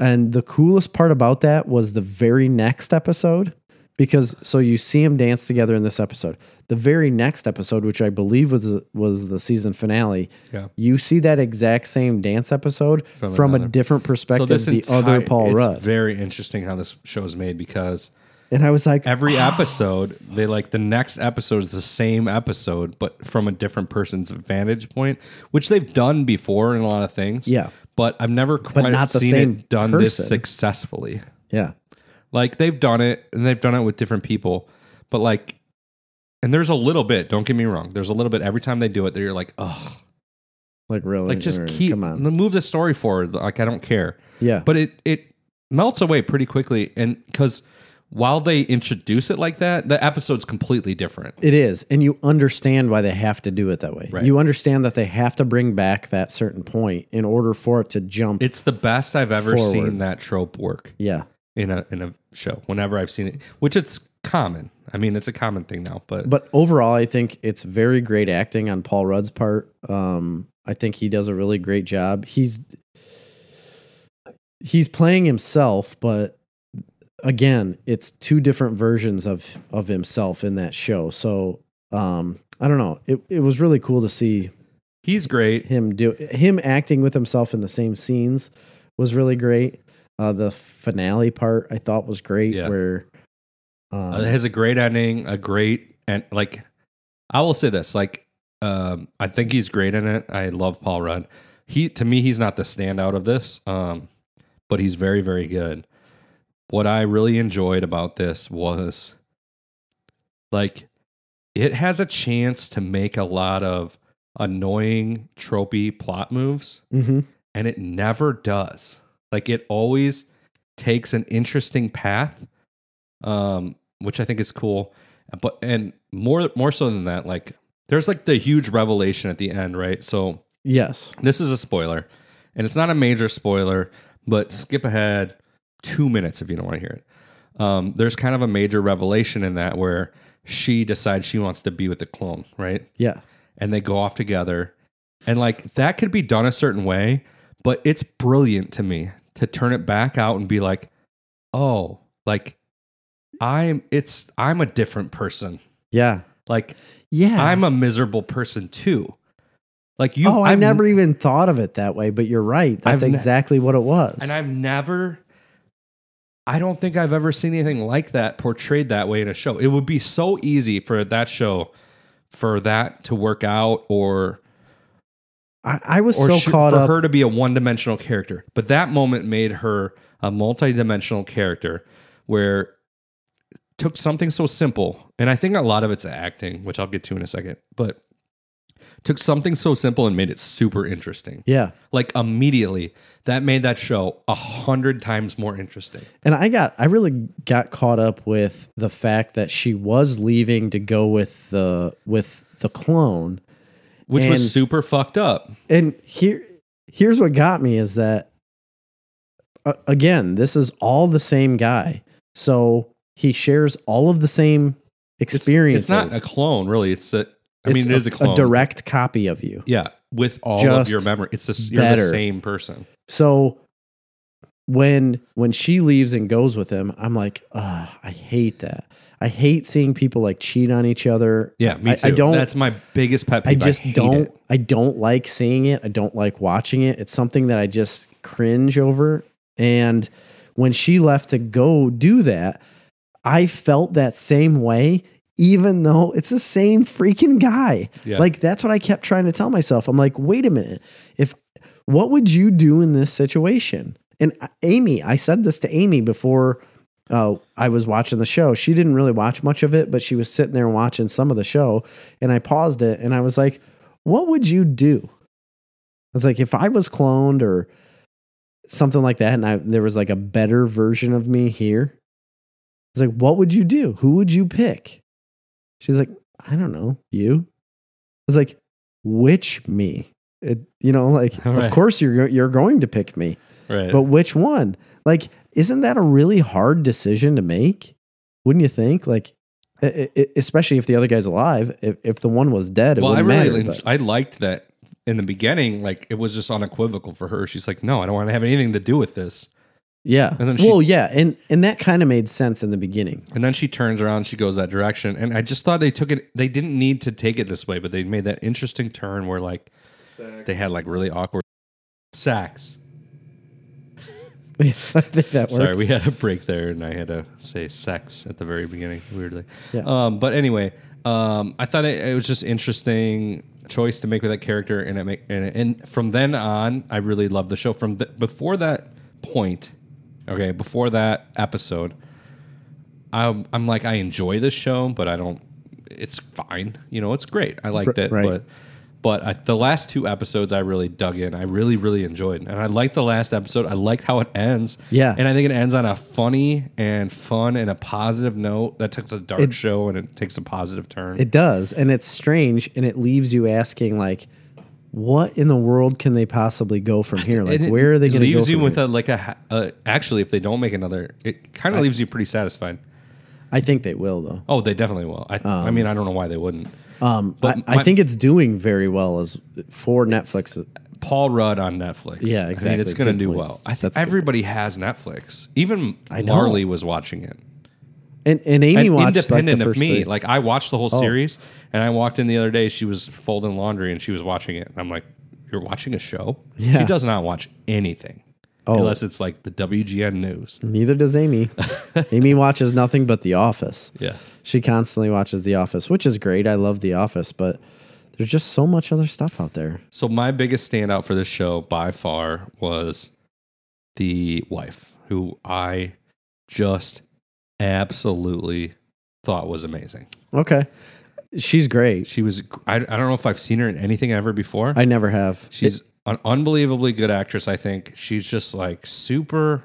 B: And the coolest part about that was the very next episode, because so you see them dance together in this episode. The very next episode, which I believe was was the season finale,
A: Yeah.
B: you see that exact same dance episode
A: From
B: from,
A: another-
B: a different perspective, the
A: entire-
B: other Paul
A: it's
B: Rudd.
A: Very interesting how this show is made because
B: and I was like,
A: every episode they like the next episode is the same episode but from a different person's vantage point which they've done before in a lot of things
B: Yeah.
A: but i've never quite
B: not the
A: seen
B: same
A: it done this
B: person.
A: successfully
B: yeah,
A: like they've done it and they've done it with different people but like and there's a little bit don't get me wrong there's a little bit every time they do it that you're like oh
B: like really,
A: like just
B: or-
A: keep
B: come on,
A: move the story forward like i don't care
B: yeah,
A: but it it melts away pretty quickly and because while they introduce it like that the episode's completely different
B: It is. And you understand why they have to do it that way.
A: Right.
B: You understand that they have to bring back that certain point in order for it to jump.
A: It's the best I've ever
B: Forward.
A: seen that trope work
B: yeah.
A: in a in a show. Whenever I've seen it, which it's common. I mean, it's a common thing now. But,
B: But overall, I think it's very great acting on Paul Rudd's part. Um, I think he does a really great job. He's he's playing himself, but again, it's two different versions of of himself in that show. So um, I don't know. It it was really cool to see
A: he's great.
B: him do him acting with himself in the same scenes was really great. Uh, the finale part I thought was great,
A: Yeah.
B: where
A: Uh, it
B: um,
A: has a great ending. A great and like I will say this. Like um, I think he's great in it. I love Paul Rudd. He to me he's not the standout of this, um, but he's very very good. What I really enjoyed about this was like it has a chance to make a lot of annoying tropey plot moves
B: mhm.
A: and it never does. Like it always takes an interesting path, um, which I think is cool. But and more more so than that, like there's like the huge revelation at the end, right? So
B: yes,
A: this is a spoiler, and it's not a major spoiler, but skip ahead two minutes if you don't want to hear it. Um, there's kind of a major revelation in that where she decides she wants to be with the clone, right?
B: yeah,
A: and they go off together. And like that could be done a certain way, but it's brilliant to me to turn it back out and be like, "Oh, like I'm it's I'm a different person.
B: yeah,
A: Like
B: yeah.
A: I'm a miserable person too." Like you
B: oh, I
A: I've-
B: never even thought of it that way, but you're right.
A: I've
B: That's
A: ne-
B: exactly what it was.
A: and I've never I don't think I've ever seen anything like that portrayed that way in a show. It would be so easy for that show for that to work out or
B: I, I was so
A: she-
B: caught
A: for
B: up.
A: her to be a one-dimensional character. But that moment made her a multi-dimensional character where it took something so simple, and I think a lot of it's acting, which I'll get to in a second, but took something so simple and made it super interesting.
B: yeah.
A: Like immediately, that made that show a hundred times more interesting.
B: And I got, I really got caught up with the fact that she was leaving to go with the, with the clone.
A: Which
B: And-
A: was super fucked up.
B: And here, here's what got me is that, uh, again, this is all the same guy. So he shares all of the same
A: It's-
B: experiences.
A: It's not a clone, really. It's a. I
B: It's
A: mean, it is a clone.
B: direct copy of you.
A: Yeah, with all
B: Just
A: of your memory, it's the, you're
B: better.
A: the same person.
B: So when when she leaves and goes with him, I'm like, Ugh, I hate that. I hate seeing people like cheat on each other.
A: Yeah, me
B: I-
A: too.
B: I don't-
A: That's my biggest pet
B: I
A: peeve.
B: just
A: hate
B: don't.
A: it.
B: I don't like seeing it. I don't like watching it. It's something that I just cringe over. And when she left to go do that, I felt that same way. Even though it's the same freaking guy.
A: Yeah.
B: Like that's what I kept trying to tell myself. I'm like, wait a minute. If what would you do in this situation? And uh, Amy, I said this to Amy before uh, I was watching the show. She didn't really watch much of it, but she was sitting there watching some of the show. And I paused it and I was like, what would you do? I was like, if I was cloned or something like that, and I, there was like a better version of me here, I was like, what would you do? Who would you pick? She's like, I don't know. You? I was like, which me? It, you know, like,
A: All
B: of
A: right.
B: course you're, go- you're going to pick me,
A: right.
B: but which one? Like, isn't that a really hard decision to make? Wouldn't you think? Like, e- e- especially if the other guy's alive. If, if the one was dead, it
A: well, I
B: wouldn't
A: really,
B: matter.
A: liked-
B: but-
A: I liked that in the beginning. Like it was just unequivocal for her. She's like, "No, I don't want to have anything to do with this."
B: yeah.
A: And then she-
B: well, yeah, and and that kind of made sense in the beginning.
A: And then she turns around, she goes that direction, and I just thought they took it. They didn't need to take it this way, but they made that interesting turn where like they had like really awkward sacks.
B: I think that works.
A: Sorry, we had a break there, and I had to say sex at the very beginning. Weirdly,
B: Yeah.
A: Um, but anyway, um, I thought it, it was just interesting choice to make with that character, and it make and, and from then on, I really loved the show. From th before that point, okay, before that episode, I'm, I'm like I enjoy this show, but I don't. It's fine, you know. It's great. I liked it,
B: right.
A: but but I, the last two episodes I really dug in. I really really enjoyed, and I liked the last episode. I liked how it ends.
B: Yeah.
A: and I think it ends on a funny and fun and a positive note. That takes a dark show and it takes a positive turn.
B: It does, and it's strange, and it leaves you asking like, what in the world can they possibly go from here? Like,
A: And it
B: where are they going to go?
A: leaves you
B: from
A: with
B: here?
A: a like a, ha- a actually if they don't make another, it kind of leaves you pretty satisfied.
B: I think they will though.
A: Oh, they definitely will. I, I mean, I don't know why they wouldn't.
B: Um,
A: But
B: I, I
A: my-
B: think it's doing very well as for Netflix.
A: Paul Rudd on Netflix.
B: Yeah,
A: I mean, it's
B: exactly.
A: going to
B: Good
A: do
B: point.
A: well. I think
B: That's a good
A: everybody has Netflix. Even I
B: know.
A: Marley was watching it.
B: And and Amy
A: And
B: watched like the
A: independent of
B: first
A: me,
B: three. Oh.
A: like I watched the whole series, and I walked in the other day. She was folding laundry and she was watching it, and I'm like, "You're watching a show?
B: Yeah. Oh.
A: She does not watch anything unless it's like the WGN news.
B: Neither does Amy. Amy watches nothing but The Office.
A: Yeah,
B: She constantly watches The Office, which is great. I love The Office, but there's just so much other stuff out there.
A: So my biggest standout for this show by far was the wife, who I just absolutely thought was amazing.
B: Okay. She's great.
A: She was I, I don't know if I've seen her in anything ever before.
B: I never have.
A: She's an unbelievably good actress, I think. She's just like super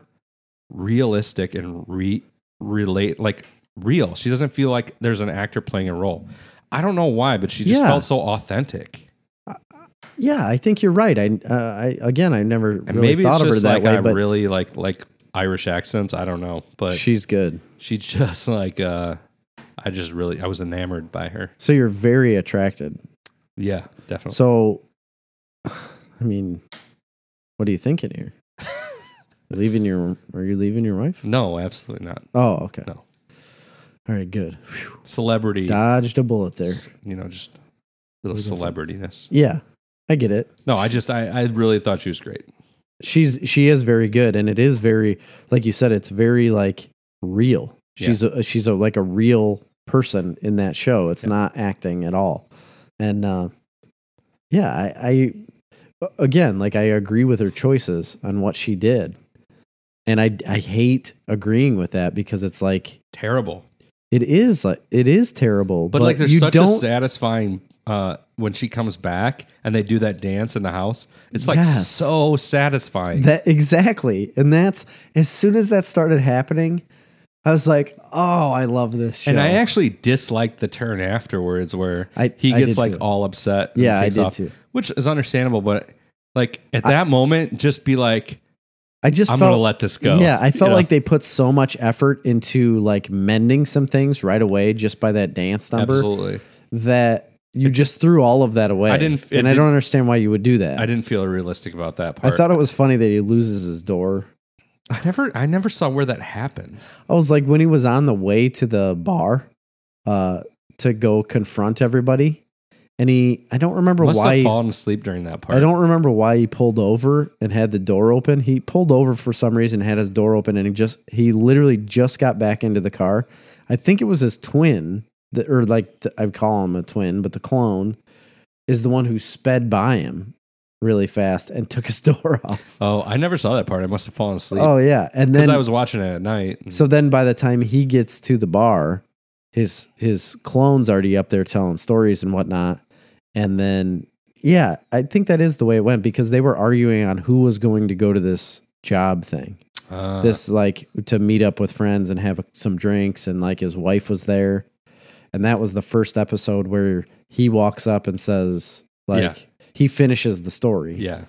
A: realistic and re relate like real. She doesn't feel like there's an actor playing a role. I don't know why, but she just
B: Yeah.
A: felt so authentic.
B: yeah, I think you're right. I, uh, I again, I never
A: And
B: really
A: maybe
B: thought
A: it's
B: of her
A: just
B: that
A: like
B: way,
A: I
B: but
A: really like like Irish accents. I don't know, but she,
B: she's good.
A: just like uh I just really I was enamored by her.
B: So you're very attracted.
A: Yeah, definitely.
B: So, I mean, what are you thinking here? leaving your? Are you leaving your wife?
A: no, absolutely not.
B: Oh, okay.
A: No.
B: All right, good. Phew.
A: Celebrity,
B: Dodged a bullet there.
A: you know, just little
B: What was I saying?
A: celebrityness.
B: Yeah, I get it.
A: No, I just I, I really thought she was great.
B: She's she is very good, and it is very like you said. It's very like real. She's a she's a like a real person in that show. It's not acting at all, and uh, yeah, I, I again, like I agree with her choices on what she did. And I I hate agreeing with that because it's like
A: Terrible.
B: it is like it is terrible.
A: But,
B: But,
A: like, there's
B: you
A: such a
B: don't
A: satisfying uh, when she comes back and they do that dance in the house. It's like
B: Yes.
A: so satisfying.
B: that exactly. And that's as soon as that started happening, I was like, oh, I love this show.
A: and I actually disliked the turn afterwards where
B: I-
A: he
B: I
A: gets
B: did
A: like
B: too.
A: all upset. and
B: yeah, I
A: takes
B: did
A: off,
B: too.
A: Which is understandable, but like at that moment, just be like,
B: I just
A: I'm
B: felt
A: gonna let this go.
B: Yeah, I
A: You
B: felt
A: know?
B: like they put so much effort into like mending some things right away just by that dance number
A: absolutely.
B: that you just threw all of that away.
A: I didn't- it
B: and I
A: didn't-
B: don't understand why you would do that.
A: I didn't feel realistic about that
B: I
A: part.
B: thought it was funny that he loses his door.
A: I never, I never saw where that happened.
B: I was like, when he was on the way to the bar, uh, to go confront everybody, and he, I don't remember
A: Must
B: why.
A: have
B: he-
A: fallen asleep during that part.
B: I don't remember why he pulled over and had the door open. He pulled over for some reason, had his door open, and he just he literally just got back into the car. I think it was his twin, that, or like the, I call him a twin, but the clone is the one who sped by him really fast and took his door off.
A: Oh, I never saw that part. I must have fallen asleep
B: Oh yeah, and
A: because
B: then
A: I was watching it at night. and-
B: so then by the time he gets to the bar, his his clone's already up there telling stories and whatnot. And then yeah, I think that is the way it went because they were arguing on who was going to go to this job thing.
A: Uh,
B: This like to meet up with friends and have some drinks and like his wife was there. And that was the first episode where he walks up and says like
A: Yeah.
B: he finishes the story.
A: yeah,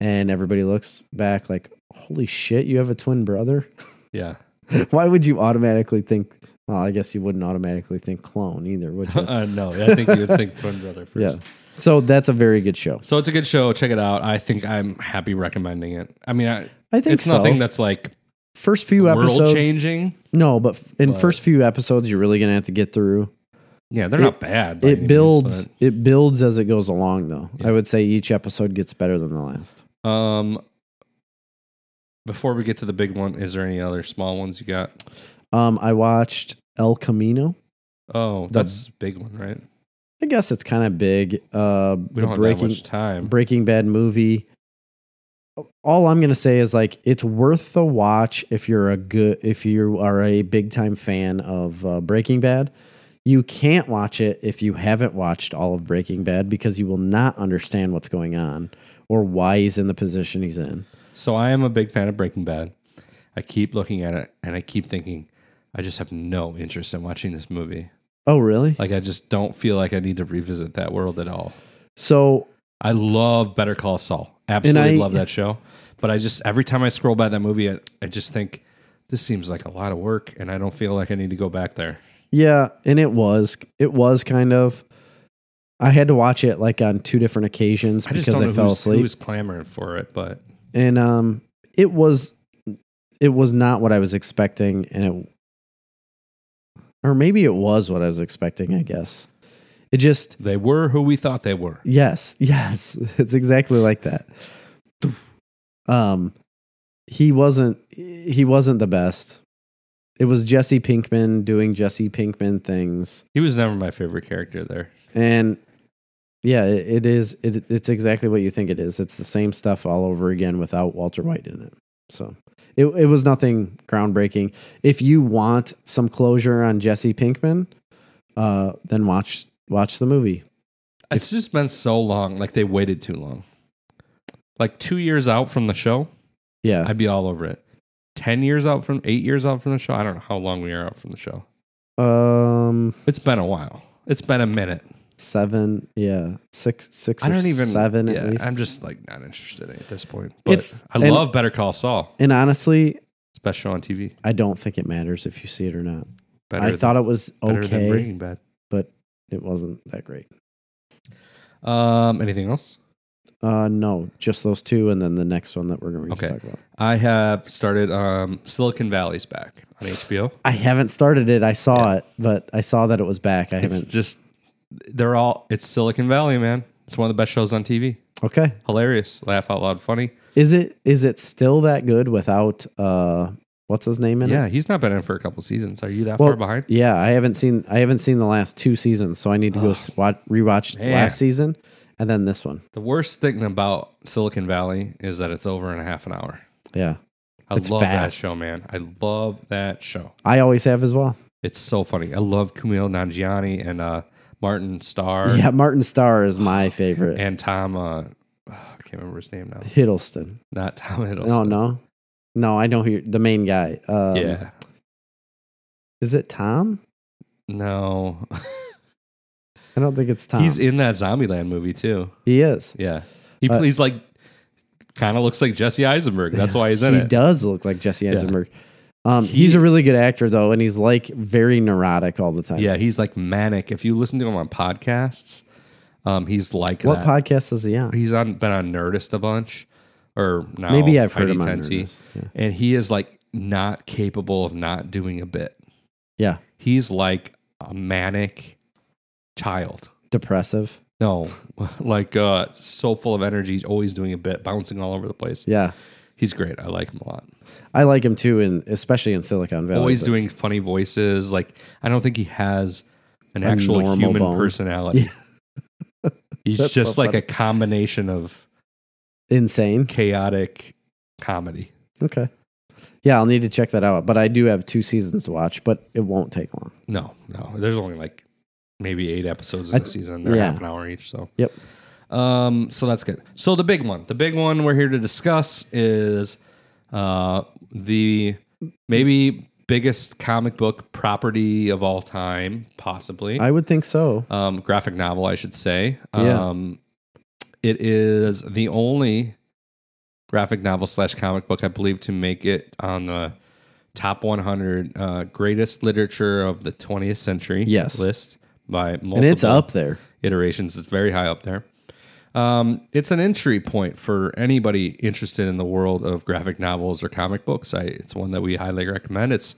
B: And everybody looks back like, Holy shit, you have a twin brother?
A: yeah.
B: Why would you automatically think? Well, I guess you wouldn't automatically think clone either, would you?
A: uh, no, I think you would think twin brother first.
B: yeah. So that's a very good show.
A: So it's a good show. Check it out. I think I'm happy recommending it. I mean, I,
B: I think
A: it's
B: so.
A: nothing that's like
B: first few
A: world
B: episodes.
A: changing.
B: No, but f- in
A: But-
B: first few episodes, you're really gonna have to get through.
A: Yeah, they're
B: It-
A: not bad. by any
B: it
A: means,
B: builds.
A: but-
B: it builds as it goes along, though. I would say each episode gets better than the last.
A: um, before we get to the big one, is there any other small ones you got?
B: Um, I watched El Camino.
A: Oh,
B: The-
A: that's a big one, right?
B: I guess it's kind of big. Uh,
A: We don't
B: the
A: have that
B: breaking
A: much time.
B: Breaking Bad movie. All I'm gonna say is like it's worth the watch if you're a good if you are a big time fan of uh, Breaking Bad. You can't watch it if you haven't watched all of Breaking Bad because you will not understand what's going on or why he's in the position he's in.
A: So I am a big fan of Breaking Bad. I keep looking at it and I keep thinking, I just have no interest in watching this movie.
B: Oh, really?
A: Like I just don't feel like I need to revisit that world at all.
B: So
A: I love Better Call Saul. Absolutely
B: And I-
A: love that show. But I just every time I scroll by that movie, I, I just think this seems like a lot of work, and I don't feel like I need to go back there.
B: Yeah, and it was it was kind of. I had to watch it like on two different occasions
A: I just
B: because
A: don't know
B: I fell
A: who's,
B: asleep.
A: who's clamoring for it, but
B: and um it was it was not what i was expecting and it or maybe it was what i was expecting i guess it just
A: they were who we thought they were.
B: yes yes it's exactly like that um he wasn't he wasn't the best it was jesse pinkman doing jesse pinkman things
A: He was never my favorite character there.
B: and yeah it, it is it, it's exactly what you think it is it's the same stuff all over again without walter white in it so it, it was nothing groundbreaking if you want some closure on jesse pinkman uh, then watch watch the movie
A: It's just been so long. Like they waited too long. Like two years out from the show,
B: yeah
A: I'd be all over it. Ten years out from eight years out from the show. I don't know how long we are out from the show.
B: um
A: It's been a while. It's been a minute.
B: seven yeah six six
A: I
B: or
A: don't even
B: seven
A: yeah,
B: at least
A: I'm just like not interested at this point. But
B: It's-
A: I
B: and-
A: love Better Call Saul.
B: and honestly
A: It's best show on TV.
B: i don't think it matters if you see it or not
A: Better
B: i
A: than-
B: thought it was
A: better than
B: okay
A: Breaking Bad.
B: but it wasn't that great
A: Um, anything else?
B: Uh, no, just those two, and then the next one that we're going to
A: Okay.
B: talk about.
A: I have started um, Silicon Valley's back on HBO.
B: I haven't started it. I saw it, but I saw that it was back. I
A: It's
B: haven't.
A: just they're all it's Silicon Valley, man. It's one of the best shows on TV.
B: Okay,
A: Hilarious, laugh out loud, funny.
B: is it is it still that good without uh, what's his name in it?
A: Yeah, he's not been in for a couple seasons. Are you that
B: Well,
A: far behind?
B: Yeah, I haven't seen I haven't seen the last two seasons, so I need to go watch, rewatch
A: Ah. man.
B: last season and then this one.
A: The worst thing about Silicon Valley is that it's over in a half an hour.
B: Yeah,
A: I
B: It's
A: love that
B: fast.
A: show, man. I love that show.
B: I always have as well.
A: It's so funny. I love Kumail Nanjiani and uh, Martin Starr
B: Yeah, Martin Starr is
A: Ah,
B: my favorite.
A: and Tom. Uh, I can't remember his name now.
B: Hiddleston.
A: Not Tom Hiddleston.
B: No, no, no. I know who you're, the main guy. Um,
A: yeah.
B: is it Tom?
A: No.
B: I don't think it's Tom.
A: He's in that Zombieland movie too.
B: he is.
A: Yeah. He
B: Uh,
A: plays like kind of looks like Jesse Eisenberg. That's why he's in
B: he
A: it.
B: does look like Jesse Eisenberg. Um, he's
A: He-
B: a really good actor though, and he's like very neurotic all the time.
A: Yeah, he's like manic. If you listen to him on podcasts, um, he's like
B: What
A: that.
B: podcast is he on?
A: he's on been on Nerdist a bunch, or now
B: Maybe I've heard him on
A: IDTensi.
B: Nerdist, yeah.
A: And he is like not capable of not doing a bit.
B: Yeah,
A: He's like a manic child.
B: depressive.
A: No, like uh, so full of energy. He's always doing a bit, bouncing all over the place.
B: Yeah,
A: He's great. I like him a lot.
B: I like him too, and especially in Silicon Valley.
A: always
B: but-
A: doing funny voices. Like I don't think he has an
B: A
A: actual
B: normal
A: human
B: bone.
A: personality. He's
B: That's
A: just
B: so
A: like
B: funny.
A: a combination of
B: insane.
A: chaotic comedy.
B: Okay. Yeah, I'll need to check that out. But I do have two seasons to watch, but it won't take long.
A: No, no. There's only like maybe eight episodes
B: I-
A: in the season. They're
B: yeah.
A: half an hour each. So
B: Yep.
A: um, so that's good. So the big one, the big one we're here to discuss is uh the maybe biggest comic book property of all time, possibly.
B: I would think so.
A: um, graphic novel, I should say.
B: Yeah.
A: Um, it is the only graphic novel slash comic book, I believe, to make it on the top 100 uh, greatest literature of the 20th century
B: Yes.
A: list by multiple
B: and it's up there.
A: iterations. It's very high up there. Um, it's an entry point for anybody interested in the world of graphic novels or comic books. I, it's one that we highly recommend. It's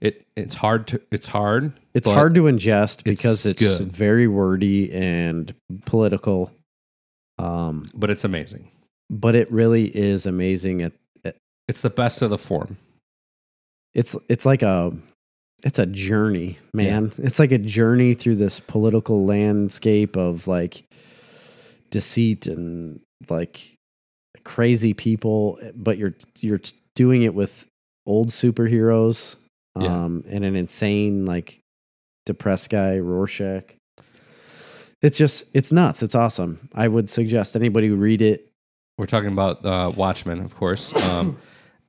A: it it's hard to it's hard.
B: It's
A: but-
B: hard to ingest because
A: it's
B: it's,
A: good.
B: very wordy and political. Um,
A: but it's amazing.
B: but it really is amazing. It,
A: It's the best of the form.
B: it's it's like a it's a journey, man. It's like a journey through this political landscape of like deceit and like crazy people, but you're you're doing it with old superheroes
A: Yeah.
B: um and an insane like depressed guy Rorschach. It's just it's nuts. It's awesome. I would suggest anybody read it.
A: We're talking about uh, Watchmen, of course. Um,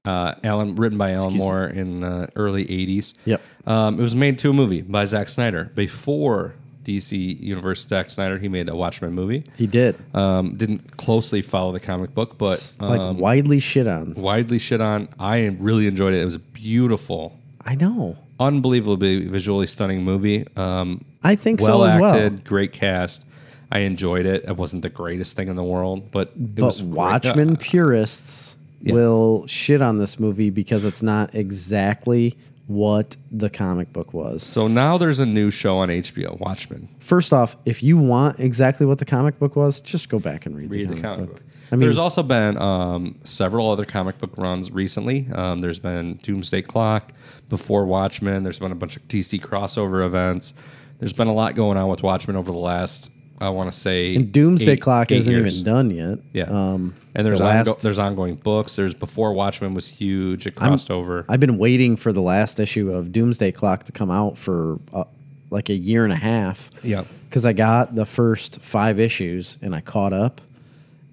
A: uh, Alan, written by Alan
B: Excuse me.
A: Moore in the early '80s.
B: Yep.
A: Um, it was made to a movie by Zack Snyder before DC Universe. Zack Snyder he made a Watchmen movie.
B: He did.
A: Um, didn't closely follow the comic book, but
B: It's, like
A: um,
B: widely shit on.
A: widely shit on. I really enjoyed it. It was a beautiful,
B: I know.
A: unbelievably visually stunning movie. Um,
B: I think
A: well
B: so as
A: acted,
B: well.
A: great cast. I enjoyed it. It wasn't the greatest thing in the world, but it
B: But
A: was great. Uh,
B: Watchmen purists will shit on this movie because it's not exactly what the comic book was.
A: So now there's a new show on HBO, Watchmen.
B: First off, if you want exactly what the comic book was, just go back and read, the, comic book. I mean-
A: there's also been um, several other comic book runs recently. Um, there's been Doomsday Clock before Watchmen. There's been a bunch of DC crossover events. There's been a lot going on with Watchmen over the last, I want to say,
B: And Doomsday
A: eight-
B: Clock
A: eight
B: isn't
A: years.
B: even done yet.
A: Yeah.
B: Um,
A: and there's
B: the
A: ongo-
B: last-
A: there's ongoing books. There's before Watchmen was huge. It crossed over.
B: I've been waiting for the last issue of Doomsday Clock to come out for uh, like a year and a half.
A: Yeah.
B: Because I got the first five issues and I caught up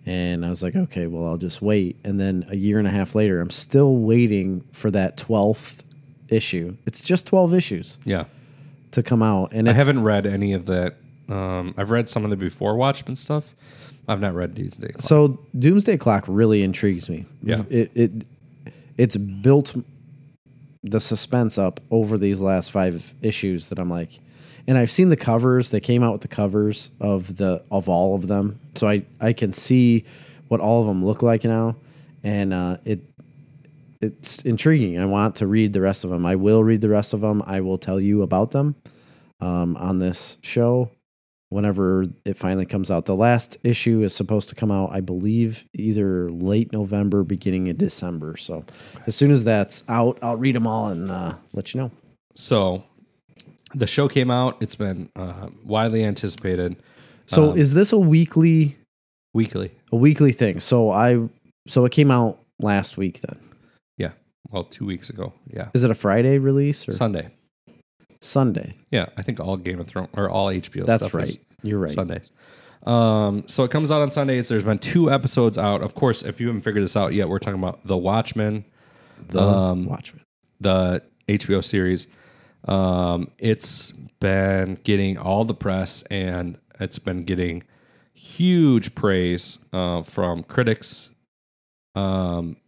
B: and I was like, okay, well, I'll just wait. And then a year and a half later, I'm still waiting for that 12th issue. It's just 12 issues
A: yeah,
B: to come out. And
A: I
B: it's,
A: haven't read any of that. Um, I've read some of the before Watchmen stuff. I've not read Doomsday. Clock.
B: So Doomsday Clock really intrigues me.
A: Yeah.
B: It, it it's built the suspense up over these last five issues that I'm like and I've seen the covers. They came out with the covers of the of all of them. So I I can see what all of them look like now and uh it it's intriguing. I want to read the rest of them. I will read the rest of them. I will tell you about them um, on this show whenever it finally comes out. The last issue is supposed to come out, I believe, either late November, beginning of December. So as soon as that's out, I'll read them all and uh, let you know.
A: So the show came out. It's been uh, widely anticipated.
B: So
A: Um,
B: is this a weekly
A: weekly.
B: a weekly thing? So I so it came out last week then.
A: Well, two weeks ago. Yeah.
B: Is it a Friday release or
A: Sunday.
B: Sunday?
A: Yeah, I think all Game of Thrones or all HBO.
B: That's
A: stuff
B: right.
A: is
B: You're right.
A: Sundays. Um, so it comes out on Sundays. There's been two episodes out. Of course, if you haven't figured this out yet, we're talking about The Watchmen,
B: The
A: Um,
B: Watchmen.
A: the HBO series. Um, it's been getting all the press and it's been getting huge praise uh, from critics. Um,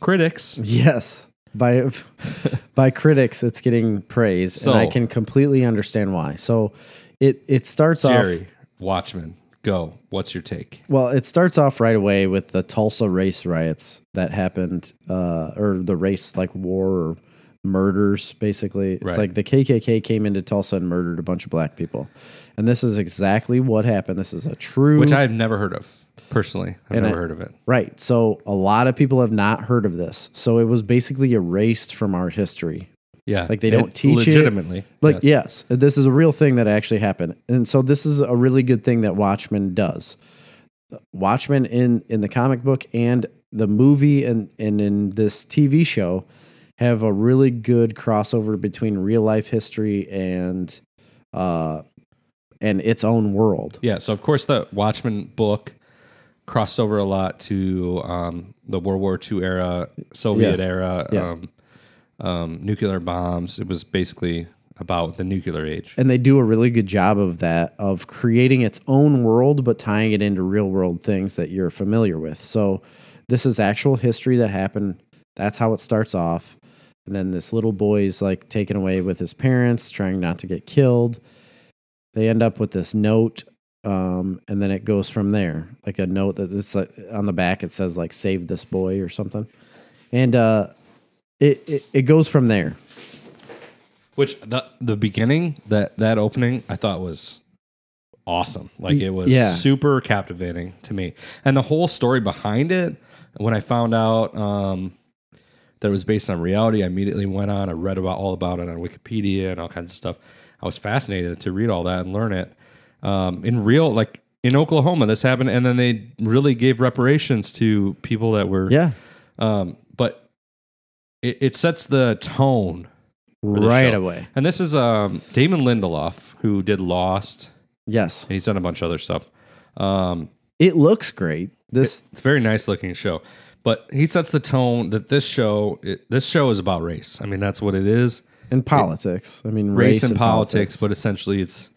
A: critics.
B: Yes. By by critics, it's getting praise, and I
A: So-
B: can completely understand why. So it it starts off
A: Jerry, Watchmen, go. What's your take?
B: well, it starts off right away with the Tulsa race riots that happened, uh, or the race like war or murders, basically. It's
A: Right.
B: like the KKK came into Tulsa and murdered a bunch of black people. And this is exactly what happened. This is a true
A: Which I've never heard of personally. I've
B: And
A: never
B: I-
A: heard of it.
B: Right. So a lot of people have not heard of this. So it was basically erased from our history.
A: Yeah,
B: Like, they don't teach it.
A: legitimately.
B: Like, yes. this is a real thing that actually happened. And so this is a really good thing that Watchmen does. Watchmen in in the comic book and the movie and and in this TV show have a really good crossover between real life history and uh and its own world.
A: yeah. So of course the Watchmen book crossed over a lot to um, the World War II era, Soviet
B: Yeah.
A: era,
B: Yeah.
A: Um, um, nuclear bombs. It was basically about the nuclear age.
B: and they do a really good job of that of creating its own world but tying it into real world things that you're familiar with so this is actual history that happened that's how it starts off and then this little boy's like taken away with his parents trying not to get killed they end up with this note um, and then it goes from there like a note that it's like on the back it says like save this boy or something and uh it, it, it goes from there
A: Which the the beginning that that opening I thought was awesome. Like it was
B: yeah.
A: super captivating to me, and the whole story behind it. When I found out um, that it was based on reality, I immediately went on. I read about all about it on Wikipedia and all kinds of stuff. I was fascinated to read all that and learn it um, in real like. In Oklahoma, this happened, and then they really gave reparations to people that were.
B: yeah
A: Um, but it, it sets the tone the
B: right
A: show.
B: away
A: and this is um, Damon Lindelof, who did Lost,
B: yes
A: and he's done a bunch of other stuff. Um,
B: it looks great. This
A: it's a very nice looking show, but he sets the tone that this show it, this show is about race. I mean, that's what it is,
B: in politics. I mean,
A: race, and politics, But essentially, it's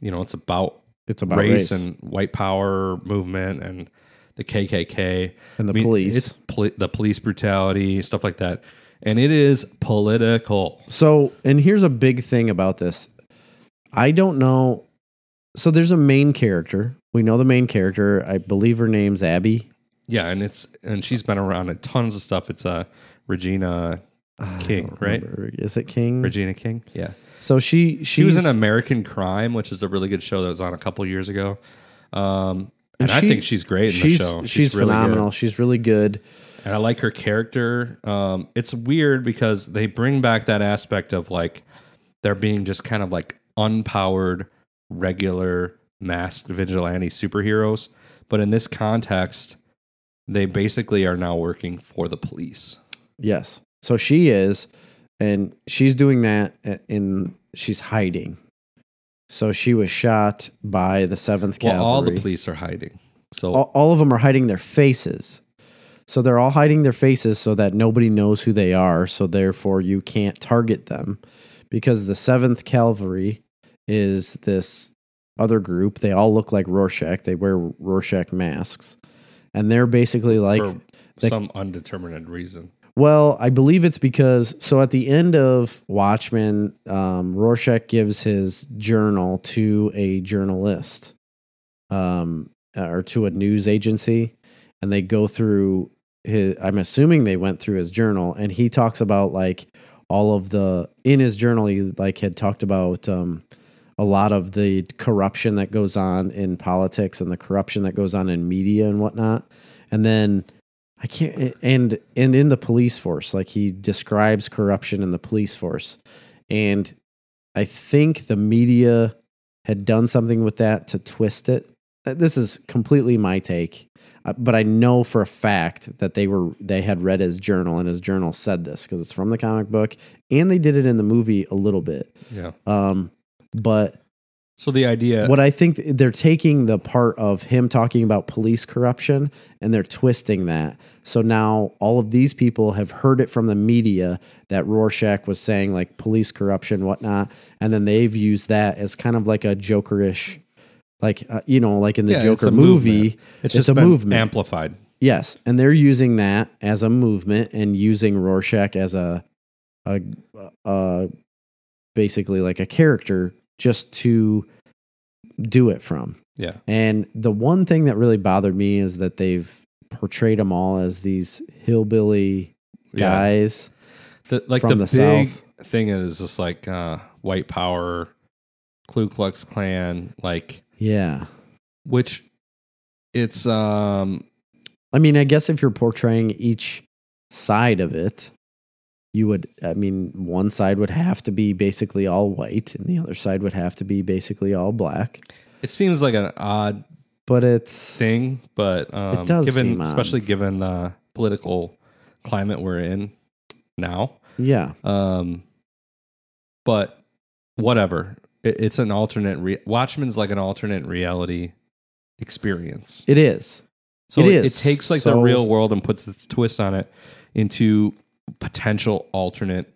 A: you know, it's about,
B: it's about
A: race,
B: race,
A: and white power movement and the KKK
B: And the
A: I mean,
B: police.
A: It's poli- the police brutality, stuff like that, and it is political.
B: so. And here's a big thing about this. I don't know. So there's a main character. We know the main character. I believe her name's Abby.
A: Yeah, and it's and she's been around in tons of stuff. It's uh Regina
B: I
A: King,
B: don't
A: right?
B: remember. Is it King?
A: Regina King. Yeah.
B: So she
A: She was in
B: she's-
A: American Crime, which is a really good show that was on a couple years ago. Um and I
B: she-
A: think she's great in
B: she's
A: the show.
B: she's,
A: really good.
B: phenomenal. She's really good.
A: And I like her character. Um, it's weird because they bring back that aspect of like there being just kind of like unpowered, regular, masked vigilante superheroes. But in this context, they basically are now working for the police.
B: Yes. So she is, and she's doing that a- in she's hiding. So she was shot by the Seventh Cavalry.
A: Well, all the police are hiding. So
B: all, all of them are hiding their faces. So they're all hiding their faces so that nobody knows who they are. So therefore, you can't target them because the Seventh Cavalry is this other group. They all look like Rorschach. They wear Rorschach masks, and they're basically like
A: for
B: they-
A: some undetermined reason.
B: well, I believe it's because so at the end of Watchmen, um, Rorschach gives his journal to a journalist, um, or to a news agency, and they go through his. I'm assuming they went through his journal, and he talks about like all of the in his journal. He like had talked about um, a lot of the corruption that goes on in politics and the corruption that goes on in media and whatnot, and then. I can't and and in the police force, like he describes corruption in the police force. And I think the media had done something with that to twist it. Uh, This is completely my take, uh, but I know for a fact that they were they had read his journal and his journal said this because it's from the comic book and they did it in the movie a little bit.
A: Yeah.
B: Um, but
A: So the idea.
B: what I think they're taking the part of him talking about police corruption and they're twisting that. So now all of these people have heard it from the media that Rorschach was saying like police corruption, whatnot, and then they've used that as kind of like a jokerish, like uh, you know, like in the
A: Yeah, it's
B: Joker
A: a
B: movie.
A: movement.
B: It's,
A: just
B: a
A: been
B: movement.
A: amplified.
B: Yes, and they're using that as a movement and using Rorschach as a a, a basically like a character just to do it from.
A: Yeah.
B: And the one thing that really bothered me is that they've portrayed them all as these hillbilly
A: Yeah.
B: guys.
A: The, like
B: from
A: the,
B: the
A: big
B: South.
A: thing is just like uh, white power, Ku Klux Klan, like
B: Yeah.
A: which it's um
B: I mean, I guess if you're portraying each side of it, you would I mean, one side would have to be basically all white and the other side would have to be basically all black.
A: it seems like an odd
B: but it's
A: thing, but um,
B: does
A: given
B: seem odd.
A: especially given the political climate we're in now,
B: yeah,
A: um, but whatever. It, it's an alternate. Re- Watchmen's like an alternate reality experience.
B: it is.
A: So
B: It
A: it,
B: is.
A: it takes like the
B: So-
A: real world and puts its twist on it into potential alternate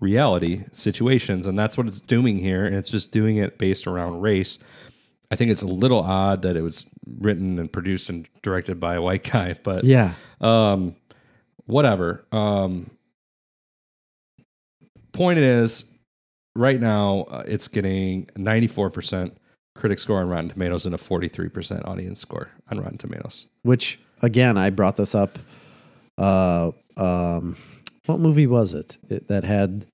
A: reality situations, and that's what it's doing here. And it's just doing it based around race. I think it's a little odd that it was written and produced and directed by a white guy, but
B: Yeah,
A: um, whatever. Um, point is, right now uh, it's getting 94% critic score on Rotten Tomatoes and a 43% audience score on Rotten Tomatoes.
B: which again, I brought this up. Uh, um, what movie was it? it that had?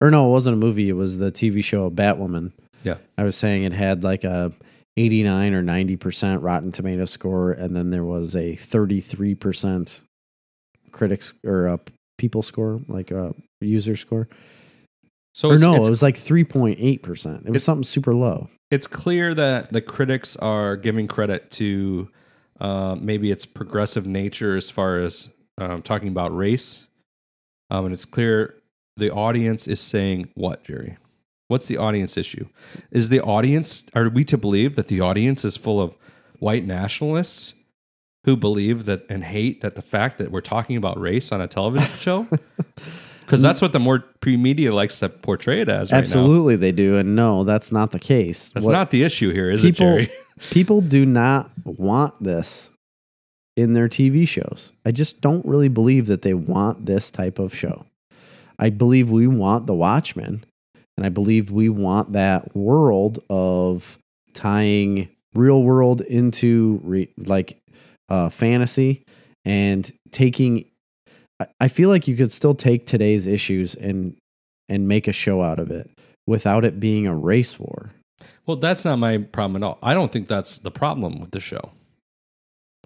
B: Or no, it wasn't a movie. It was the TV show Batwoman.
A: Yeah.
B: I was saying it had like a eighty nine or ninety percent Rotten Tomato score, and then there was a thirty three percent critics or uh, people score, like a user score.
A: So
B: or
A: it's,
B: no,
A: it's,
B: it was like three point eight percent. It was
A: It-
B: something super low.
A: it's clear that the critics are giving credit to uh, maybe its progressive nature as far as um, talking about race. Um, and it's clear the audience is saying what, Jerry? What's the audience issue? Is the audience, are we to believe that the audience is full of white nationalists who believe that and hate that the fact that we're talking about race on a television show? Because that's what the more pre media likes to portray it as right now.
B: Absolutely, they do, and no, that's not the case.
A: That's
B: What-
A: not the issue here, is
B: People-
A: it, Jerry?
B: people do not want this in their TV shows. I just don't really believe that they want this type of show. I believe we want The Watchmen, and I believe we want that world of tying real world into re- like uh, fantasy and taking. I- I feel like you could still take today's issues and and make a show out of it without it being a race war.
A: Well, that's not my problem at all. I don't think that's the problem with the show.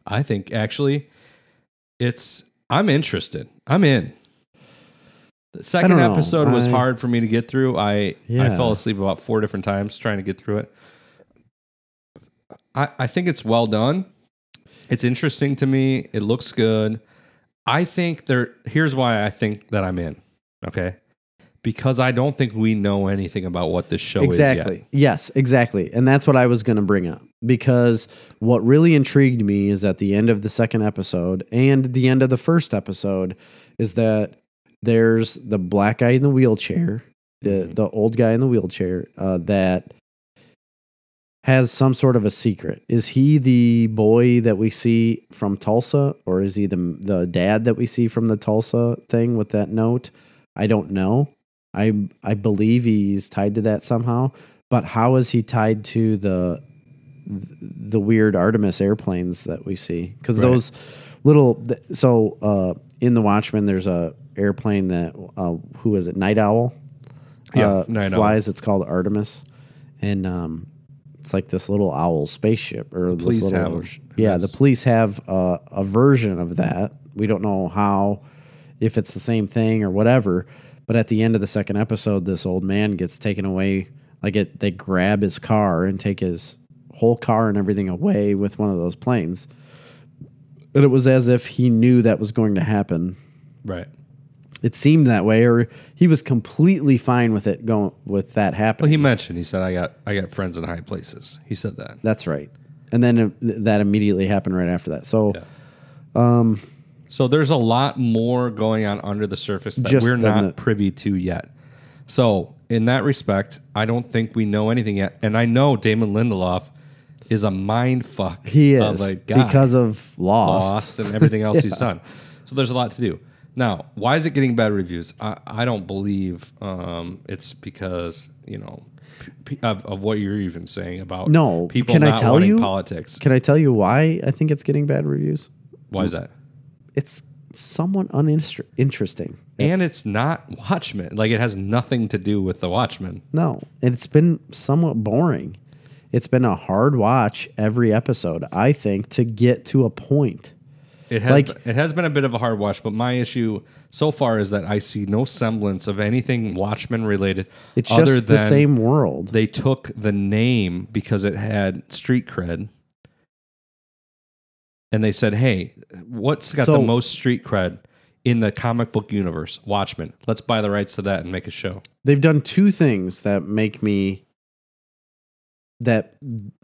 A: I think actually it's I'm interested. I'm in. The second
B: know.
A: episode was
B: I-
A: hard for me to get through. I I
B: Yeah.
A: fell asleep about four different times trying to get through it. I, I think it's well done. It's interesting to me. It looks good. I think there here's why I think that I'm in. Okay. Because I don't think we know anything about what this show is yet.
B: exactly yes exactly and that's what i was going to bring up because what really intrigued me is at the end of the second episode and the end of the first episode is that there's the black guy in the wheelchair the
A: Mhm.
B: the old guy in the wheelchair uh, that has some sort of a secret is he the boy that we see from tulsa or is he the the dad that we see from the tulsa thing with that note i don't know I I believe he's tied to that somehow. But how is he tied to the the weird Artemis airplanes that we see? Because
A: Right.
B: those little th- so uh, in the Watchmen, there's a airplane that uh, who is it? Night Owl.
A: Yeah,
B: uh,
A: Night Owl.
B: flies. It's called Artemis, and um, it's like this little owl spaceship or this
A: police
B: little
A: have one.
B: yeah. The
A: Yes.
B: police have uh, a version of that. We don't know how, if it's the same thing or whatever. But at the end of the second episode, this old man gets taken away Like it, they grab his car and take his whole car and everything away with one of those planes. And it was as if he knew that was going to happen.
A: Right.
B: It seemed that way, or he was completely fine with it going with that happening.
A: Well, he mentioned he said I got I got friends in high places. He said that.
B: That's right. And then uh, th- that immediately happened right after that. So
A: So there's a lot more going on under the surface that
B: Just
A: we're
B: than
A: not
B: the-
A: privy to yet. So in that respect, I don't think we know anything yet. And I know Damon Lindelof is a mind fuck.
B: he
A: of
B: is
A: a guy.
B: because of Lost.
A: Lost and everything else he's done. So there's a lot to do. Now, why is it getting bad reviews? I, I don't believe um, it's because you know p- p- of, of what you're even saying about
B: No,
A: people
B: can I
A: not
B: tell
A: wanting
B: you?
A: politics.
B: Can I tell you why I think it's getting bad reviews?
A: why is that?
B: It's somewhat uninteresting.
A: And it's not Watchmen. Like it has nothing to do with the Watchmen.
B: No, and it's been somewhat boring. It's been a hard watch every episode, I think, to get to a point.
A: It has
B: Like-
A: it has been a bit of a hard watch, but my issue so far is that I see no semblance of anything Watchmen related.
B: It's just the same world.
A: They took the name because it had street cred, and they said, "Hey, what's got
B: So-
A: the most street cred in the comic book universe? Watchmen. Let's buy the rights to that and make a show."
B: They've done two things that make me that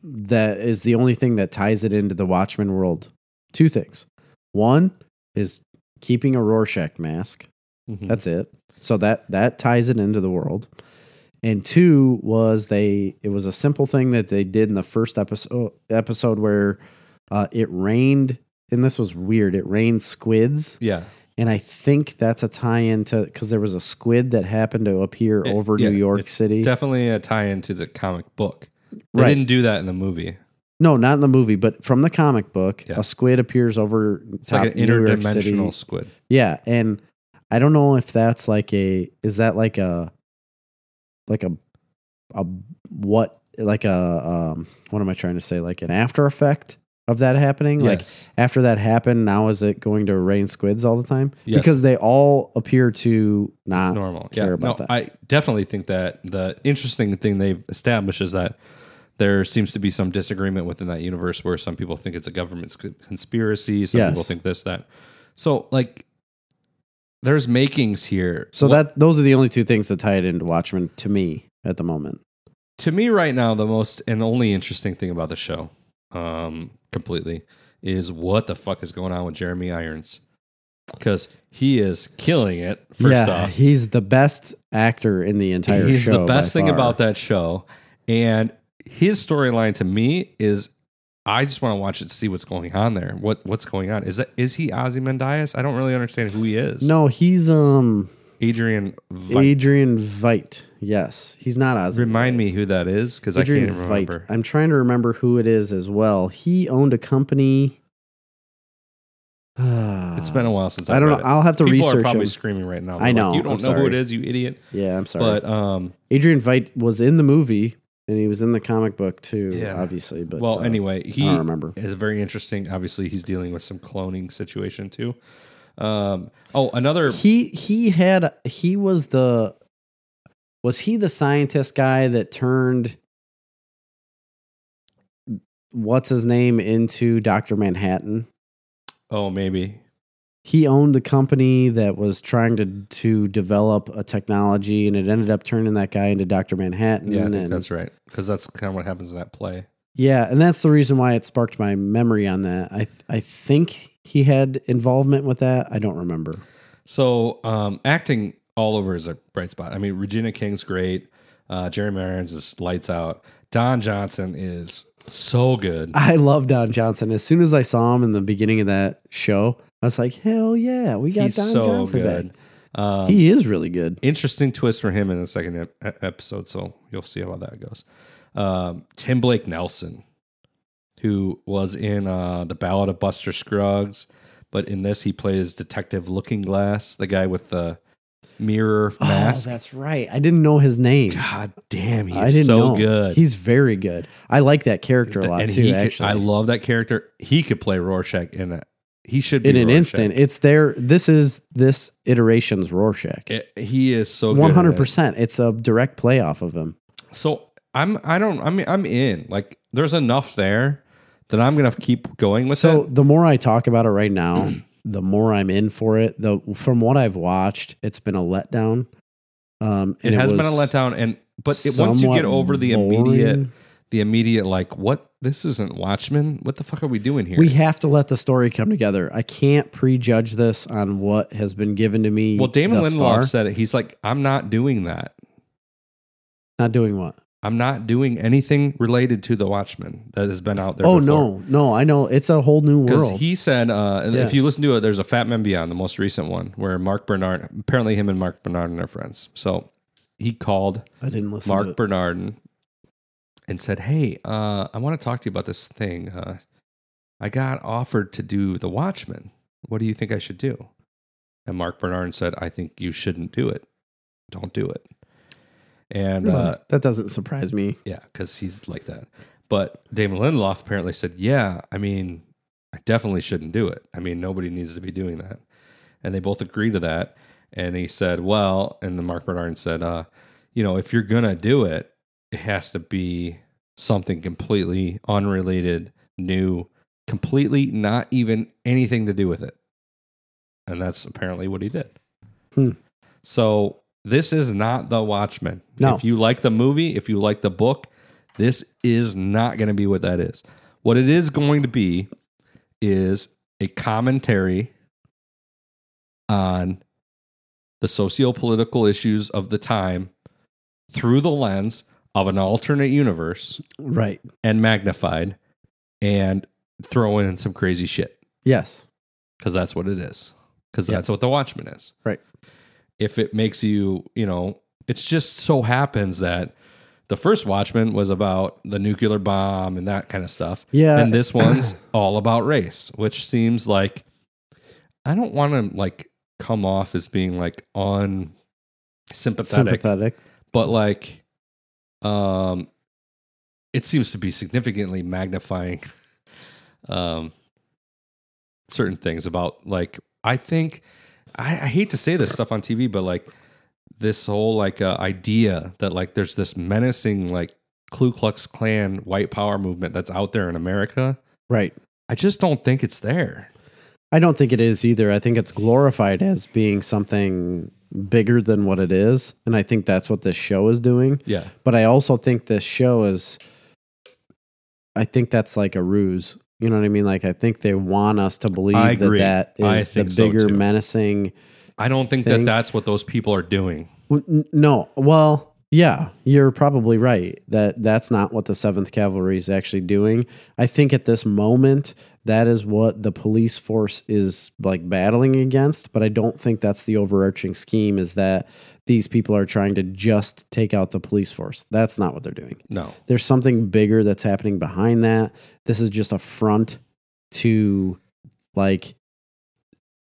B: that is the only thing that ties it into the Watchmen world. Two things. One is keeping a Rorschach mask.
A: Mm-hmm.
B: That's it. So that that ties it into the world. And two was they it was a simple thing that they did in the first episode episode where uh, it rained and this was weird. It rained squids,
A: yeah.
B: and I think that's a tie-in to because there was a squid that happened to appear
A: It-
B: over
A: yeah,
B: New York
A: it's
B: City.
A: Definitely a tie-in to the comic book. They
B: Right.
A: didn't do that in the movie.
B: no, not in the movie, but from the comic book,
A: Yeah.
B: a squid appears over
A: It's like an
B: New York City.
A: interdimensional squid.
B: Yeah, and I don't know if that's like a is that like a like a a what like a um what am I trying to say like an after effect of that happening like
A: Yes.
B: after that happened now is it going to rain squids all the time
A: Yes.
B: because they all appear to not
A: normal.
B: Ah, care
A: yeah,
B: about
A: no,
B: that
A: I definitely think that the interesting thing they've established is that there seems to be some disagreement within that universe where some people think it's a government sc- conspiracy, some
B: Yes.
A: people think this, that. So, like, there's makings here.
B: so
A: What-
B: that those are the only two things that tie it into Watchmen to me at the moment
A: to me right now, the most and only interesting thing about the show, um, completely, is what the fuck is going on with Jeremy Irons. Because he is killing it, first
B: yeah
A: off.
B: he's the best actor in the entire
A: he's
B: show
A: the best
B: by
A: thing
B: far.
A: about that show and his storyline to me is i just want to watch it to see what's going on there what what's going on is that is he ozymandias i don't really understand who he is
B: no he's um
A: adrian Vi-
B: Adrian Veidt. Yes, he's not Oz.
A: remind me who that is because i
B: Adrian
A: can't remember
B: Veidt. I'm trying to remember who it is as well. He owned a company.
A: it's been a while since I've
B: I don't
A: read
B: know.
A: it.
B: I'll have to
A: People
B: research
A: are probably
B: him.
A: screaming right now.
B: I
A: They're
B: know.
A: Like, you don't
B: I'm
A: know who
B: sorry.
A: it is, you idiot.
B: yeah. I'm sorry.
A: But um,
B: Adrian Veidt was in the movie and he was in the comic book too,
A: Yeah.
B: obviously. But
A: well,
B: uh,
A: anyway,
B: I
A: he
B: don't remember.
A: is very interesting. Obviously, he's dealing with some cloning situation too. Um, oh, another
B: he he had he was the was he the scientist guy that turned what's his name into Doctor Manhattan?
A: oh maybe
B: he owned the company that was trying to to develop a technology and it ended up turning that guy into Dr. Manhattan
A: Yeah, I
B: and
A: think that's right. Because that's kind of what happens in that play.
B: yeah and that's the reason why it sparked my memory on that I I think he had involvement with that I don't remember
A: So um, acting all over is a bright spot. I mean, Regina King's great. Uh, Jeremy Irons is lights out. Don Johnson is so good.
B: I love Don Johnson as soon as I saw him in the beginning of that show I was like hell yeah we got
A: He's
B: Don
A: so
B: Johnson
A: good.
B: back
A: Um,
B: he is really good
A: interesting twist for him in the second ep- e- episode. So you'll see how that goes. Um, Tim Blake Nelson, who was in uh, the Ballad of Buster Scruggs, but in this he plays Detective Looking Glass, the guy with the mirror mask.
B: oh that's right I didn't know his name
A: God damn, he's
B: I didn't
A: so
B: know
A: good.
B: he's very good I like that character a lot
A: And
B: too
A: he could-
B: actually
A: I love that character. He could play Rorschach in a. He should be
B: in an
A: Rorschach.
B: instant. It's their this is this iteration's Rorschach.
A: It- he is so good at it.
B: One hundred percent. It's a direct play off of him.
A: So I'm I don't I mean I'm in. Like there's enough there that I'm gonna keep going with
B: so
A: it.
B: the more I talk about it right now, the more I'm in for it. The from what I've watched, it's been a letdown. Um,
A: It
B: and
A: has been a
B: was
A: letdown, and but it, once you get
B: somewhat
A: over the
B: boring.
A: immediate the immediate like what this isn't Watchmen. What the fuck are we doing here?
B: we have to let the story come together. I can't prejudge this on what has been given to me.
A: well, Damon
B: thus
A: Lindelof
B: far.
A: said it. He's like, I'm not doing that.
B: not doing what.
A: I'm not doing anything related to the Watchmen that has been out there.
B: Oh no, no, I know it's a whole new
A: Because
B: world.
A: he said, uh, and if
B: Yeah.
A: you listen to it, there's a Fat Man Beyond, the most recent one, where Mark Bernard, apparently him and Mark Bernardin are friends. So he called
B: I didn't listen. to
A: Mark
B: it.
A: Bernardin and said, Hey, uh, I want to talk to you about this thing. Uh, I got offered to do The Watchmen. What do you think I should do? And Mark Bernardin said, I think you shouldn't do it. Don't do it. And uh,
B: Well, that doesn't surprise me.
A: yeah, because he's like that. But Damon Lindelof apparently said, "Yeah, I mean, I definitely shouldn't do it. I mean, nobody needs to be doing that." And they both agree to that. And he said, "Well," and then Mark Bernard said, uh, "You know, if you're gonna do it, it has to be something completely unrelated, new, completely not even anything to do with it." And that's apparently what he did.
B: Hmm.
A: So this is not the Watchmen.
B: No.
A: If you like the movie, if you like the book, this is not going to be what that is. What it is going to be is a commentary on the socio-political issues of the time through the lens of an alternate universe
B: Right.
A: and magnified and throw in some crazy shit
B: Yes.
A: because that's what it is because that's
B: Yes.
A: what the watchman is
B: Right.
A: if it makes you you know it's just so happens that the first watchman was about the nuclear bomb and that kind of stuff
B: Yeah.
A: and this one's all about race which seems like i don't want to like come off as being like unsympathetic
B: sympathetic.
A: but like um it seems to be significantly magnifying um certain things about like i think i, I hate to say this stuff on tv but like this whole like uh, idea that like there's this menacing like ku klux klan white power movement that's out there in america
B: Right.
A: i just don't think it's there
B: I don't think it is either. I think it's glorified as being something bigger than what it is. And I think that's what this show is doing.
A: yeah
B: But I also think this show is, I think that's like a ruse. You know what I mean? Like, I think they want us to
A: I
B: believe
A: agree.
B: that that
A: I
B: is the
A: think so,
B: bigger,
A: too.
B: menacing.
A: i don't think that
B: Thing.
A: that's what those people are doing
B: W- n- No, well, yeah, you're probably right that that's not what the Seventh Cavalry is actually doing. I think at this moment that is what the police force is like battling against, but I don't think that's the overarching scheme. Is that these people are trying to just take out the police force? That's not what they're doing.
A: no
B: There's something bigger that's happening behind that. This is just a front to like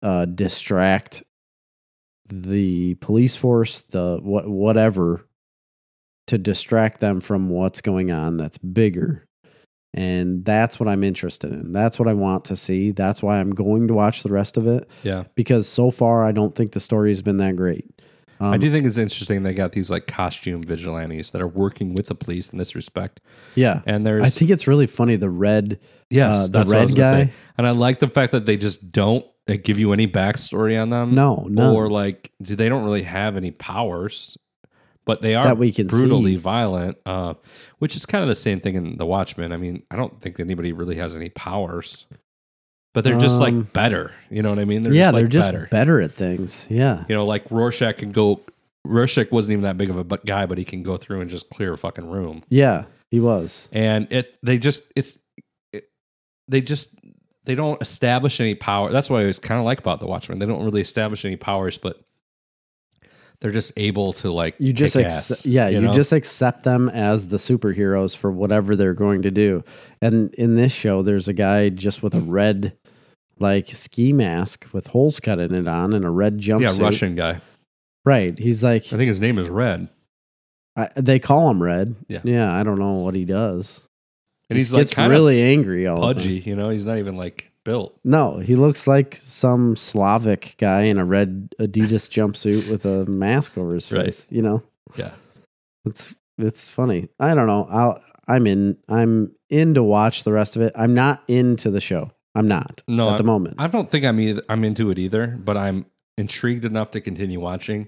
B: uh distract the police force, the what whatever to distract them from what's going on that's bigger. And that's what I'm interested in. That's what I want to see. That's why I'm going to watch the rest of it
A: yeah
B: because so far I don't think the story has been that great. Um,
A: I do think it's interesting they got these like costume vigilantes that are working with the police in this respect.
B: yeah.
A: And there's
B: I think it's really funny the red
A: yes,
B: uh, the
A: that's what I
B: red
A: was gonna say.
B: guy.
A: And I like the fact that they just don't uh, give you any backstory on them.
B: no, no.
A: or like they don't really have any powers, but they are
B: That we can
A: brutally
B: see.
A: violent. Uh, which is kind of the same thing in The Watchmen. I mean, I don't think anybody really has any powers, but they're just
B: Um,
A: like better. You know what I mean? They're
B: yeah,
A: just, like,
B: they're just
A: better.
B: better. at things. Yeah.
A: You know, like Rorschach can go. Rorschach wasn't even that big of a bu- guy, but he can go through and just clear a fucking room.
B: Yeah, he was.
A: And it, they just, it's, it, they just, they don't establish any power. That's what I was kind of like about the Watchmen. They don't really establish any powers, but they're just able to like
B: You just
A: kick
B: ex-
A: ass,
B: yeah, you,
A: know?
B: just accept them as the superheroes for whatever they're going to do. And in this show there's a guy just with a red like ski mask with holes cut in it on and a red
A: yeah,
B: jumpsuit.
A: Russian guy.
B: Right. He's like
A: I think his name is Red,
B: I, they call him Red.
A: Yeah.
B: Yeah, I don't know what he does.
A: and he's
B: he
A: like
B: gets
A: kind
B: really angry all
A: of
B: the time.
A: pudgy. You know, he's not even like built.
B: No, he looks like some Slavic guy in a red Adidas jumpsuit with a mask over his
A: Right.
B: face. You know,
A: Yeah.
B: it's It's funny. I don't know. I'll, I'm in. I'm in to watch the rest of it. I'm not into the show. I'm not.
A: No,
B: at the
A: I'm-
B: moment.
A: I don't think I'm either, I'm into it either, but I'm intrigued enough to continue watching.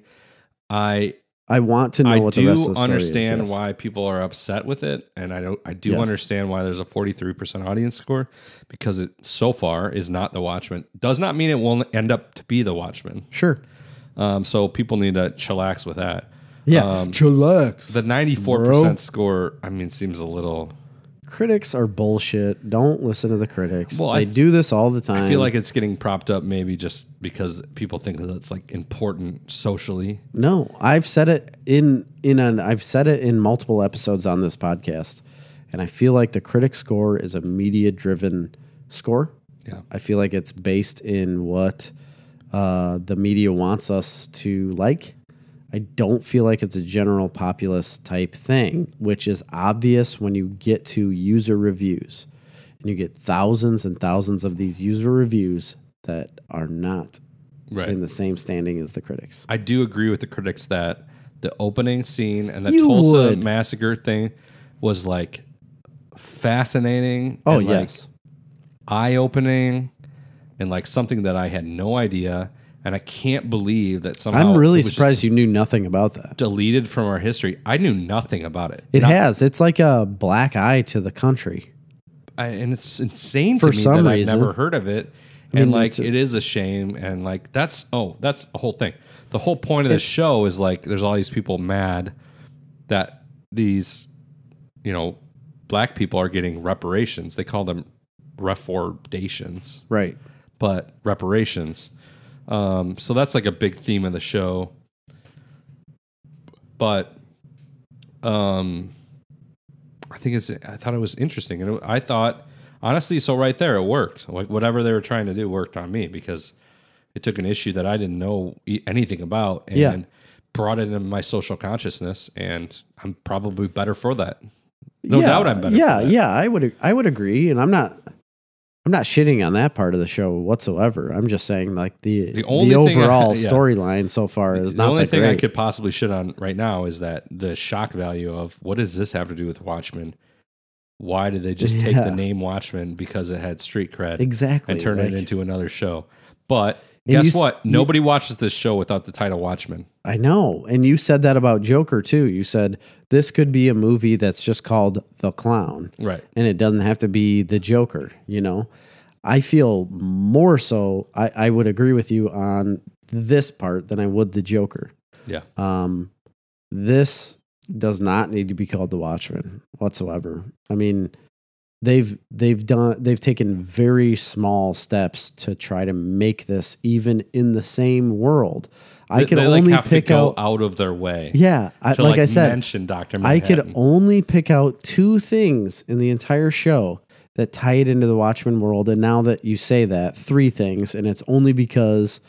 A: I
B: I want to know
A: I
B: what the
A: do
B: rest of the story
A: understand
B: is. yes.
A: why people are upset with it, and I don't. I do
B: Yes.
A: understand why there's a 43% audience score because it so far is not the Watchmen. Does not mean it will end up to be the Watchmen.
B: Sure.
A: Um, so people need to chillax with that.
B: Yeah.
A: Um,
B: Chillax.
A: The 94%
B: Bro.
A: score, I mean, seems a little.
B: critics are bullshit. Don't listen to the critics.
A: Well, I
B: they
A: f-
B: do this all the time.
A: I feel like it's getting propped up maybe just because people think that it's like important socially.
B: No, I've said it in in an I've said it in multiple episodes on this podcast, and I feel like the critic score is a media driven score.
A: Yeah.
B: I feel like it's based in what uh, the media wants us to like. I don't feel like it's a general populace type thing, which is obvious when you get to user reviews and you get thousands and thousands of these user reviews that are not
A: Right.
B: in the same standing as the critics.
A: I do agree with the critics that the opening scene and the
B: You
A: Tulsa
B: would.
A: massacre thing was like fascinating.
B: Oh
A: and,
B: yes,
A: like eye opening, and like something that I had no idea, and I can't believe that somehow
B: I'm
A: Oh, it
B: really
A: was just
B: surprised you knew nothing about that.
A: deleted from our history. I knew nothing about it,
B: It has. It's like a black eye to the country.
A: I, and it's insane
B: For
A: to me
B: some
A: that
B: reason.
A: I've never heard of it.
B: mean,
A: and like
B: it's a-
A: it is a shame, and like that's oh that's a whole thing. The whole point of the show is like there's all these people mad that these you know black people are getting reparations. They call them refordations,
B: Right.
A: but reparations. Um, so that's like a big theme of the show. But um, I think it's I thought it was interesting, and it, I thought honestly, so right there, it worked. Like whatever they were trying to do worked on me because it took an issue that I didn't know e- anything about and
B: Yeah.
A: brought it into my social consciousness, and I'm probably better for that. No
B: yeah,
A: doubt I'm better for
B: Yeah,
A: that.
B: yeah, I would I would agree and I'm not I'm not shitting on that part of the show whatsoever. I'm just saying like the
A: The
B: the,
A: only thing I-
B: overall
A: yeah.
B: storyline so far is
A: the
B: not
A: only
B: that
A: thing
B: great.
A: I could possibly shit on right now is that the shock value of what does this have to do with Watchmen? Why did they just take the
B: Yeah.
A: name Watchmen because it had street cred
B: exactly.
A: and turn
B: like,
A: it into another show? But
B: And
A: guess
B: you s-
A: what?
B: you-
A: Nobody watches this show without the title Watchmen.
B: I know. And you said that about Joker too. You said this could be a movie that's just called The Clown.
A: Right.
B: and it doesn't have to be the Joker, you know. I feel more so I, I would agree with you on this part than I would the Joker.
A: Yeah.
B: Um this does not need to be called the Watchman whatsoever. I mean, they've they've done they've taken very small steps to try to make this even in the same world. I
A: They-
B: can
A: they, like,
B: only
A: have
B: pick
A: to go
B: out,
A: out, of their way.
B: yeah, I,
A: to,
B: like, I said,
A: mention Doctor.
B: I could only pick out two things in the entire show that tie it into the Watchmen world. And now that you say that, three things, and it's only because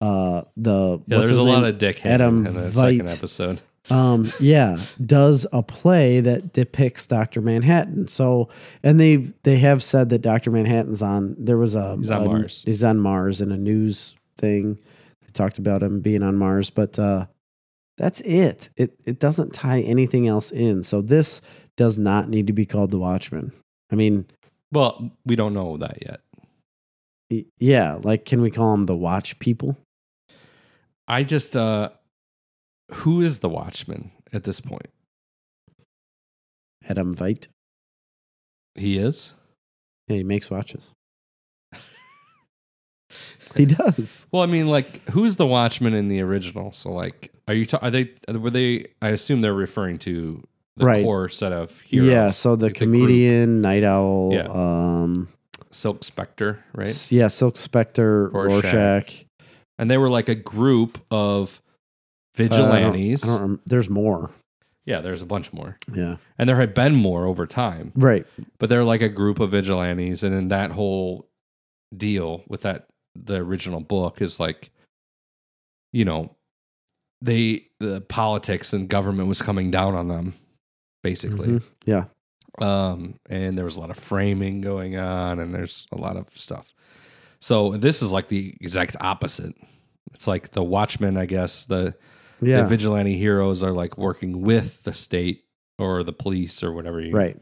B: uh, the
A: Yeah,
B: what's
A: there's
B: his
A: a lot
B: name?
A: of dick
B: Adam
A: in the second
B: Veit,
A: episode.
B: um, yeah, does a play that depicts Doctor Manhattan. So, and they they have said that Doctor Manhattan's on. There was a
A: He's on
B: a-
A: Mars.
B: He's on Mars in a news thing. They talked about him being on Mars, but uh, that's it. It it doesn't tie anything else in. So this does not need to be called the Watchmen. I mean,
A: Well, we don't know that yet.
B: y- yeah, like can we call them the Watch People?
A: I just uh who is the Watchman at this point?
B: Adam Veit.
A: He is.
B: Yeah, he makes watches. he does.
A: Well, I mean, like, who's the Watchman in the original? So, like, are you? Ta- are they? Were they? I assume they're referring to the
B: Right.
A: core set of heroes.
B: Yeah, so the
A: like the
B: comedian, Night Owl,
A: Yeah.
B: um,
A: Silk Spectre, right?
B: s- yeah, Silk Spectre,
A: Rorschach.
B: Rorschach.
A: And they were like a group of
B: Uh, I don't-
A: vigilantes.
B: I don't, rem- there's more.
A: yeah, there's a bunch more,
B: Yeah,
A: and there had been more over time.
B: right.
A: But they're like a group of vigilantes, and in that whole deal with that, the original book is like, you know, they the politics and government was coming down on them, basically.
B: Mhm. Yeah,
A: um, and there was a lot of framing going on, and there's a lot of stuff. So this is like the exact opposite. It's like the Watchmen, I guess. The,
B: yeah.
A: the vigilante heroes are like working with the state or the police or whatever you
B: Right.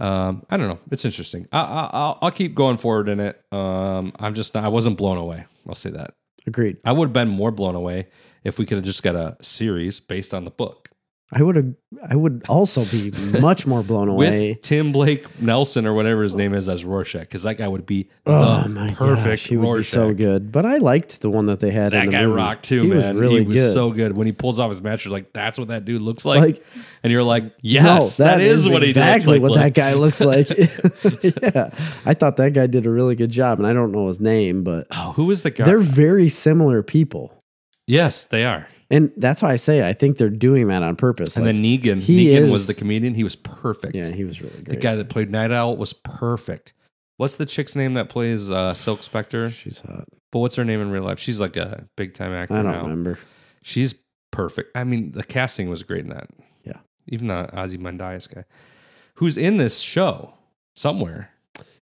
A: um, I don't know. It's interesting. I, I, I'll, I'll keep going forward in it. Um, I'm just not, I wasn't blown away. I'll say that.
B: Agreed.
A: I would have been more blown away if we could have just got a series based on the book
B: I would have. I would also be much more blown away.
A: with Tim Blake Nelson or whatever his name is as Rorschach, because that guy would be
B: Oh
A: the
B: my
A: perfect
B: gosh, he would
A: Rorschach.
B: be so good. But I liked the one that they had. in
A: That
B: the
A: guy
B: movie.
A: rocked too,
B: he
A: man.
B: Was really
A: he was
B: good.
A: so good when he pulls off his match. You're like, that's what that dude looks like,
B: Like-
A: and you're like, yes,
B: no,
A: that is, what
B: exactly
A: he looks
B: what
A: like.
B: that guy looks like. yeah, I thought that guy did a really good job, and I don't know his name, but
A: oh, who is the guy?
B: they're very similar people,
A: yes, they are.
B: and that's why I say I think they're doing that on purpose.
A: And
B: Like,
A: then Negan,
B: he
A: Negan
B: is-
A: was the comedian. He was perfect.
B: yeah, he was really
A: The
B: great.
A: guy that played Night Owl was perfect. What's the chick's name that plays uh, Silk Spectre?
B: She's hot.
A: But what's her name in real life? She's like a big time actor
B: I don't
A: now.
B: remember.
A: She's perfect. I mean, the casting was great in that.
B: Yeah.
A: Even the Ozzy Mundias guy, who's in this show somewhere.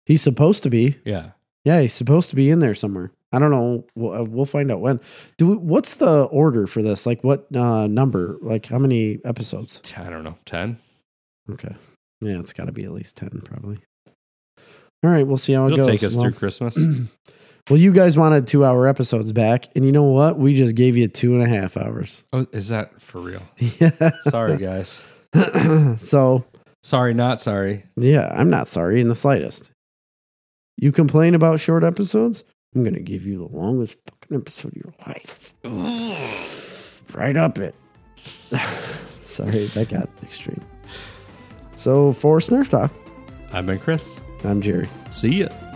B: He's supposed to be.
A: Yeah.
B: Yeah, he's supposed to be in there somewhere. I don't know. We'll, uh, we'll find out when. Do we, what's the order for this? Like what uh, number? Like how many episodes?
A: T- I don't know. 10?
B: Okay. Yeah, it's got to be at least 10, probably. All right, we'll see how it
A: It'll
B: goes.
A: take us
B: well,
A: through Christmas.
B: well, you guys wanted two hour episodes back, and you know what? We just gave you two and a half hours.
A: oh, is that for real?
B: Yeah.
A: Sorry, guys.
B: so,
A: Sorry, not sorry.
B: yeah, I'm not sorry in the slightest. You complain about short episodes? I'm going to give you the longest fucking episode of your life. right up it. sorry, that got extreme. So, for Snarf Talk,
A: I've been Chris.
B: I'm Jerry.
A: See ya.